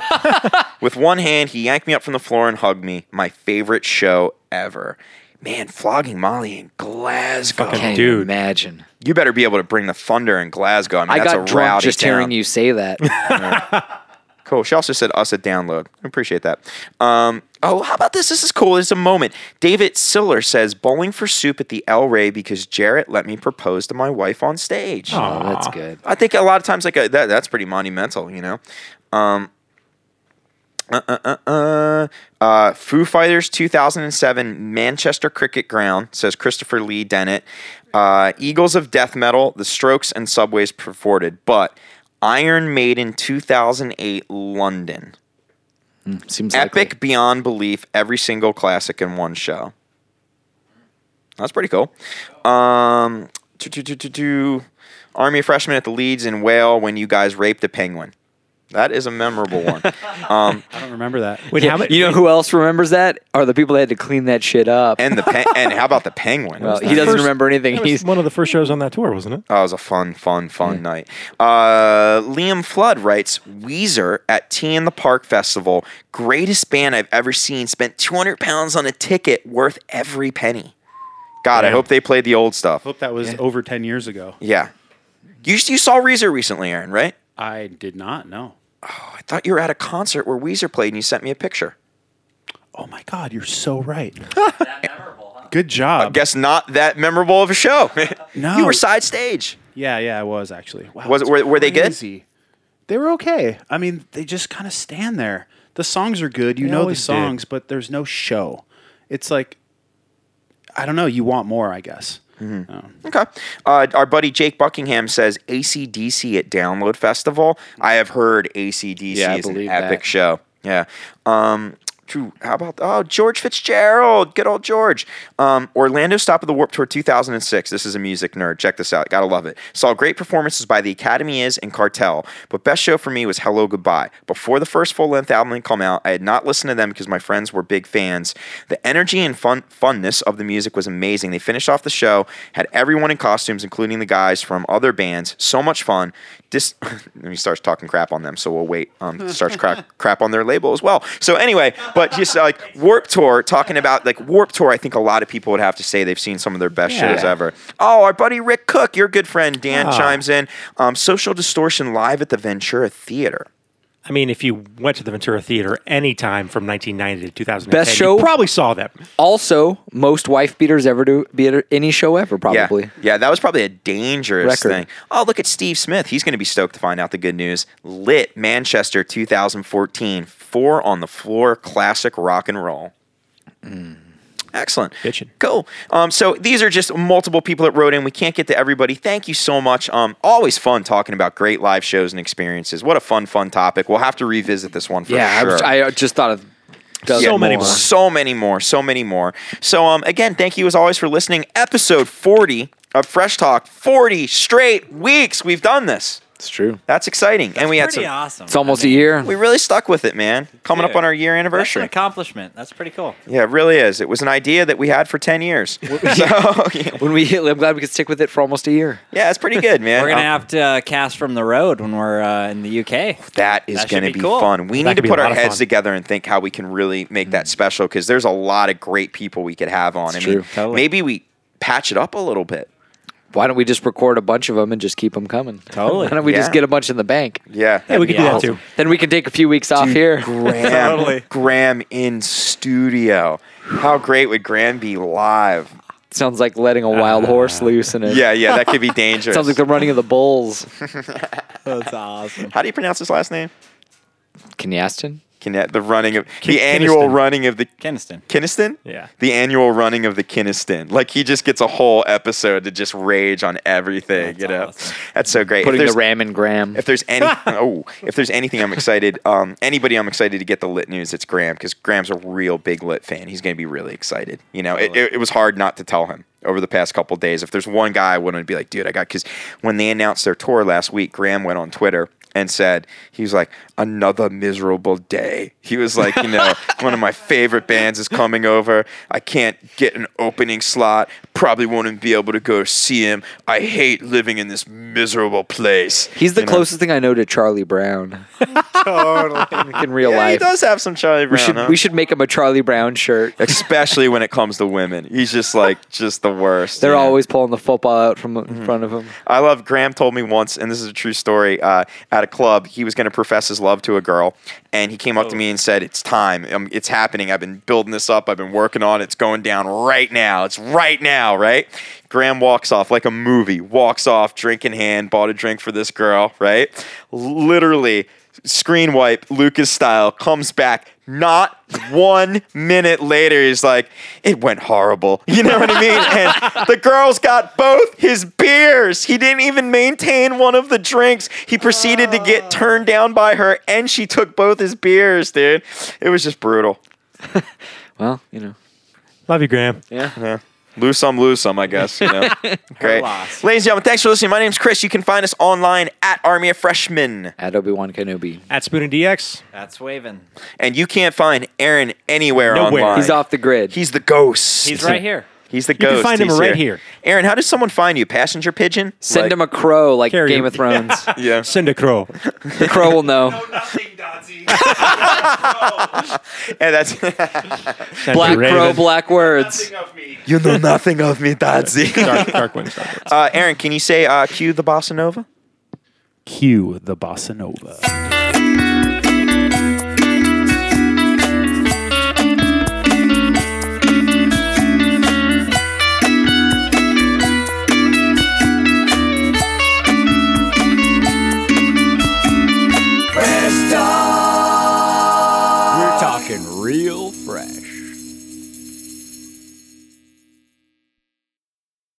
Speaker 1: With one hand, he yanked me up from the floor and hugged me. My favorite show ever. man, flogging Molly in Glasgow.
Speaker 3: Fucking-
Speaker 2: Can't
Speaker 3: Dude.
Speaker 2: even imagine.
Speaker 1: You better be able to bring the thunder in Glasgow. I mean,
Speaker 2: I
Speaker 1: that's
Speaker 2: got
Speaker 1: a rowdy
Speaker 2: drunk just
Speaker 1: town.
Speaker 2: hearing you say that.
Speaker 1: Cool. She also said us at download. I appreciate that. Um, oh, how about this? This is cool. It's a moment. David Siller says bowling for soup at the El Rey because Jarrett let me propose to my wife on stage.
Speaker 2: oh, that's good.
Speaker 1: I think a lot of times like uh that that's pretty monumental, you know. Um uh, uh, uh, uh, uh, Foo Fighters 2007 Manchester Cricket Ground says Christopher Lee Dennett. Uh, Eagles of Death Metal, The Strokes and Subways perforted, but Iron Maiden 2008 London.
Speaker 2: Seems
Speaker 1: Epic beyond belief, every single classic in one show. That's pretty cool. Um, do, do, do, do, do. Army freshman at the Leeds in Wales when you guys raped a penguin. That is a memorable one. Um,
Speaker 5: I don't remember that.
Speaker 3: Wait, how
Speaker 2: Yeah,
Speaker 3: many?
Speaker 2: you know who else remembers that? Are the people that had to clean that shit up?
Speaker 1: and the pe- and how about the penguin?
Speaker 2: well, he doesn't
Speaker 3: First-
Speaker 2: remember anything.
Speaker 3: That was
Speaker 2: He's
Speaker 3: one of the first shows on that tour, wasn't it?
Speaker 1: Oh, it was a fun, fun, fun night. Uh, Liam Flood writes Weezer at Tea in the Park Festival, greatest band I've ever seen, spent 200 pounds on a ticket worth every penny. God, I
Speaker 3: Damn.
Speaker 1: hope they played the old stuff.
Speaker 5: Hope that was over ten years ago.
Speaker 1: Yeah. You, you saw Weezer recently, Aaron, right?
Speaker 5: I did not know.
Speaker 1: I thought you were at a concert where Weezer played and you sent me a picture.
Speaker 5: Oh my God, you're so right.
Speaker 4: That memorable, huh?
Speaker 5: Good job.
Speaker 1: Guess not that memorable of a show.
Speaker 5: Uh, No.
Speaker 1: You were side stage.
Speaker 5: yeah, yeah, I was actually. Wow,
Speaker 1: Was it-
Speaker 5: it's
Speaker 1: were- were they good?
Speaker 5: crazy. They were okay. I mean, they just kind of stand there. The songs are good. You know the
Speaker 3: always did.
Speaker 5: songs, but there's no show. It's like, I don't know. You want more, I guess. Um,
Speaker 1: Okay. Uh, our buddy Jake Buckingham says ACDC at Download Festival. I have heard ACDC
Speaker 2: Yeah, I
Speaker 1: is an
Speaker 2: believe
Speaker 1: epic
Speaker 2: that.
Speaker 1: show. Yeah. Um, true. How about, oh, George Fitzgerald. Good old George. Um, Orlando Stop of the Warp Tour 2006. This is a music nerd. Check this out. Gotta love it. Saw great performances by The Academy Is and Cartel, but best show for me was Hello Goodbye. Before the first full length album had come out, I had not listened to them because my friends were big fans. The energy and fun funness of the music was amazing. They finished off the show, had everyone in costumes, including the guys from other bands. So much fun. Dis- and he starts talking crap on them, so we'll wait. Um, starts crap crap on their label as well. So anyway, but just like Warp Tour, talking about like Warp Tour, I think a lot of people would have to say they've seen some of their best
Speaker 2: Yeah.
Speaker 1: shows ever. Oh, our buddy Rick Cook, your good friend Dan chimes in. Um, Social Distortion live at the Ventura Theater.
Speaker 3: I mean, if you went to the Ventura Theater anytime from 1990 to 2010,
Speaker 2: Best
Speaker 3: you
Speaker 2: show-
Speaker 3: probably saw them.
Speaker 2: also most wife beaters ever do be at any show ever.
Speaker 1: Yeah,
Speaker 2: Probably.
Speaker 1: yeah, that was probably a dangerous
Speaker 2: Record.
Speaker 1: thing. Oh, look at Steve Smith. He's going to be stoked to find out the good news. Lit Manchester 2014, four on the floor, classic rock and roll.
Speaker 2: Mm.
Speaker 1: Excellent.
Speaker 3: Bitchin'.
Speaker 1: Cool. Um, so these are just multiple people that wrote in. We can't get to everybody. Thank you so much. Um, always fun talking about great live shows and experiences. What a fun, fun topic. We'll have to revisit this one for
Speaker 2: yeah,
Speaker 1: sure.
Speaker 2: I, was, I uh, just thought of
Speaker 3: So many more.
Speaker 1: So many more. So many more. So um again, thank you as always for listening. Episode 40 of Fresh Talk. 40 straight weeks. We've done this.
Speaker 2: It's true.
Speaker 1: That's exciting. and we had
Speaker 4: Pretty
Speaker 1: some
Speaker 4: awesome.
Speaker 2: It's almost a year.
Speaker 1: we really stuck with it, man. Coming up
Speaker 4: Dude,
Speaker 1: on our year
Speaker 4: That's an
Speaker 1: anniversary.
Speaker 4: accomplishment. That's pretty cool.
Speaker 1: yeah, it really is. It was an idea that we had for 10 years. so, yeah,
Speaker 2: When we, I'm glad we could stick with it for almost a year.
Speaker 1: yeah, it's pretty good, man.
Speaker 4: We're gonna
Speaker 1: Um,
Speaker 4: have to uh, cast from the road when we're uh, in the UK.
Speaker 1: That is
Speaker 4: That should
Speaker 1: going to
Speaker 4: be
Speaker 1: be,
Speaker 4: cool.
Speaker 1: fun. We
Speaker 3: That could
Speaker 1: need to
Speaker 3: be a
Speaker 1: put
Speaker 3: lot
Speaker 1: our
Speaker 3: of
Speaker 1: heads
Speaker 3: fun.
Speaker 1: together and think how we can really make that special because there's a lot of great people we could have on. I mean,
Speaker 2: true. Totally.
Speaker 1: maybe we patch it up a little bit.
Speaker 2: Why don't we just record a bunch of them and just keep them coming?
Speaker 4: Totally.
Speaker 2: Why don't we just
Speaker 1: Yeah.
Speaker 2: get a bunch in the bank?
Speaker 1: Yeah.
Speaker 3: Yeah, we could do that
Speaker 4: awesome.
Speaker 3: too.
Speaker 2: Then we can take a few weeks off
Speaker 1: Dude,
Speaker 2: here.
Speaker 1: Graham, Graham in studio. How great would Graham be live?
Speaker 2: Sounds like letting a wild horse loose in it.
Speaker 1: Yeah, yeah, that could be dangerous.
Speaker 2: Sounds like the running of the bulls.
Speaker 4: That's awesome.
Speaker 1: How do you pronounce his last name?
Speaker 2: Kenyaston?
Speaker 1: Kine- the running of the
Speaker 3: Kin-
Speaker 1: annual
Speaker 3: Kinniston.
Speaker 1: running of the
Speaker 4: Keniston.
Speaker 1: Kinniston?
Speaker 3: Yeah.
Speaker 1: The annual running of the Kinniston. Like he just gets a whole episode to just rage on everything, you know.
Speaker 4: awesome.
Speaker 1: That's so great. If
Speaker 2: Putting the
Speaker 1: there's-
Speaker 2: ram in Graham.
Speaker 1: If there's any, oh, if there's anything I'm excited, um, anybody I'm excited to get the lit news, it's Graham because Graham's a real big lit fan. He's going to be really excited. You know, it, it, it was hard not to tell him over the past couple days. If there's one guy I wouldn't be like, dude, I got because when they announced their tour last week, Graham went on Twitter and said he was like another miserable day. He was like, you know, one of my favorite bands is coming over. I can't get an opening slot. probably won't be able to go see him. I hate living in this miserable place.
Speaker 2: He's the
Speaker 1: You know?
Speaker 2: closest thing I know to Charlie Brown
Speaker 1: Totally.
Speaker 2: in real
Speaker 1: yeah, he
Speaker 2: life.
Speaker 1: does have some Charlie Brown.
Speaker 2: we should
Speaker 1: huh?
Speaker 2: we should make him a Charlie Brown shirt.
Speaker 1: Especially when it comes to women, he's just like just the worst.
Speaker 2: They're
Speaker 1: man.
Speaker 2: always pulling the football out from
Speaker 1: Mm-hmm.
Speaker 2: in front of him.
Speaker 1: I love Graham told me once, and this is a true story. Uh, at a club, he was going to profess his love to a girl, and he came up to me and said, "It's time. Um, it's happening. I've been building this up. I've been working on it. It's going down right now. It's right now, right?" Graham walks off like a movie. Walks off, drink in hand. Bought a drink for this girl, right? Literally, screen wipe, Lucas style. Comes back. Not one minute later, he's like, it went horrible. You know what I mean? And the girls got both his beers. He didn't even maintain one of the drinks. He proceeded to
Speaker 4: Oh.
Speaker 1: get turned down by her, and she took both his beers, dude. It was just brutal.
Speaker 2: Well, you know.
Speaker 3: Love you, Graham.
Speaker 2: Yeah.
Speaker 1: Lose some, lose some, I guess. You know? Great.
Speaker 4: loss.
Speaker 1: Ladies and gentlemen, thanks for listening. My name's Chris. You can find us online at Army of Freshmen.
Speaker 2: At Obi Wan Kenobi.
Speaker 3: At Spoon and DX.
Speaker 4: That's waving.
Speaker 1: And you can't find Aaron anywhere
Speaker 3: Nowhere.
Speaker 1: online.
Speaker 2: He's off the grid.
Speaker 1: He's the ghost.
Speaker 4: He's right here.
Speaker 1: He's the
Speaker 3: can
Speaker 1: ghost.
Speaker 3: find him
Speaker 1: He's
Speaker 3: right here.
Speaker 1: Aaron, how does someone find you? Passenger pigeon?
Speaker 2: Send him a crow like
Speaker 3: Carry
Speaker 2: Game
Speaker 3: him.
Speaker 2: of Thrones.
Speaker 1: Yeah.
Speaker 3: Send a crow.
Speaker 2: the crow will know.
Speaker 6: nothing, Dodzy.
Speaker 1: yeah that's
Speaker 3: Send
Speaker 2: Black
Speaker 3: a raven.
Speaker 2: crow, black words.
Speaker 6: nothing of me.
Speaker 1: you know nothing of me, Dadzi.
Speaker 3: Dark, dark wings. Dark wings.
Speaker 1: uh, Aaron, can you say uh, "Cue the bossa nova"?
Speaker 5: Cue the bossa nova.
Speaker 7: We're talking real fresh.